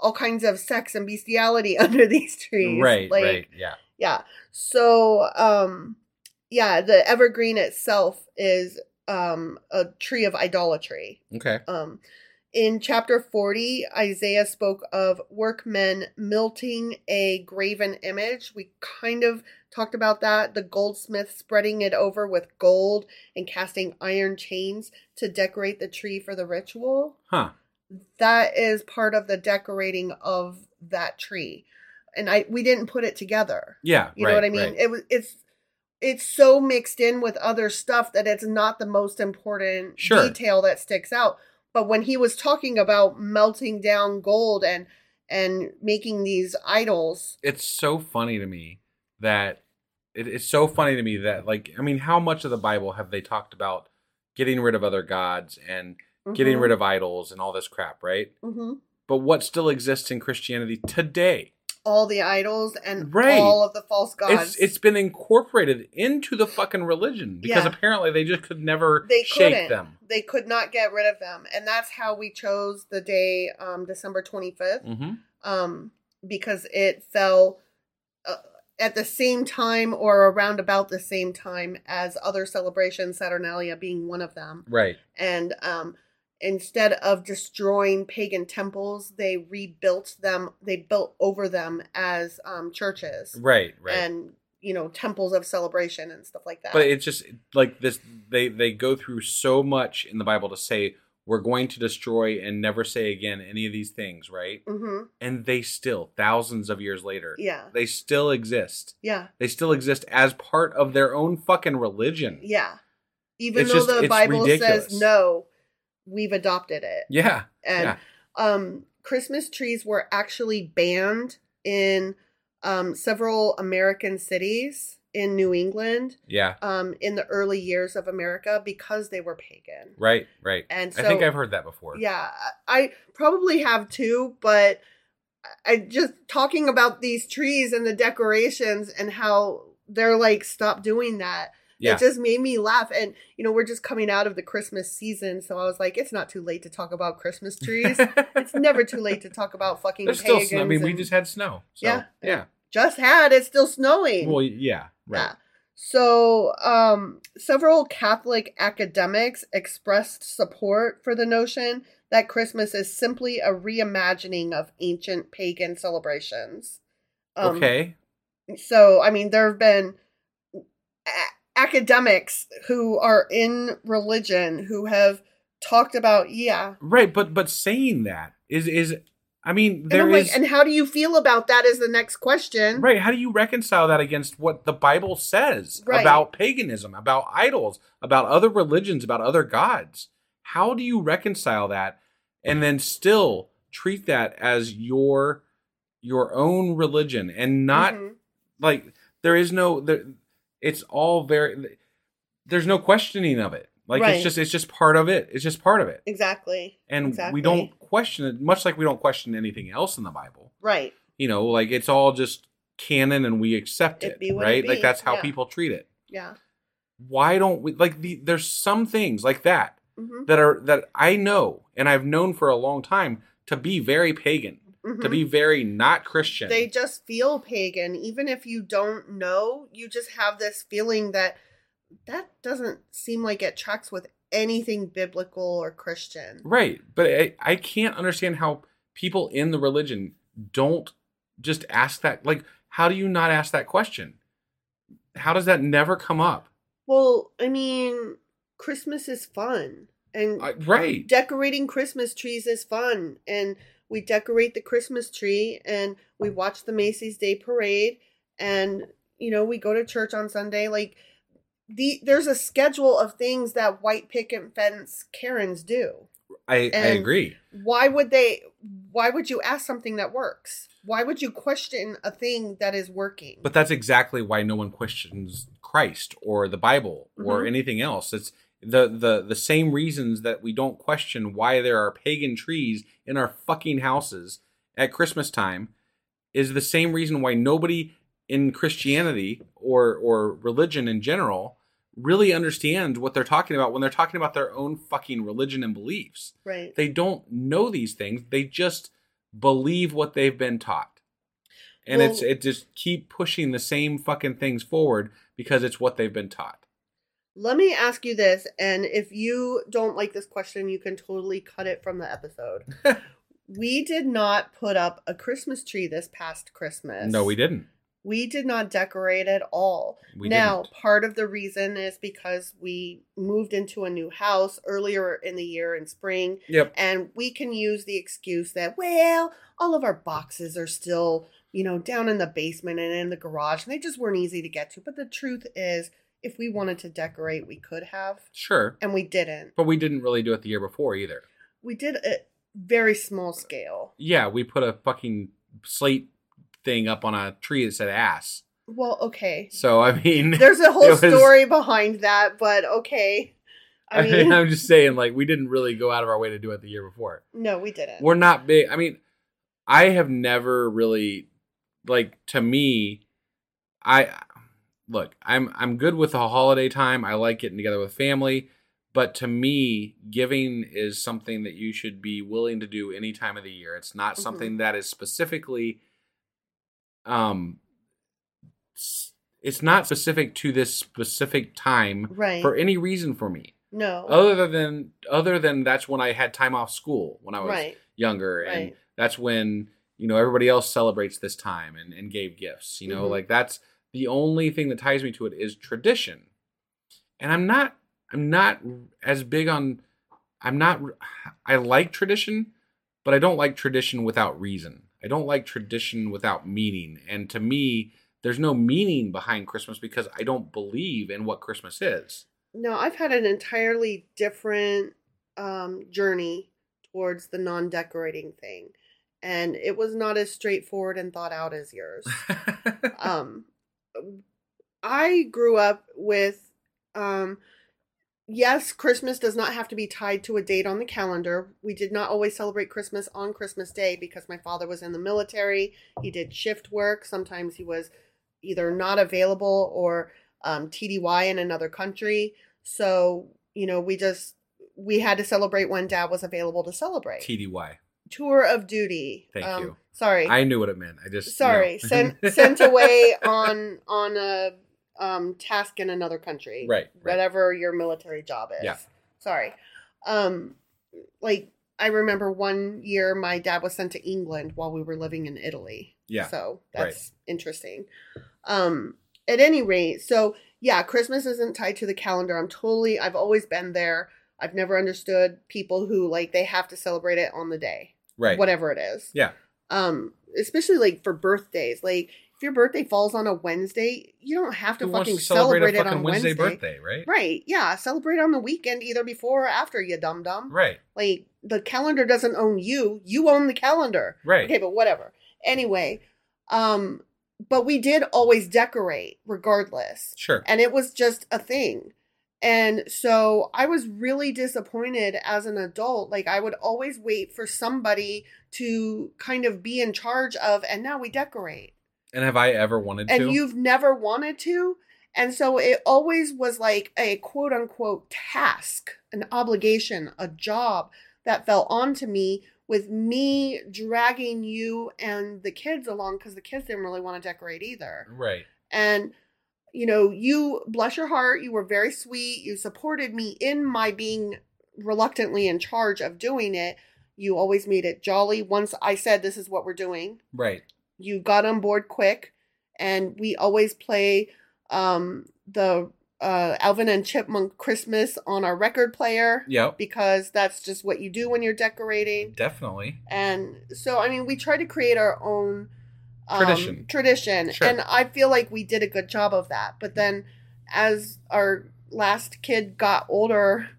A: all kinds of sex and bestiality under these trees.
C: Right,
A: Like,
C: right. Yeah.
A: yeah so um yeah the evergreen itself is um a tree of idolatry
C: Okay.
A: um in chapter 40 isaiah spoke of workmen melting a graven image we kind of talked about that the goldsmith spreading it over with gold and casting iron chains to decorate the tree for the ritual
C: Huh.
A: that is part of the decorating of that tree and i we didn't put it together
C: Yeah.
A: you
C: right,
A: know what I mean?
C: right.
A: It was it's it's so mixed in with other stuff that it's not the most important
C: Sure.
A: detail that sticks out. But when he was talking about melting down gold and and making these idols,
B: it's so funny to me that it, it's so funny to me that like I mean, how much of the Bible have they talked about getting rid of other gods and getting
A: Mm-hmm.
B: rid of idols and all this crap, right?
A: hmm
B: But what still exists in Christianity today?
A: all the idols and
B: Right.
A: all of the false gods,
B: It's it's been incorporated into the fucking religion because
A: Yeah.
B: apparently they just could never
A: they
B: shake
A: couldn't.
B: them.
A: They could not get rid of them, and that's how we chose the day, um, December twenty
B: Mm-hmm.
A: um, because it fell uh, at the same time or around about the same time as other celebrations, Saturnalia being one of them.
B: Right.
A: And um, instead of destroying pagan temples, they rebuilt them. They built over them as um, churches
B: Right. Right.
A: and uh, you know temples of celebration and stuff like that.
B: but it's just like this they they go through so much in the bible to say we're going to destroy and never say again any of these things right
A: hmm
B: and they still thousands of years later
A: Yeah.
B: they still exist
A: yeah,
B: they still exist as part of their own fucking religion
A: yeah. Even
B: It's
A: though
B: just-
A: the
B: it's
A: Bible
B: ridiculous.
A: says no, we've adopted it.
B: yeah
A: and
B: yeah.
A: um, Christmas trees were actually banned in um, several American cities in New England
B: yeah
A: um, in the early years of America because they were pagan.
B: right right
A: And
B: i think
A: so-
B: i've heard that before
A: Yeah, I I probably have too, but I I just talking about these trees and the decorations and how they're like stop doing that.
B: Yeah.
A: It just made me laugh, and you know we're just coming out of the Christmas season, so I was like, it's not too late to talk about Christmas trees. it's never too late to talk about fucking.
B: there's still
A: pagans
B: snow. i mean we
A: and-
B: just had snow so
A: Yeah.
B: yeah
A: just had it's still snowing.
B: well yeah right
A: Yeah. So, um, several Catholic academics expressed support for the notion that Christmas is simply a reimagining of ancient pagan celebrations. Um,
B: okay
A: So, I mean, there have been a- academics who are in religion who have talked about, yeah.
B: right but but saying that is is i mean
A: And I'm
B: there
A: like,
B: is
A: and how do you feel about that? Is the next question.
B: Right. How do you reconcile that against what the Bible says
A: Right.
B: about paganism, about idols, about other religions, about other gods? How do you reconcile that and then still treat that as your your own religion and not
A: Mhm.
B: like there is no there, it's all very there's no questioning of it. Like
A: Right.
B: it's just it's just part of it. It's just part of it.
A: Exactly.
B: And
A: Exactly.
B: we don't question it much like we don't question anything else in the Bible
A: Right.
B: you know, like it's all just canon and we accept
A: It
B: it,
A: be what it
B: right?
A: be,
B: Like that's how
A: yeah.
B: people treat it.
A: Yeah.
B: Why don't we like the there's some things like that
A: Mhm.
B: that are that I know and I've known for a long time to be very pagan, to
A: Mhm.
B: be very not Christian.
A: They just feel pagan, even if you don't know. You just have this feeling that that doesn't seem like it tracks with anything biblical or Christian.
B: right, but I, I can't understand how people in the religion don't just ask that like how do you not ask that question? How does that never come up?
A: Well, I mean, Christmas is fun, and
B: I- right.
A: decorating Christmas trees is fun. And we decorate the Christmas tree, and we watch the Macy's Day Parade, and you know we go to church on Sunday. Like the there's a schedule of things that white picket fence Karens do.
B: I, I
A: and-
B: agree.
A: why would they why would you ask something that works why would you question a thing that is working
B: But that's exactly why no one questions Christ or the Bible or
A: Mhm.
B: anything else. It's the, the the same reasons that we don't question why there are pagan trees in our fucking houses at Christmas time is the same reason why nobody in Christianity or or religion in general really understands what they're talking about when they're talking about their own fucking religion and beliefs.
A: Right.
B: They don't know these things. They just believe what they've been taught. And it's
A: Well-
B: it just keep pushing the same fucking things forward because it's what they've been taught.
A: Let me ask you this, and if you don't like this question, you can totally cut it from the episode. we did not put up a Christmas tree this past Christmas.
B: No, we didn't.
A: We did not decorate at all.
B: We
A: now,
B: didn't.
A: part of the reason is because we moved into a new house earlier in the year in spring,
B: Yep.
A: and we can use the excuse that, well, all of our boxes are still, you know, down in the basement and in the garage, and they just weren't easy to get to. But the truth is, if we wanted to decorate, we could have,
B: Sure.
A: and we didn't.
B: But we didn't really do it the year before either.
A: We did a very small scale.
B: Yeah, we put a fucking slate thing up on a tree that said ass.
A: Well, okay.
B: So I mean,
A: There's a whole
B: it was-
A: story behind that, but okay. I mean,
B: I'm just saying, like, we didn't really go out of our way to do it the year before.
A: no, we didn't.
B: We're not big. I mean, I have never really, like, to me, I look. I'm I'm good with the holiday time. I like getting together with family, but to me, giving is something that you should be willing to do any time of the year. It's not
A: Mhm.
B: something that is specifically, um, s- it's not specific to this specific time
A: Right.
B: for any reason for me
A: no.
B: other than other than that's when I had time off school when I was
A: Right.
B: younger, and
A: Right.
B: that's when you know everybody else celebrates this time and, and gave gifts. You know,
A: Mhm.
B: like that's the only thing that ties me to it is tradition, and I'm not I'm not as big on I'm not I like tradition, but I don't like tradition without reason. I don't like tradition without meaning, and to me. There's no meaning behind Christmas because I don't believe in what Christmas is.
A: No, I've had an entirely different um, journey towards the non decorating thing. And it was not as straightforward and thought out as yours. um, I grew up with, um, yes, Christmas does not have to be tied to a date on the calendar. We did not always celebrate Christmas on Christmas Day because my father was in the military. He did shift work. Sometimes he was either not available or um, TDY in another country. So, you know, we just, we had to celebrate when dad was available to celebrate.
B: TDY.
A: Tour of duty.
B: Thank
A: Um,
B: you.
A: Sorry
B: I knew what it meant. I just
A: sorry
B: no.
A: sent sent away on on a um task in another country
B: Right, right.
A: whatever your military job is
B: Yeah.
A: sorry um like i remember one year my dad was sent to england while we were living in italy
B: Yeah,
A: so
B: right.
A: that's interesting um at any rate so yeah christmas isn't tied to the calendar i'm totally i've always been there i've never understood people who like they have to celebrate it on the day
B: right.
A: whatever it is
B: Yeah,
A: um especially like for birthdays like if your birthday falls on a wednesday you don't have to
B: Who wants
A: fucking
B: to
A: celebrate,
B: a
A: it
B: fucking
A: on
B: Wednesday,
A: wednesday,
B: birthday? Right.
A: right yeah celebrate on the weekend either before or after you dum dum
B: Right.
A: like the calendar doesn't own you you own the calendar
B: Right.
A: okay but whatever anyway um but we did always decorate regardless
B: Sure.
A: and it was just a thing and so i was really disappointed as an adult like i would always wait for somebody to kind of be in charge of and now we decorate
B: And have I ever wanted
A: and
B: to?
A: you've never wanted to and so it always was like a quote unquote task an obligation a job that fell onto me with me dragging you and the kids along because the kids didn't really want to decorate either
B: Right.
A: and you know you bless your heart you were very sweet you supported me in my being reluctantly in charge of doing it you always made it jolly once i said this is what we're doing
B: Right.
A: you got on board quick and we always play um the uh alvin and chipmunk christmas on our record player
B: Yep.
A: because that's just what you do when you're decorating
B: Definitely.
A: and so i mean we try to create our own um,
B: Tradition.
A: tradition
B: Sure.
A: and i feel like we did a good job of that but then as our last kid got older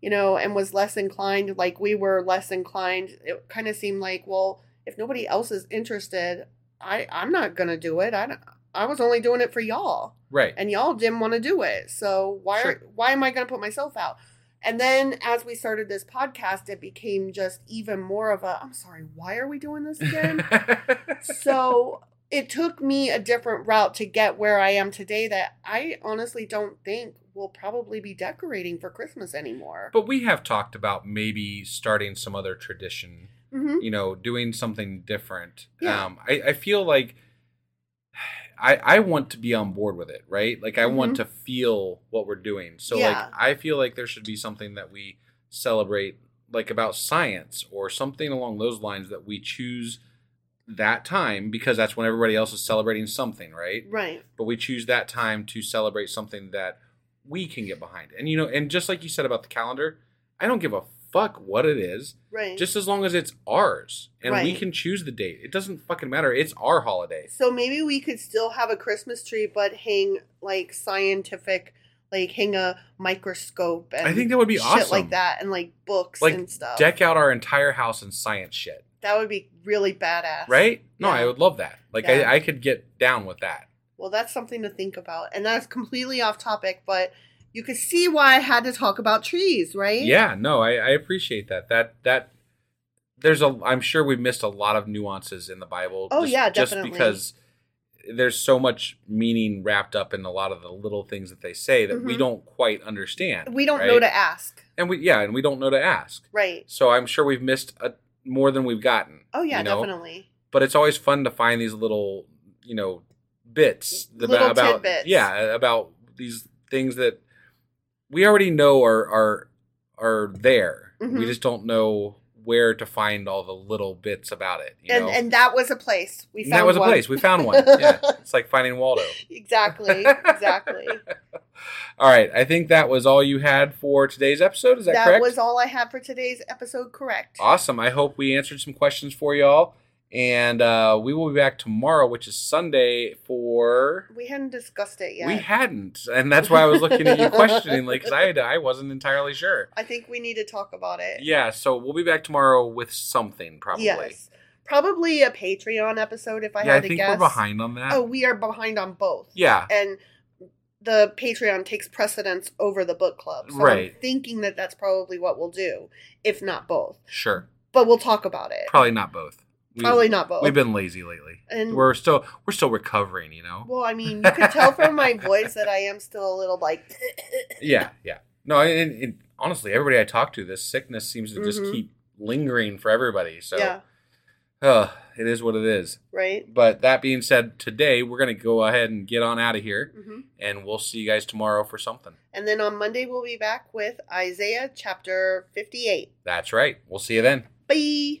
A: you know and was less inclined like we were less inclined it kind of seemed like well if nobody else is interested i i'm not gonna do it i don't- i was only doing it for y'all
B: Right.
A: and y'all didn't want to do it so why
B: Sure.
A: why am i gonna put myself out And then as we started this podcast, it became just even more of a I'm sorry, why are we doing this again? so it took me a different route to get where I am today that I honestly don't think we'll probably be decorating for Christmas anymore.
B: But we have talked about maybe starting some other tradition,
A: Mhm.
B: you know, doing something different.
A: Yeah.
B: Um, I, I feel like I, I want to be on board with it, right? Like I want
A: Mhm.
B: to feel what we're doing. So
A: Yeah.
B: like I feel like there should be something that we celebrate like about science or something along those lines that we choose that time because that's when everybody else is celebrating something, right?
A: Right.
B: but we choose that time to celebrate something that we can get behind. And you know, and just like you said about the calendar, I don't give a fuck what it is,
A: Right.
B: just as long as it's ours and we
A: Right.
B: can choose the date. It doesn't fucking matter. It's our holiday.
A: So maybe we could still have a Christmas tree, but hang like scientific, like hang a microscope. And
B: I think that would be
A: shit
B: awesome.
A: like that, and like books
B: Like
A: and stuff.
B: deck out our entire house in science shit,
A: that would be really badass,
B: right? No,
A: Yeah.
B: I would love that. Like
A: Yeah.
B: I, I could get down with that.
A: Well, that's something to think about, and that's completely off topic, but you could see why I had to talk about trees, right?
B: Yeah, no, I, I appreciate that. That that there's a I'm sure we've missed a lot of nuances in the Bible.
A: Oh, yeah,
B: Just
A: definitely.
B: because there's so much meaning wrapped up in a lot of the little things that they say that we
A: Mhm.
B: don't quite understand.
A: We don't
B: right?
A: know to ask,
B: and we yeah, and we don't know to ask.
A: right?
B: So I'm sure we've missed a, more than we've gotten.
A: Oh yeah,
B: you know?
A: definitely.
B: But it's always fun to find these little you know bits
A: Little
B: about, about
A: tidbits.
B: yeah about these things that we already know are are are there. We
A: Mhm.
B: just don't know where to find all the little bits about it. You
A: And
B: know?
A: and that was a place we
B: And
A: found.
B: that was
A: one.
B: a place we found one. yeah, it's like finding Waldo.
A: Exactly, exactly.
B: All right, I think that was all you had for today's episode. Is that,
A: that
B: correct?
A: was all I had for today's episode. Correct.
B: Awesome. I hope we answered some questions for y'all. And uh, we will be back tomorrow, which is Sunday, for.
A: We hadn't discussed it yet.
B: We hadn't. And that's why I was looking at you questioningly because I, had- I wasn't entirely sure.
A: I think we need to talk about it.
B: Yeah, so we'll be back tomorrow with something, probably.
A: Yes. Probably a Patreon episode if I
B: yeah,
A: had
B: I
A: to
B: think
A: guess.
B: we're behind on that.
A: Oh, we are behind on both.
B: yeah.
A: And the Patreon takes precedence over the book club. So
B: Right.
A: I'm thinking that that's probably what we'll do, if not both.
B: Sure.
A: But we'll talk about it.
B: Probably not both. We-
A: Probably not both.
B: We've been lazy lately.
A: And-
B: we're still we're still recovering, you know.
A: Well, I mean, you could tell from my voice that I am still a little like.
B: yeah, yeah. No, and, and honestly, everybody I talk to, this sickness seems to just
A: Mhm.
B: keep lingering for everybody. So
A: Yeah.
B: Ugh, it is what it is.
A: Right.
B: But that being said, today we're going to go ahead and get on out of here,
A: hmm
B: and we'll see you guys tomorrow for something.
A: And then on Monday we'll be back with Isaiah chapter fifty-eight.
B: That's right. We'll see you then.
A: Bye.